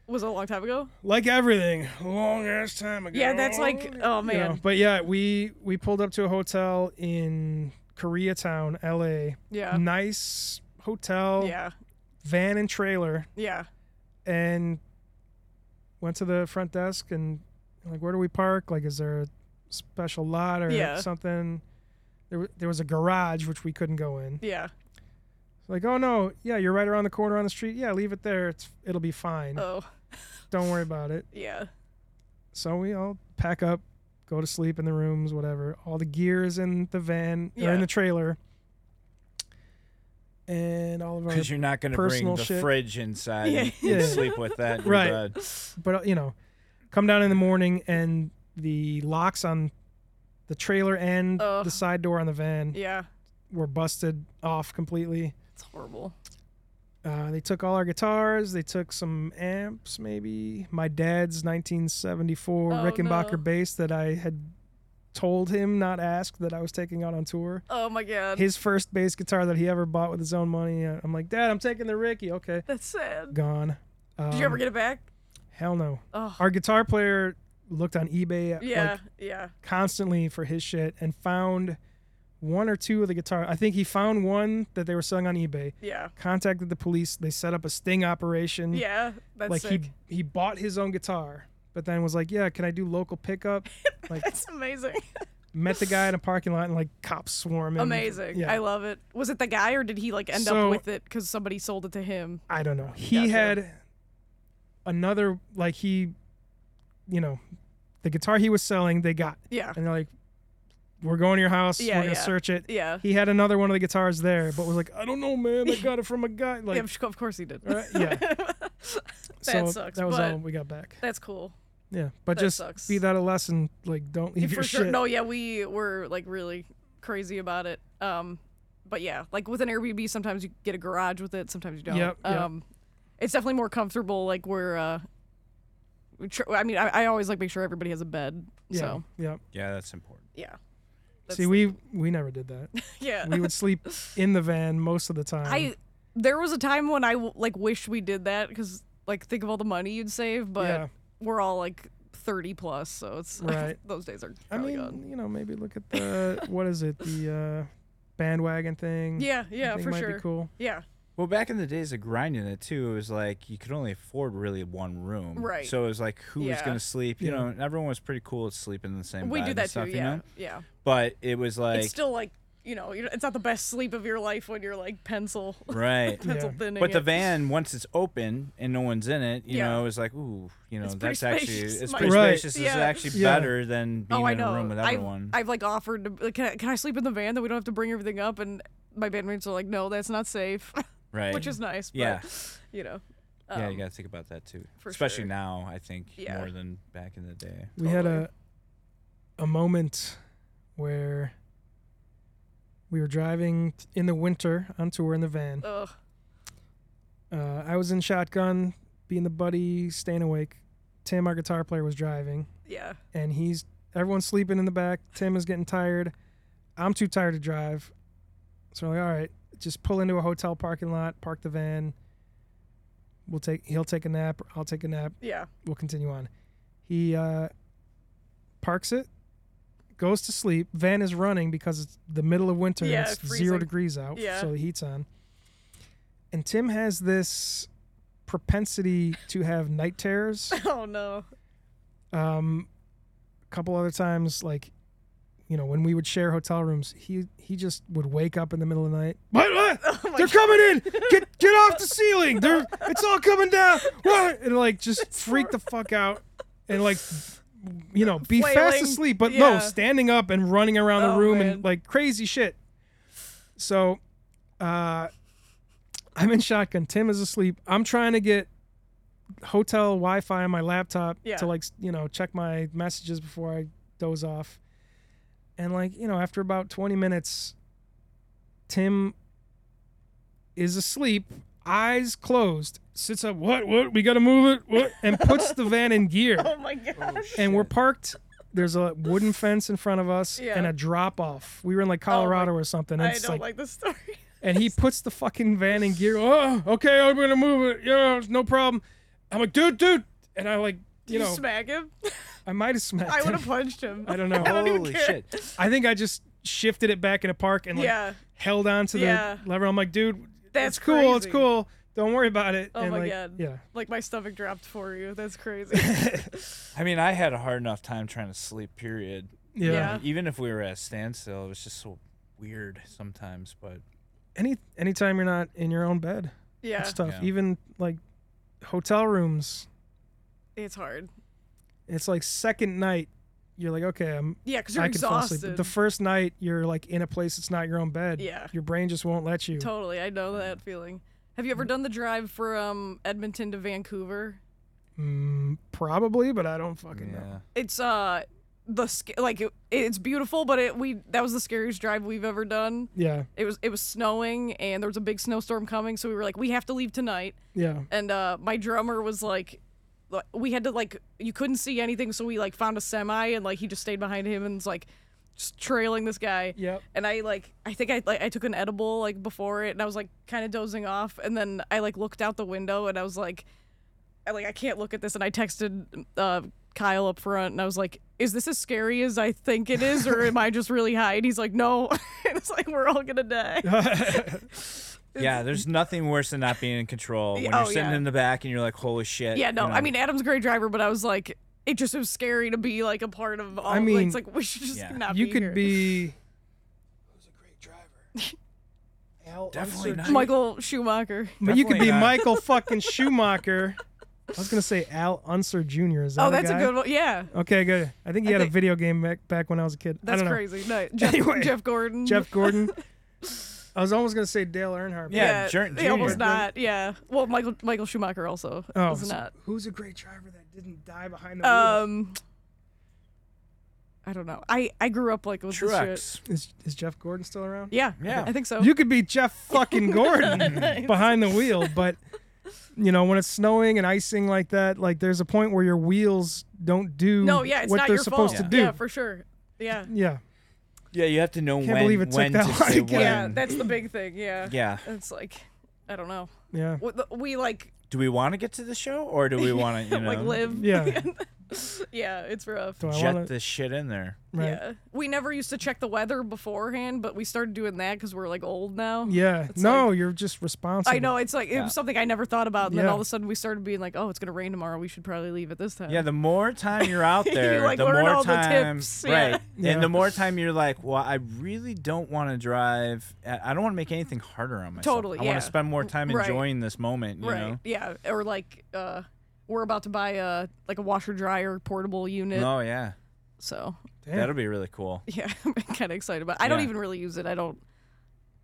S2: was it a long time ago?
S3: Like everything.
S4: A long ass time ago.
S2: Yeah, that's like oh
S3: you know.
S2: man.
S3: But yeah, we we pulled up to a hotel in Koreatown, L.A.
S2: Yeah.
S3: Nice hotel,
S2: Yeah.
S3: van and trailer.
S2: Yeah.
S3: and went to the front desk and like where do we park like is there a special lot or
S2: Yeah.
S3: something there, wa- there was a garage which we couldn't go in
S2: Yeah.
S3: like oh no yeah you're right around the corner on the street yeah leave it there it's, it'll be fine
S2: Oh,
S3: don't worry about it
S2: yeah.
S3: so we all pack up go to sleep in the rooms whatever all the gear is in the van or
S2: Yeah.
S3: in the trailer and all of our
S1: Because you're not going to bring
S3: Personal
S1: the
S3: shit.
S1: fridge inside
S2: (laughs) Yeah.
S1: and,
S3: Yeah.
S1: and sleep with that in your
S3: Right.
S1: bed.
S3: but uh, you know, come down in the morning and the locks on the trailer and
S2: Ugh.
S3: the side door on the van
S2: Yeah.
S3: were busted off completely.
S2: It's horrible.
S3: Uh, they took all our guitars. They took some amps, maybe my dad's 1974
S2: Oh,
S3: Rickenbacker
S2: no.
S3: bass that I had told him not ask that I was taking out on tour.
S2: Oh my god.
S3: His first bass guitar that he ever bought with his own money. Uh, I'm like, Dad, I'm taking the Ricky. Okay,
S2: That's sad.
S3: gone. Um,
S2: Did you ever get it back?
S3: Hell no.
S2: Oh.
S3: Our guitar player looked on eBay. at,
S2: Yeah.
S3: Like,
S2: yeah.
S3: constantly for his shit and found one or two of the guitar. I think he found one that they were selling on eBay.
S2: Yeah.
S3: Contacted the police. They set up a sting operation.
S2: Yeah. That's
S3: Mm. like
S2: sick. (laughs)
S3: he he bought his own guitar, but then was like, "Yeah, can I do
S2: (laughs)
S3: local pickup?" Like
S2: That's
S3: (laughs)
S2: amazing.
S3: met the guy in a parking lot and like cops swarm him.
S2: amazing.
S3: Yeah.
S2: I love it. Was it the guy or did he like end
S3: So-
S2: up with it because somebody sold it to him?
S3: I don't know. He
S2: Gotcha.
S3: had another like he, you know, the guitar he was selling they got
S2: Yeah.
S3: and they're like, "We're going to your house.
S2: Yeah,
S3: we're gonna
S2: yeah.
S3: search it."
S2: Yeah.
S3: He had another one of the guitars there, but was like, I don't know, man. I got it from
S2: (laughs)
S3: a guy.
S2: yeah
S3: Like,
S2: of of course he did.
S3: Right,
S2: (laughs)
S3: yeah. so
S2: that sucks,
S3: That was
S2: but-
S3: all we got back.
S2: That's cool.
S3: Yeah, but
S2: that
S3: just
S2: sucks.
S3: be that a lesson. Like, don't leave
S2: for
S3: your
S2: sure.
S3: shit.
S2: No, yeah, we were like really crazy about it. Um, but yeah, like with an Airbnb, sometimes you get a garage with it, sometimes you don't.
S3: Yep, yep.
S2: Um, it's definitely more comfortable. Like we're, uh, we tr- I mean, I, I always like make sure everybody has a bed.
S3: yeah,
S2: So
S3: yeah.
S1: Yeah, that's important.
S2: yeah.
S3: See,
S2: That's-
S3: we we never
S2: (laughs)
S3: did that.
S2: yeah.
S3: We um, would sleep in the van most of the time.
S2: I there was a time when I w- like wished we did that because like think of all the money you'd save, but
S3: yeah,
S2: we're all like thirty plus, so it's (laughs)
S3: Right.
S2: those days are
S3: I
S2: probably
S3: mean,
S2: gone.
S3: you know, maybe look
S2: (laughs)
S3: at the what is it, the uh, bandwagon thing.
S2: Yeah,
S3: I
S2: yeah,
S3: think
S2: for
S3: might
S2: sure.
S3: Be cool.
S2: Yeah,
S1: Well, back in the days of grinding it too, it was like you could only afford really one room.
S2: Right.
S1: So it was like who was
S2: Yeah.
S1: going to sleep? You
S3: Yeah.
S1: know, and everyone was pretty cool at sleeping in the same.
S2: we
S1: bed
S2: do
S1: and
S2: that
S1: stuff,
S2: too.
S1: You
S2: yeah,
S1: know?
S2: yeah.
S1: But it was like
S2: it's still (laughs) like you know you it's not the best sleep of your life when you're like pencil (laughs)
S1: right.
S3: Yeah.
S2: pencil thinning
S1: But the
S2: it.
S1: van, once it's open and no one's in it, you
S2: Yeah.
S1: know, it was like, ooh, you know,
S2: It's pretty
S1: that's actually
S2: spacious, (laughs)
S1: it's
S2: my-
S1: pretty
S3: Right.
S1: spacious. It's
S2: Yeah.
S1: actually
S3: Yeah.
S1: better than being
S2: oh I
S1: in
S2: know
S1: a room with
S2: I've,
S1: everyone.
S2: I've like offered to like, can, I, can I sleep in the van that we don't have to bring everything up and my bandmates are like no that's not safe (laughs)
S1: right.
S2: which is nice but,
S1: Yeah.
S2: you know
S1: yeah,
S2: um,
S1: you got to think about that too.
S2: for
S1: Especially
S2: sure.
S1: now, I think
S2: Yeah.
S1: more than back in the day.
S3: we had
S2: Totally.
S3: a a moment where we were driving t- in the winter on tour in the van.
S2: ugh,
S3: Uh, I was in shotgun, being the buddy, staying awake, Tim, our guitar player, was driving,
S2: Yeah.
S3: and he's everyone's sleeping in the back. Tim is getting tired. I'm too tired to drive, so we're like, all right, just pull into a hotel parking lot, park the van. We'll take he'll take a nap, I'll take a nap.
S2: Yeah. (laughs)
S3: We'll continue on. He uh, parks it, goes to sleep. Van is running because it's the middle of winter. and
S2: Yeah,
S3: it's
S2: freezing.
S3: zero degrees out,
S2: Yeah.
S3: so the heat's on. And Tim has this propensity to have night terrors.
S2: Oh no. (laughs)
S3: Um, a couple other times, like, you know, when we would share hotel rooms, he he just would wake up in the middle of the night. What? what?
S2: Oh, (laughs)
S3: They're coming in! Get get off the ceiling! They're it's all coming down! What? And like just freak the fuck out and like you know be fast
S2: Flailing.
S3: asleep, but
S2: Yeah.
S3: no standing up and running around the
S2: Oh,
S3: room
S2: man.
S3: and like crazy shit. So, uh, I'm in shotgun. Tim is asleep. I'm trying to get hotel Wi-Fi on my laptop
S2: Yeah.
S3: to like s- you know check my messages before I doze off. And like you know, after about 20 minutes, Tim is asleep, eyes closed, sits up. What? What? We gotta move it. What? And puts the van in gear.
S2: (laughs) Oh my god.
S3: and we're parked. There's a wooden fence in front of us
S2: Yeah. Oh,
S3: and a drop off. We were in like Colorado or something. And
S2: I
S3: it's
S2: don't like,
S3: like,
S2: this story. (laughs)
S3: and he puts the fucking van in gear. Oh, okay, I'm gonna move it. Yeah, it's no problem. I'm like, dude, dude, and I like,
S2: Did
S3: you know,
S2: smack him. (laughs)
S3: I might have smacked
S2: I would
S3: him.
S2: have punched him.
S3: I don't know.
S2: (laughs) I don't even
S1: Holy
S2: care.
S1: shit. (laughs)
S3: I think I just shifted it back in a park and like
S2: yeah.
S3: held on to the
S2: Yeah.
S3: lever. I'm like, dude,
S2: That's
S3: it's cool, it's
S2: crazy.
S3: cool. Don't worry about it.
S2: Oh
S3: and
S2: my
S3: like,
S2: God.
S3: yeah.
S2: Like my stomach dropped for you. That's
S3: (laughs)
S2: crazy.
S1: I mean, I had a hard enough time trying to sleep, period.
S3: yeah,
S2: Yeah.
S1: Even if we were at a standstill, it was just so weird sometimes. But
S3: Any anytime you're not in your own bed,
S2: yeah.
S3: it's tough.
S1: Yeah.
S3: Even like hotel rooms,
S2: It's hard.
S3: it's like second night. You're like, okay, I'm
S2: Yeah, because you're
S3: I can fall asleep.
S2: exhausted.
S3: But the first night, you're like in a place that's not your own bed.
S2: yeah.
S3: Your brain just won't let you.
S2: Totally. I know that feeling. Have you ever done the drive from Edmonton to Vancouver?
S3: Mm, probably, but I don't fucking know.
S1: yeah.
S2: It's uh the sc- like it, it's beautiful, but it we that was the scariest drive we've ever done.
S3: Yeah,
S2: It was it was snowing and there was a big snowstorm coming, so we were like we have to leave tonight.
S3: yeah.
S2: and uh my drummer was like like, we had to like you couldn't see anything so we like found a semi and like he just stayed behind him and was like just trailing this guy
S3: Yep.
S2: and i like i think i like i took an edible like before it and i was like kind of dozing off and then i like looked out the window and i was like i like i can't look at this and i texted uh kyle up front and i was like is this as scary as i think it is or am i just really high and he's like no (laughs) and it's like we're all gonna
S3: (laughs)
S2: die
S1: Yeah, there's nothing worse than not being in control when
S2: Oh,
S1: you're sitting
S2: yeah.
S1: in the back and you're like, "Holy shit!"
S2: Yeah, no,
S1: you know?
S2: I mean Adam's a great driver, but I was like, it just was scary to be like a part of all.
S3: I
S2: like,
S3: mean,
S2: it's like we should just
S1: Yeah.
S2: not.
S3: you
S2: be
S3: could
S1: (laughs)
S2: here.
S3: be.
S4: Who's a great driver? Al,
S1: Definitely
S4: Unser-
S1: not.
S2: Michael Schumacher.
S3: But you could
S1: Definitely
S3: be
S1: not.
S3: Michael fucking Schumacher. I was gonna say Al Unser Jr. Is that
S2: Oh, that's
S3: guy?
S2: a good one. Yeah,
S3: Okay, good. I think he
S2: I
S3: had
S2: think-
S3: a video game back, back when I was a kid. I
S2: that's
S3: don't know.
S2: crazy. No, Jeff,
S3: Anyway.
S2: Jeff Gordon. (laughs)
S3: Jeff Gordon. I was almost gonna say Dale Earnhardt. but-
S1: Yeah, Jur-
S2: they almost
S1: Jr.
S2: not. Yeah, well, Michael Michael Schumacher also
S3: Oh,
S2: was
S3: so (laughs)
S2: not.
S3: who's a great driver that didn't die behind the wheel?
S2: Um, I don't know. I I grew up like with this shit.
S1: Truex.
S3: Is, is Jeff Gordon still around?
S2: Yeah,
S1: Yeah.
S2: I think so.
S3: You could be Jeff
S2: (laughs)
S3: fucking Gordon behind the wheel, but you know when it's snowing and icing like that, like there's a point where your wheels don't do
S2: no, yeah, it's
S3: what
S2: not
S3: they're
S2: your
S3: supposed
S2: fault.
S3: to do.
S2: Yeah, for sure. Yeah,
S3: Yeah.
S1: Yeah, you have to know
S3: Can't
S1: when
S3: believe it took
S1: when
S3: that
S1: to
S3: long
S1: say
S3: to get-
S1: when.
S2: yeah, that's the big thing. Yeah,
S1: Yeah.
S2: it's like I don't know.
S3: yeah,
S2: What the- We like
S1: Do we want to get to the show or
S2: (laughs)
S1: do we want to, you know,
S2: like live.
S3: yeah,
S2: (laughs) Yeah, it's rough.
S3: Do I
S1: jet
S3: wanna-
S1: this shit in there?
S3: right.
S2: Yeah, we never used to check the weather beforehand, but we started doing that because we're like old now.
S3: Yeah.
S2: It's
S3: No, you're just responsible.
S2: I know it's like it
S1: Yeah.
S2: was something I never thought about, and then
S3: Yeah.
S2: all of a sudden we started being like, "Oh, it's gonna rain tomorrow. We should probably leave at this time."
S1: Yeah, the more time you're out
S2: (laughs) You,
S1: there,
S2: like,
S1: the
S2: learn
S1: more
S2: all the
S1: time,
S2: tips, yeah.
S1: right?
S3: Yeah.
S1: And the more time you're like, well, I really don't want to drive. I I don't want to make anything harder on myself.
S2: Totally,
S1: I want
S2: yeah.
S1: to spend more time
S2: Right.
S1: enjoying this moment. You
S2: right.
S1: know?
S2: Yeah, or like uh, we're about to buy a like a washer dryer portable unit,
S1: Oh yeah,
S2: so (laughs)
S3: Damn.
S1: that'll be really cool.
S2: yeah, I'm kind of excited about. It. I don't
S1: Yeah.
S2: even really use it. I don't.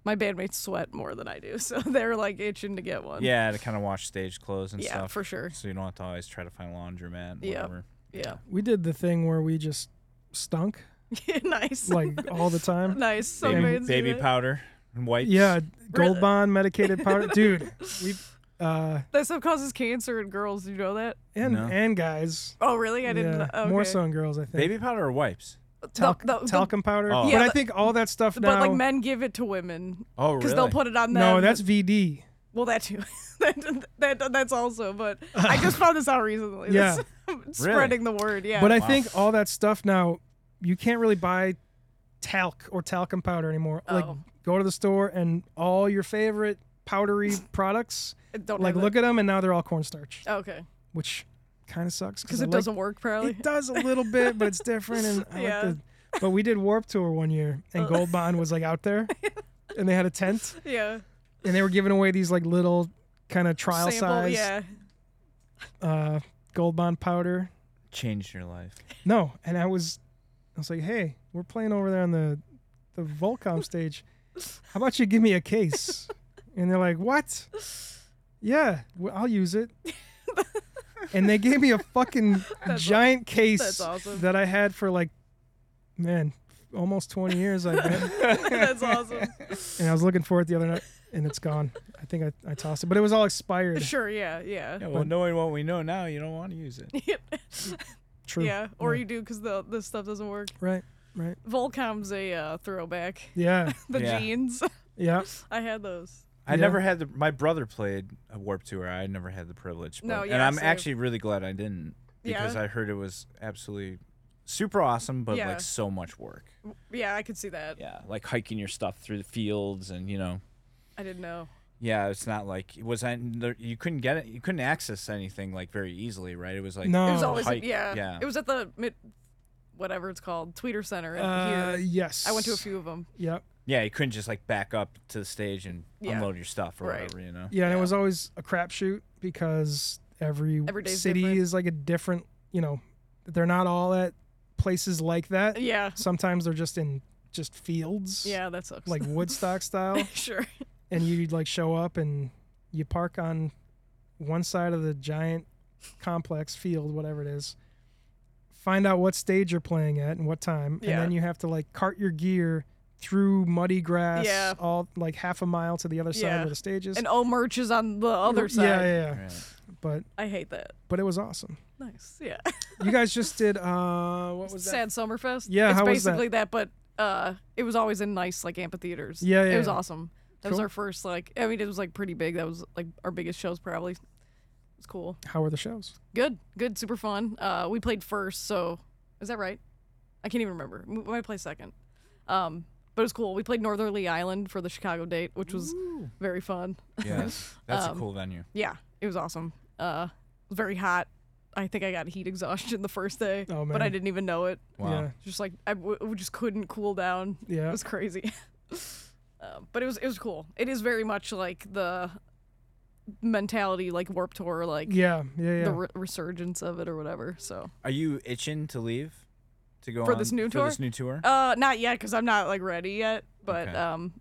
S2: My bandmates sweat more than I do, (laughs) so they're like itching to get one.
S1: Yeah, to kind of wash stage clothes and
S2: yeah,
S1: stuff.
S2: for sure.
S1: so you don't have to always try to find a laundromat. and
S2: Yeah.
S1: Whatever.
S2: Yeah,
S3: we did the thing where we just stunk
S2: (laughs) nice,
S3: (laughs) like all the time.
S2: nice. Some
S1: Baby,
S2: bands do
S1: baby
S2: that.
S1: powder and wipes.
S3: Yeah,
S2: Really? (laughs)
S3: Gold Bond medicated powder, dude. We, uh,
S2: That stuff causes cancer in girls. You know that?
S3: and
S1: No.
S3: and guys.
S2: Oh, really? I didn't.
S3: Yeah,
S2: know- okay.
S3: More so in girls, I think.
S1: Baby powder or wipes?
S3: Talc-
S2: the- the-
S3: talcum powder.
S1: Oh.
S3: But
S2: Yeah,
S3: I
S2: the-
S3: think all that stuff now.
S2: But like men give it to women
S1: Oh,
S2: because they'll put it on them.
S3: no, that's VD.
S2: well, that too. (laughs) that, that that's also. But I
S3: (laughs)
S2: just found this out recently.
S3: Yeah.
S2: (laughs) That's- spreading the word. Yeah,
S3: But I
S1: Wow.
S3: think all that stuff now, you can't really buy talc or talcum powder anymore. Like,
S2: Oh.
S3: go to the store and all your favorite powdery products,
S2: I don't
S3: like look at them, and now they're all cornstarch,
S2: Okay,
S3: which kind of sucks
S2: because
S3: I
S2: it
S3: like-
S2: doesn't work probably. (laughs)
S3: It does a little bit, but it's different. And I
S2: Yeah. Oh.
S3: like the, but we did Warp Tour one year, and Gold Bond was like
S2: (laughs)
S3: out there, and they had a tent,
S2: Yeah,
S3: and they were giving away these like little kind of trial
S2: sample.
S3: size
S2: Yeah,
S3: (laughs)
S2: (laughs)
S3: uh, Gold Bond powder.
S1: Changed your life.
S3: No, and I was, I was like, hey, we're playing over there on the,
S2: (laughs)
S3: the Volcom stage. How about you give me a case? And they're like, what? Yeah, well, I'll
S2: (laughs)
S3: use it. and they gave me a fucking
S2: That's
S3: giant case
S2: that's awesome.
S3: that I had for like, man, almost 20 years,
S2: (laughs)
S3: I bet.
S2: that's
S3: (laughs)
S2: awesome.
S3: and I was looking for it the other night, and it's gone. I think I, I tossed it, but it was
S2: (laughs)
S3: all expired.
S2: Sure. Yeah. Yeah.
S1: Yeah, well, knowing what we know now, you don't want to use it.
S2: (laughs)
S3: True.
S2: Yeah, or you do because the this stuff doesn't work.
S3: Right, right.
S2: Volcom's a uh, throwback. (laughs)
S3: Yeah,
S2: The
S1: Yeah.
S2: jeans,
S3: yeah.
S2: (laughs) I had those.
S1: I
S3: Yeah.
S1: never had the. My brother played a Warp Tour. I never had the privilege. But,
S2: No,
S1: and
S2: yeah,
S1: I'm
S2: same.
S1: actually really glad I didn't because
S2: Yeah.
S1: I heard it was absolutely super awesome, but
S2: Yeah.
S1: like so much work.
S2: Yeah, I could see that.
S1: Yeah, like hiking your stuff through the fields and you know.
S2: I didn't know.
S1: Yeah, it's not like it was. I- there- You couldn't get it. You couldn't access anything like very easily, right? It was like
S3: No.
S2: it was always
S1: hike,
S2: yeah.
S1: yeah.
S2: It was at the mid, whatever it's called, Tweeter Center in
S3: Uh,
S2: here.
S3: yes.
S2: I went to a few of them.
S3: Yep.
S1: Yeah, you couldn't just like back up to the stage and
S2: Yeah.
S1: unload your stuff or
S2: Right.
S1: whatever, you know.
S3: Yeah, and it was always a crapshoot because every,
S2: Every day's
S3: city
S2: different.
S3: is like a different, you know, they're not all at places like that.
S2: Yeah,
S3: Sometimes they're just in just fields,
S2: yeah, that sucks. (laughs)
S3: like Woodstock style, (laughs)
S2: sure.
S3: and you'd like show up and you park on one side of the giant complex field, whatever it is. Find out what stage you're playing at and what time,
S2: Yeah.
S3: and then you have to like cart your gear through muddy grass,
S2: Yeah.
S3: all like half a mile to the other side
S2: Yeah.
S3: where the stage is.
S2: And O merch is on the other side.
S3: Yeah, yeah, yeah.
S1: Right.
S3: But
S2: I hate that.
S3: but it was awesome.
S2: Nice. Yeah.
S3: You guys just did uh what was that?
S2: Sad Summerfest.
S3: Yeah,
S2: it's
S3: how was that?
S2: basically that? but uh, it was always in nice like amphitheaters.
S3: Yeah, yeah,
S2: It was
S3: yeah.
S2: awesome. That was
S3: Cool.
S2: our first like. I mean, it was like pretty big. That was like our biggest shows probably. It was cool.
S3: How were the shows?
S2: Good, good, super fun. Uh, we played first, so is that right? I can't even remember. We might play second. Um, but it was cool. We played Northerly Island for the Chicago date, which was very fun.
S1: Yeah,
S2: (laughs)
S1: that's
S2: Um,
S1: a cool venue.
S2: Yeah, it was awesome. Uh, very hot. I think I got heat exhaustion the first day,
S3: Oh,
S2: but I
S3: man.
S2: didn't even know it.
S1: Wow.
S2: Just like I w- we just couldn't cool down.
S3: Yeah.
S2: It
S3: Yeah.
S2: was crazy. (laughs) uh, but it was it was cool. It is very much like the mentality, like Warp Tour, like
S3: Yeah, yeah, yeah.
S2: the re- resurgence of it or whatever. So
S1: Are you itching to leave? To go
S2: For
S1: on-
S2: this new
S1: for This
S2: tour?
S1: new tour.
S2: uh, not yet because I'm not like ready yet. But
S1: Okay.
S2: um,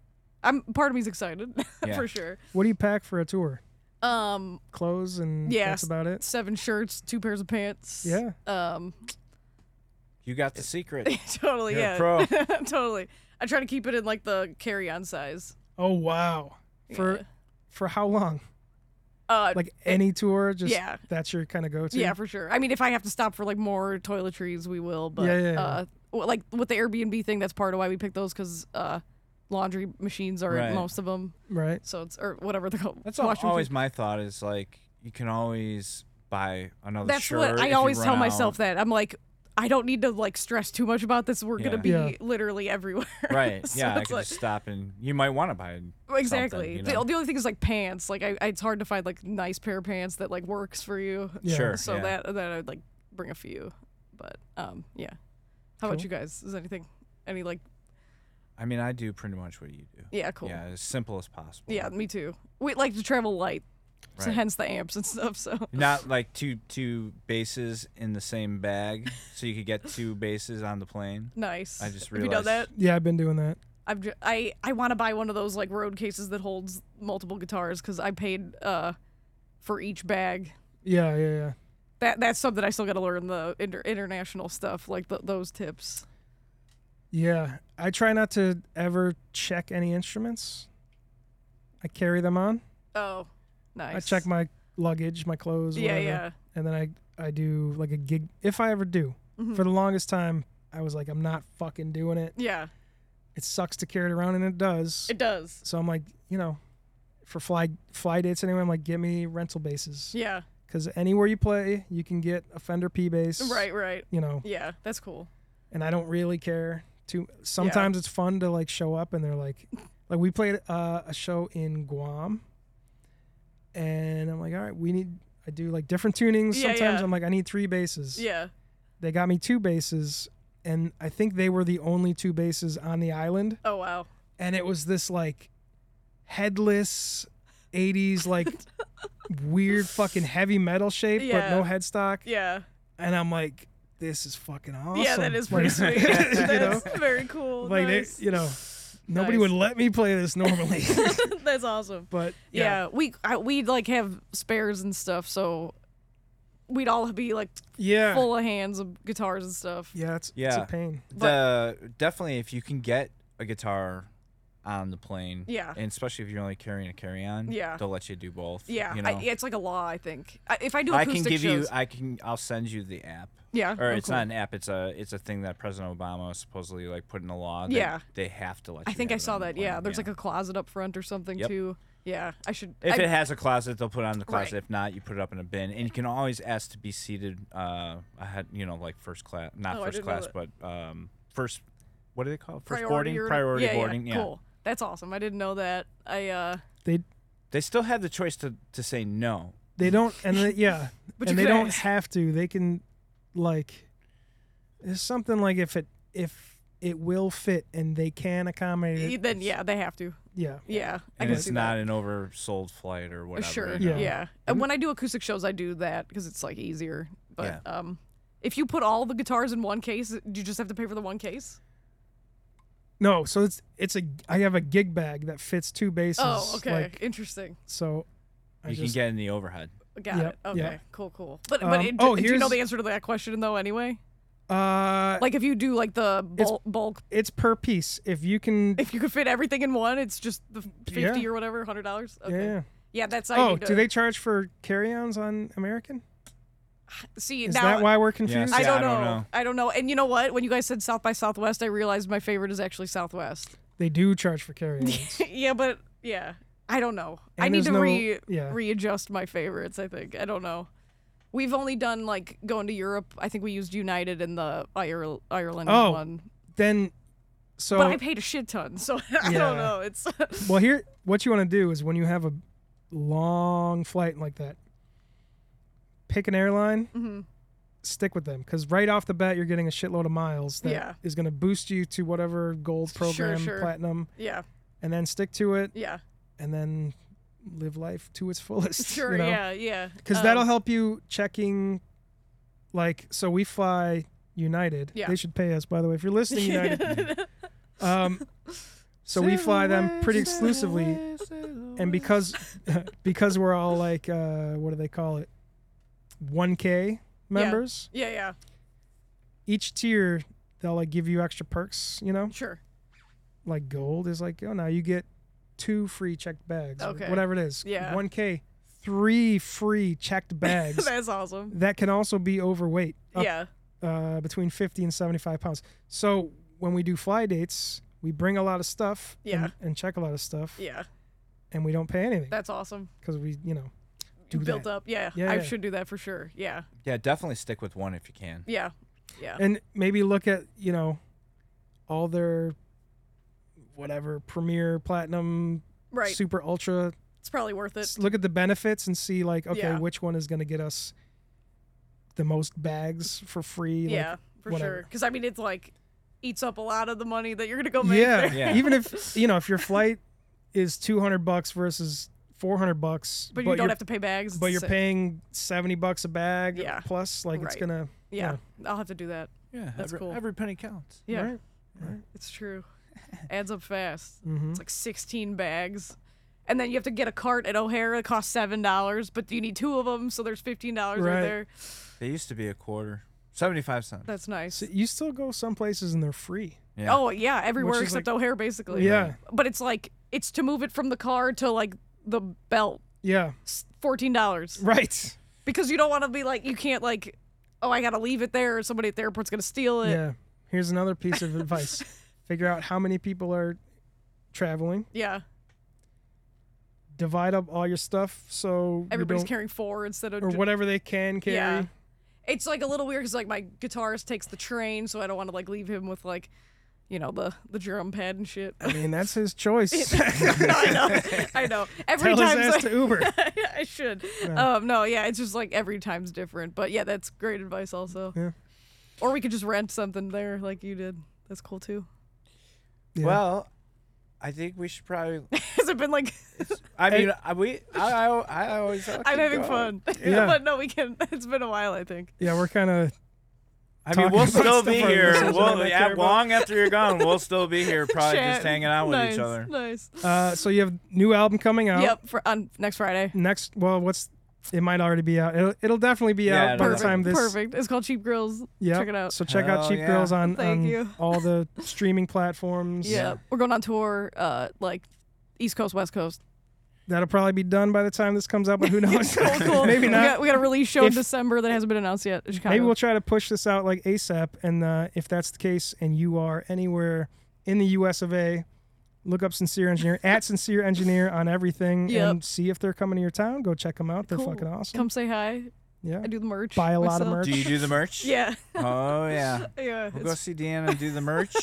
S2: I'm part of me's excited (laughs)
S1: Yeah.
S2: for sure.
S3: what do you pack for a tour?
S2: Um,
S3: Clothes and
S2: Yeah,
S3: that's about it.
S2: seven shirts, two pairs of pants.
S3: Yeah.
S2: Um,
S1: you got the secret.
S2: totally.
S1: You're a
S2: (laughs)
S1: pro.
S2: yeah. (laughs) totally. I try to keep it in like the carry-on size.
S3: Oh wow. For
S2: Yeah.
S3: for how long?
S2: uh,
S3: Like any tour just
S2: yeah.
S3: that's your kind of go to?
S2: Yeah, for sure. I mean, if I have to stop for like more toiletries, we will. But
S3: Yeah, yeah, yeah.
S2: uh, w- like with the Airbnb thing, that's part of why we picked those because uh, laundry machines are
S1: Right.
S2: in most of them.
S3: Right.
S2: So it's or whatever they're called.
S1: That's
S2: washing
S1: always
S2: machine.
S1: my thought is like you can always buy another
S2: That's
S1: shirt.
S2: what
S1: if
S2: I
S1: you
S2: always
S1: run
S2: tell
S1: out.
S2: myself that I'm like. I don't need to like stress too much about this. We're
S1: Yeah.
S2: gonna be
S3: Yeah.
S2: literally everywhere.
S1: (laughs) (laughs) Right.
S2: (laughs) So
S1: yeah, I
S2: it's
S1: could
S2: like-
S1: just stop and you might want to buy.
S2: exactly.
S1: you
S2: The-
S1: know?
S2: the, only thing is like pants. Like I, I- it's hard to find like nice pair of pants that like works for you.
S3: Yeah.
S1: Sure.
S2: So
S1: yeah.
S2: that that I'd like bring a few, but um yeah. How about
S3: Cool.
S2: you guys? Is anything any like
S1: I mean, I do pretty much what you do.
S2: Yeah, cool. Yeah,
S1: Yeah, as simple as possible.
S2: me too. We like to travel light, so
S1: Right.
S2: hence the amps and (laughs) stuff.
S1: (laughs)
S2: So
S1: Not like two two bases in the same bag, so you could
S2: (laughs)
S1: get two bases on the plane.
S2: nice.
S1: I just
S2: Have you done
S1: realized-
S2: that?
S3: Yeah, I've been doing that.
S2: I've ju- I I want to buy one of those like road cases that holds multiple guitars because I paid uh for each bag.
S3: Yeah, yeah, yeah.
S2: That that's something I still got to learn the inter- international stuff like th those tips.
S3: Yeah. I try not to ever check any instruments. I carry them on.
S2: Oh, Nice.
S3: I check my luggage, my clothes,
S2: Yeah,
S3: whatever,
S2: yeah.
S3: and then I I do like a gig if I ever do.
S2: Mhm.
S3: For the longest time, I was like, I'm not fucking doing it.
S2: Yeah,
S3: It sucks to carry it around, and it does.
S2: it does.
S3: so I'm like, you know, for fly fly dates anyway, I'm like, get me rental bases
S2: Yeah.
S3: because anywhere you play, you can get a Fender P bass,
S2: Right, right.
S3: You know,
S2: Yeah, that's cool.
S3: and I don't really care. Too sometimes it's fun to like show up and they're like, like we played uh, a show in Guam, and I'm like, all right, we need. I do like different tunings.
S2: Yeah,
S3: sometimes
S2: yeah.
S3: I'm like, I need three basses.
S2: Yeah.
S3: They got me two basses, and I think they were the only two basses on the island.
S2: Oh wow.
S3: And it was this like headless 80s
S2: (laughs)
S3: like weird fucking heavy metal shape, but no
S2: Yeah.
S3: headstock.
S2: Yeah.
S3: And I'm like, this is fucking awesome.
S2: Yeah, that is
S3: Like, (laughs)
S2: pretty sweet. (laughs)
S3: you know?
S2: That's very cool.
S3: like
S2: nice.
S3: they, you know nobody
S2: Nice.
S3: would let me play this normally
S2: (laughs)
S3: (laughs)
S2: that's awesome.
S3: but
S2: Yeah, we I, we like have spares and stuff, so we'd all be like
S3: yeah yeah,
S2: full of hands of guitars and stuff.
S3: yeah it's, it's
S1: Yeah.
S3: a pain
S1: the definitely if you can get a guitar on the plane,
S2: Yeah.
S1: and especially if you're only carrying a carry-on,
S2: Yeah.
S1: they'll let you do both.
S2: Yeah,
S1: you know?
S2: I, it's like a law, I think. I, if I do
S1: I
S2: acoustic
S1: can give you.
S2: shows,
S1: I can. I'll send you the app.
S2: yeah,
S1: Or
S2: oh,
S1: it's
S2: cool.
S1: not an app. It's a. It's a thing that President Obama supposedly like put in the law. that
S2: Yeah.
S1: They have to let.
S2: I
S1: you
S2: think I
S1: have it
S2: saw
S1: on the
S2: that.
S1: plane,
S2: Yeah, there's like a closet up front or something
S1: Yep.
S2: too. Yeah, I should.
S1: If
S2: I,
S1: it has a closet, they'll put it on the closet.
S2: Right.
S1: If not, you put it up in a bin. And you can always ask to be seated. Uh, I had you know like first class, not
S2: Oh, I
S1: first
S2: didn't know
S1: class, but um, first. What do they call it? First
S2: priority
S1: boarding,
S2: or-
S1: priority
S2: yeah,
S1: boarding. Yeah.
S2: Yeah, cool. That's awesome. I didn't know that. I uh,
S3: they
S1: They still have the choice to to say no.
S3: they don't and they, yeah
S2: But
S3: and
S2: you
S3: they
S2: could
S3: don't
S2: (laughs) ask.
S3: have to they can like there's something like if it if it will fit and they can accommodate it
S2: then yeah, they have to.
S3: yeah
S2: Yeah, I
S1: And
S2: can
S1: it's
S2: see
S1: not
S2: that.
S1: an oversold flight or whatever.
S2: Sure.
S1: you
S2: Yeah.
S1: know?
S2: And when I do acoustic shows, I do that because it's like easier. But
S1: Yeah.
S2: um, if you put all the guitars in one case, do you just have to pay for the one case?
S3: no so it's it's a i have a gig bag that fits two bases
S2: oh, okay,
S3: like,
S2: interesting.
S3: so I
S1: You
S3: just,
S1: can get in the overhead.
S3: (laughs)
S2: Got
S3: Yep,
S2: it. Okay,
S3: yeah.
S2: cool, cool. But
S3: Um,
S2: but it,
S3: oh,
S2: do you know
S3: here's-
S2: the answer to that question though? Anyway,
S3: uh
S2: like if you do like the bulk, bulk
S3: it's per piece if you can
S2: if you could fit everything in one, it's just the fifty
S3: Yeah.
S2: or whatever, hundred dollars. Okay.
S3: yeah
S2: Yeah, that's how
S3: oh
S2: you do,
S3: do they charge for carry-ons on american
S2: see
S3: Is
S2: now.
S3: that why we're confused?
S1: Yeah,
S2: I, don't
S1: I don't
S2: know.
S1: know.
S2: I don't know. And you know what? When you guys said South by Southwest, I realized my favorite is actually Southwest.
S3: They do charge for carry-ons.
S2: (laughs) yeah, but yeah, I don't know. I
S3: And
S2: need
S3: there's
S2: to
S3: no-
S2: re
S3: yeah.
S2: readjust my favorites. I think I don't know. We've only done like going to Europe. I think we used United in the Ire- Ireland
S3: Oh,
S2: one,
S3: then, so
S2: but I paid a shit ton, so (laughs) I
S3: Yeah.
S2: don't know. It's (laughs) mm-hmm.
S3: well, here, what you want to do is when you have a long flight like that, pick an airline, stick with them, because right off the bat you're getting a shitload of miles that
S2: Yeah.
S3: going to boost you to whatever gold program,
S2: sure.
S3: platinum,
S2: yeah,
S3: and then stick to it,
S2: yeah,
S3: and then live life to its (laughs) fullest.
S2: sure,
S3: (laughs) you know?
S2: yeah, yeah.
S3: because
S2: Um,
S3: that'll help you checking like so we fly united
S2: Yeah.
S3: they should pay us by the way if you're
S2: (laughs)
S3: listening united um, so we fly them pretty exclusively and because (laughs) because we're all like uh, what do they call it 1k members
S2: yeah, yeah,
S3: each tier they'll like give you extra perks you know
S2: sure,
S3: like gold is like oh now you get two free checked bags or
S2: Okay.
S3: whatever it is
S2: Yeah.
S3: 1k three
S2: (laughs)
S3: free checked bags
S2: that's awesome.
S3: that can also be overweight up
S2: yeah,
S3: uh, between 50 and 75 pounds. So when we do fly dates, we bring a lot of stuff
S2: Yeah.
S3: and, and check a lot of stuff
S2: yeah,
S3: and we don't pay anything
S2: that's awesome.
S3: because we, you know, do
S2: Built
S3: that.
S2: up, yeah.
S3: Yeah,
S2: I
S3: yeah.
S2: should do that for sure. Yeah,
S1: Yeah, definitely stick with one if you can.
S2: yeah, yeah.
S3: And maybe look at, you know, all their whatever premier platinum
S2: right,
S3: super ultra
S2: it's probably worth it.
S3: S- look at the benefits and see like okay
S2: Yeah.
S3: which one is going to get us the most bags for free like,
S2: yeah, for
S3: whatever.
S2: sure. Because I mean, it's like eats up a lot of the money that you're gonna go make.
S3: yeah. (laughs)
S2: there.
S1: Yeah.
S3: Even if you know if your flight is two hundred bucks versus four hundred bucks,
S2: but you don't
S3: you're-
S2: have to pay bags.
S3: but
S2: it's
S3: you're
S2: sick.
S3: paying seventy bucks a bag
S2: Yeah.
S3: plus, like it's
S2: Right.
S3: gonna
S2: Yeah, I'll have to do that.
S1: Yeah,
S2: That's every- cool.
S1: Every penny counts.
S2: Yeah,
S3: right?
S2: it's true. Adds up fast.
S3: Mhm.
S2: It's like 16 bags. And then you have to get a cart at O'Hara. It costs seven dollars, but you need two of them, so there's fifteen dollars right.
S3: Right.
S2: there.
S1: They used to be a quarter, seventy-five cents.
S2: That's nice.
S3: So you still go some places and they're free.
S1: yeah.
S2: Oh yeah, everywhere
S3: is
S2: except
S3: like-
S2: O'Hare, basically.
S3: Yeah.
S2: But it's like it's to move it from the car to like the belt
S3: Yeah.
S2: s- $14
S3: Right.
S2: because you don't want to be like, you can't, like, oh, I got to leave it there or somebody at the airport's going to steal it.
S3: Yeah. Here's another piece of
S2: (laughs)
S3: advice. Figure out how many people are traveling.
S2: Yeah.
S3: Divide up all your stuff so you
S2: Everybody's
S3: don't-
S2: carrying four instead of.
S3: or
S2: ju-
S3: whatever they can carry.
S2: Yeah. It's like a little weird because, like, my guitarist takes the train, so I don't want to, like, leave him with, like, you know, the, the drum pad and shit. (laughs)
S3: I mean, that's his choice.
S2: no, I know. I know. Every
S3: (laughs) Tell his
S2: time (laughs)
S3: ass to Uber.
S2: I should. Um, no, yeah, it's just like every time's different. But yeah, that's great advice also.
S3: Yeah.
S2: Or we could just rent something there like you did. That's cool too. (laughs)
S3: Yeah.
S1: Well, I think we should probably.
S2: Has it been like (laughs)
S1: I mean, I we. I, I, I always.
S2: I'm having fun. (laughs)
S3: Yeah.
S2: but no, we can it's been a while, I think.
S3: yeah, we're kind of
S1: I mean,
S3: Talking
S1: we'll
S3: about
S1: still
S3: stuff
S1: be
S3: on
S1: here.
S3: research
S1: We'll,
S3: that I care
S1: at,
S3: about.
S1: long after you're gone,
S2: (laughs)
S1: we'll still be here, probably just
S2: Chat.
S1: hanging out with
S2: nice,
S1: each other.
S2: Nice.
S3: Uh, so you have new album coming out.
S2: Yep, for on next Friday.
S3: Next, well, what's it might already be out. It'll, it'll definitely be
S1: Yeah,
S3: out by
S1: it'll
S3: the
S2: Perfect.
S3: time this.
S2: Perfect. It's called Cheap Grills.
S3: Yep.
S2: Check it out.
S3: So check out
S1: Hell
S3: Cheap
S1: yeah.
S3: Girls on,
S2: Thank
S3: on
S2: you.
S3: all the streaming platforms.
S2: Yeah. We're going on tour, uh, like East Coast, West
S3: (laughs)
S2: Coast.
S3: That'll probably be done by the time this comes out, but
S2: (laughs)
S3: who knows?
S2: Cool, cool.
S3: Maybe
S2: We
S3: not.
S2: got, we got a release show in
S3: If-
S2: December that hasn't been announced yet. in Chicago.
S3: Maybe we'll try to push this out like ASAP. And uh, if that's the case, and you are anywhere in the U.S. of A., look up Sincere Engineer at Sincere Engineer on
S2: (laughs)
S3: everything
S2: Yep.
S3: and see if they're coming to your town. Go check them out. They're
S2: Cool.
S3: fucking awesome.
S2: Come say hi.
S3: yeah.
S2: (laughs) I do the merch.
S3: Buy a lot of
S2: myself.
S3: merch.
S1: Do you do the merch?
S2: (laughs) Yeah.
S1: Oh yeah.
S2: Yeah.
S1: We'll go
S2: it's-
S1: see Deanna and do the
S2: (laughs)
S1: merch.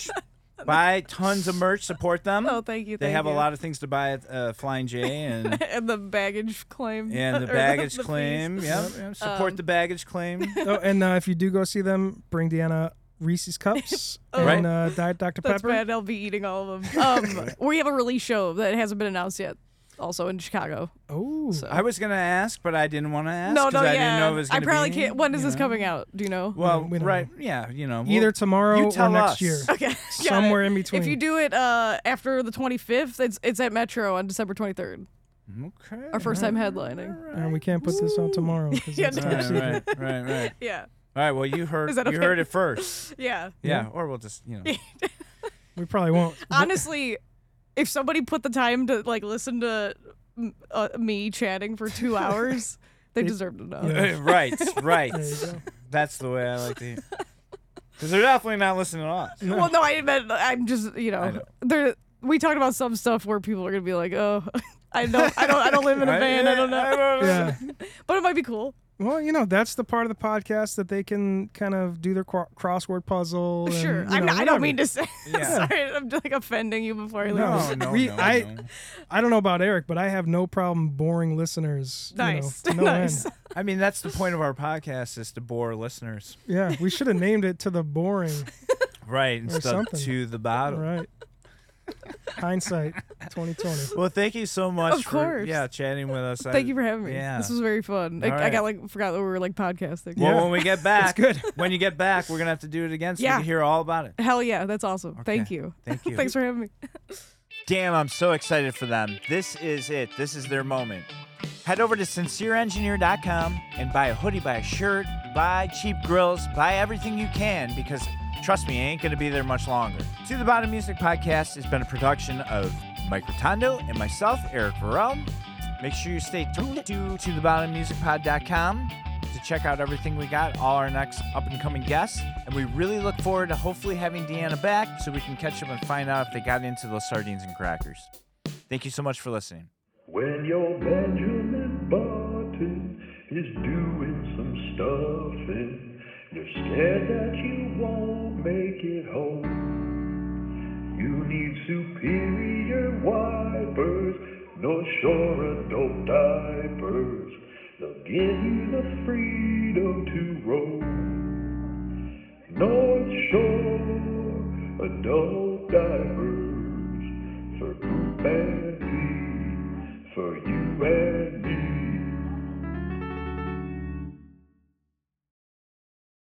S1: buy tons of merch. Support them.
S2: oh, thank you.
S1: they
S2: thank
S1: have a
S2: you.
S1: lot of things to buy at uh, Flying J and
S2: (laughs) and the baggage claim.
S1: and the
S2: (laughs) or
S1: baggage
S2: the fees.
S1: claim. Yep. yep. Support
S2: Um,
S1: the baggage
S2: (laughs)
S1: claim.
S3: oh, and uh, if you do go see them, bring Deanna Reese's cups
S2: (laughs) Oh.
S3: and uh, Diet Dr
S2: That's
S3: Pepper.
S2: bad. I'll be eating all of
S1: (laughs)
S2: them. Um, we have a release show that hasn't been announced yet, also in Chicago.
S3: Oh,
S2: So.
S1: I was gonna ask, but I didn't want to ask
S2: no,
S1: 'cause
S2: no,
S1: I
S2: yeah.
S1: didn't know it was
S2: I
S1: gonna
S2: probably
S1: be,
S2: can't. When is
S1: you
S2: this
S1: know.
S2: coming out? Do you know?
S1: Well,
S3: We don't
S1: right. Yeah. You know. we'll-
S3: either tomorrow
S1: you
S3: or
S1: tell
S3: next
S1: us.
S3: year,
S2: (laughs) Okay. got it.
S3: somewhere in between.
S2: If you do it uh, after the 25th, it's it's at Metro on December 23rd.
S1: (laughs) okay.
S2: Our first time headlining.
S3: and we can't put this out tomorrow because
S2: (laughs) Yeah,
S3: it's
S2: no.
S1: All
S3: top
S1: right,
S3: secret.
S1: right, right,
S2: (laughs)
S1: right.
S2: Yeah.
S1: All right. Well, you heard.
S2: Is that
S1: You
S2: okay?
S1: heard it
S2: (laughs)
S1: first.
S2: Yeah.
S1: Yeah. Or we'll just,
S2: (laughs)
S1: you know.
S3: We probably won't.
S2: honestly, if somebody put the time to like listen to mm, uh, me chatting
S1: (laughs)
S2: for two hours, they deserve to know.
S3: Yeah.
S1: right. Right.
S3: There you go.
S1: That's the way I like to. Because they're definitely not listening to us.
S2: (laughs) Well, no, I didn't meant I'm just you know,
S1: I know.
S2: there. We talked about some stuff where people are gonna be like, oh, (laughs) I don't, I don't, I
S1: (laughs)
S2: don't live in a van. I don't know,
S3: Yeah.
S2: but it might be cool.
S3: Well, you know, that's the part of the podcast that they can kind of do their qu- crossword puzzle. and,
S2: sure,
S3: you
S2: I'm
S3: know,
S2: not, I don't
S3: whatever.
S2: mean to say. (laughs)
S1: Yeah.
S2: Sorry, I'm like offending you before I leave.
S1: No, no,
S3: We-
S1: no,
S3: I-
S1: no.
S3: I don't know about Eric, but I have no problem boring listeners. you know,
S2: Nice. (laughs)
S3: to no
S2: Nice.
S3: end.
S1: I mean, that's the point of our podcast is to bore listeners.
S3: Yeah, we should have named it to the boring.
S1: Right. Instead
S3: something.
S1: to the bottom.
S2: (laughs)
S3: Right. Hindsight 2020.
S1: Well, thank you so much
S2: Of
S1: for
S2: course.
S1: yeah chatting with us. I-
S2: (laughs) Thank you for having me.
S1: Yeah.
S2: This was very fun. I,
S1: All
S2: I
S1: right.
S2: got like forgot that we were like podcasting.
S1: well,
S3: Yeah.
S1: when we
S2: (laughs)
S1: get back,
S3: good.
S1: when you get back, we're gonna have to do it again so
S2: Yeah.
S1: you can hear all about it.
S2: Hell yeah, that's awesome. Thank you.
S1: Thank
S2: (laughs)
S1: you.
S2: Thanks for having me.
S5: Damn, I'm so excited for them. This is it. This is their moment. Head over to sincereengineer.com and buy a hoodie, buy a shirt, buy cheap grills, buy everything you can because trust me, I ain't going to be there much longer. To the Bottom Music Podcast has been a production of Mike Rotondo and myself, Eric Varel. Make sure you stay tuned to tothebottommusicpod.com to check out everything we got, all our next up and coming guests. And we really look forward to hopefully having Deanna back so we can catch up and find out if they got into those sardines and crackers. Thank you so much for listening.
S6: When your Benjamin Button is doing some stuffing, you're scared that you won't make it home. You need superior wipers, North Shore adult diapers. They'll give you the freedom to roam. North Shore adult diapers for poop and pee for you and me.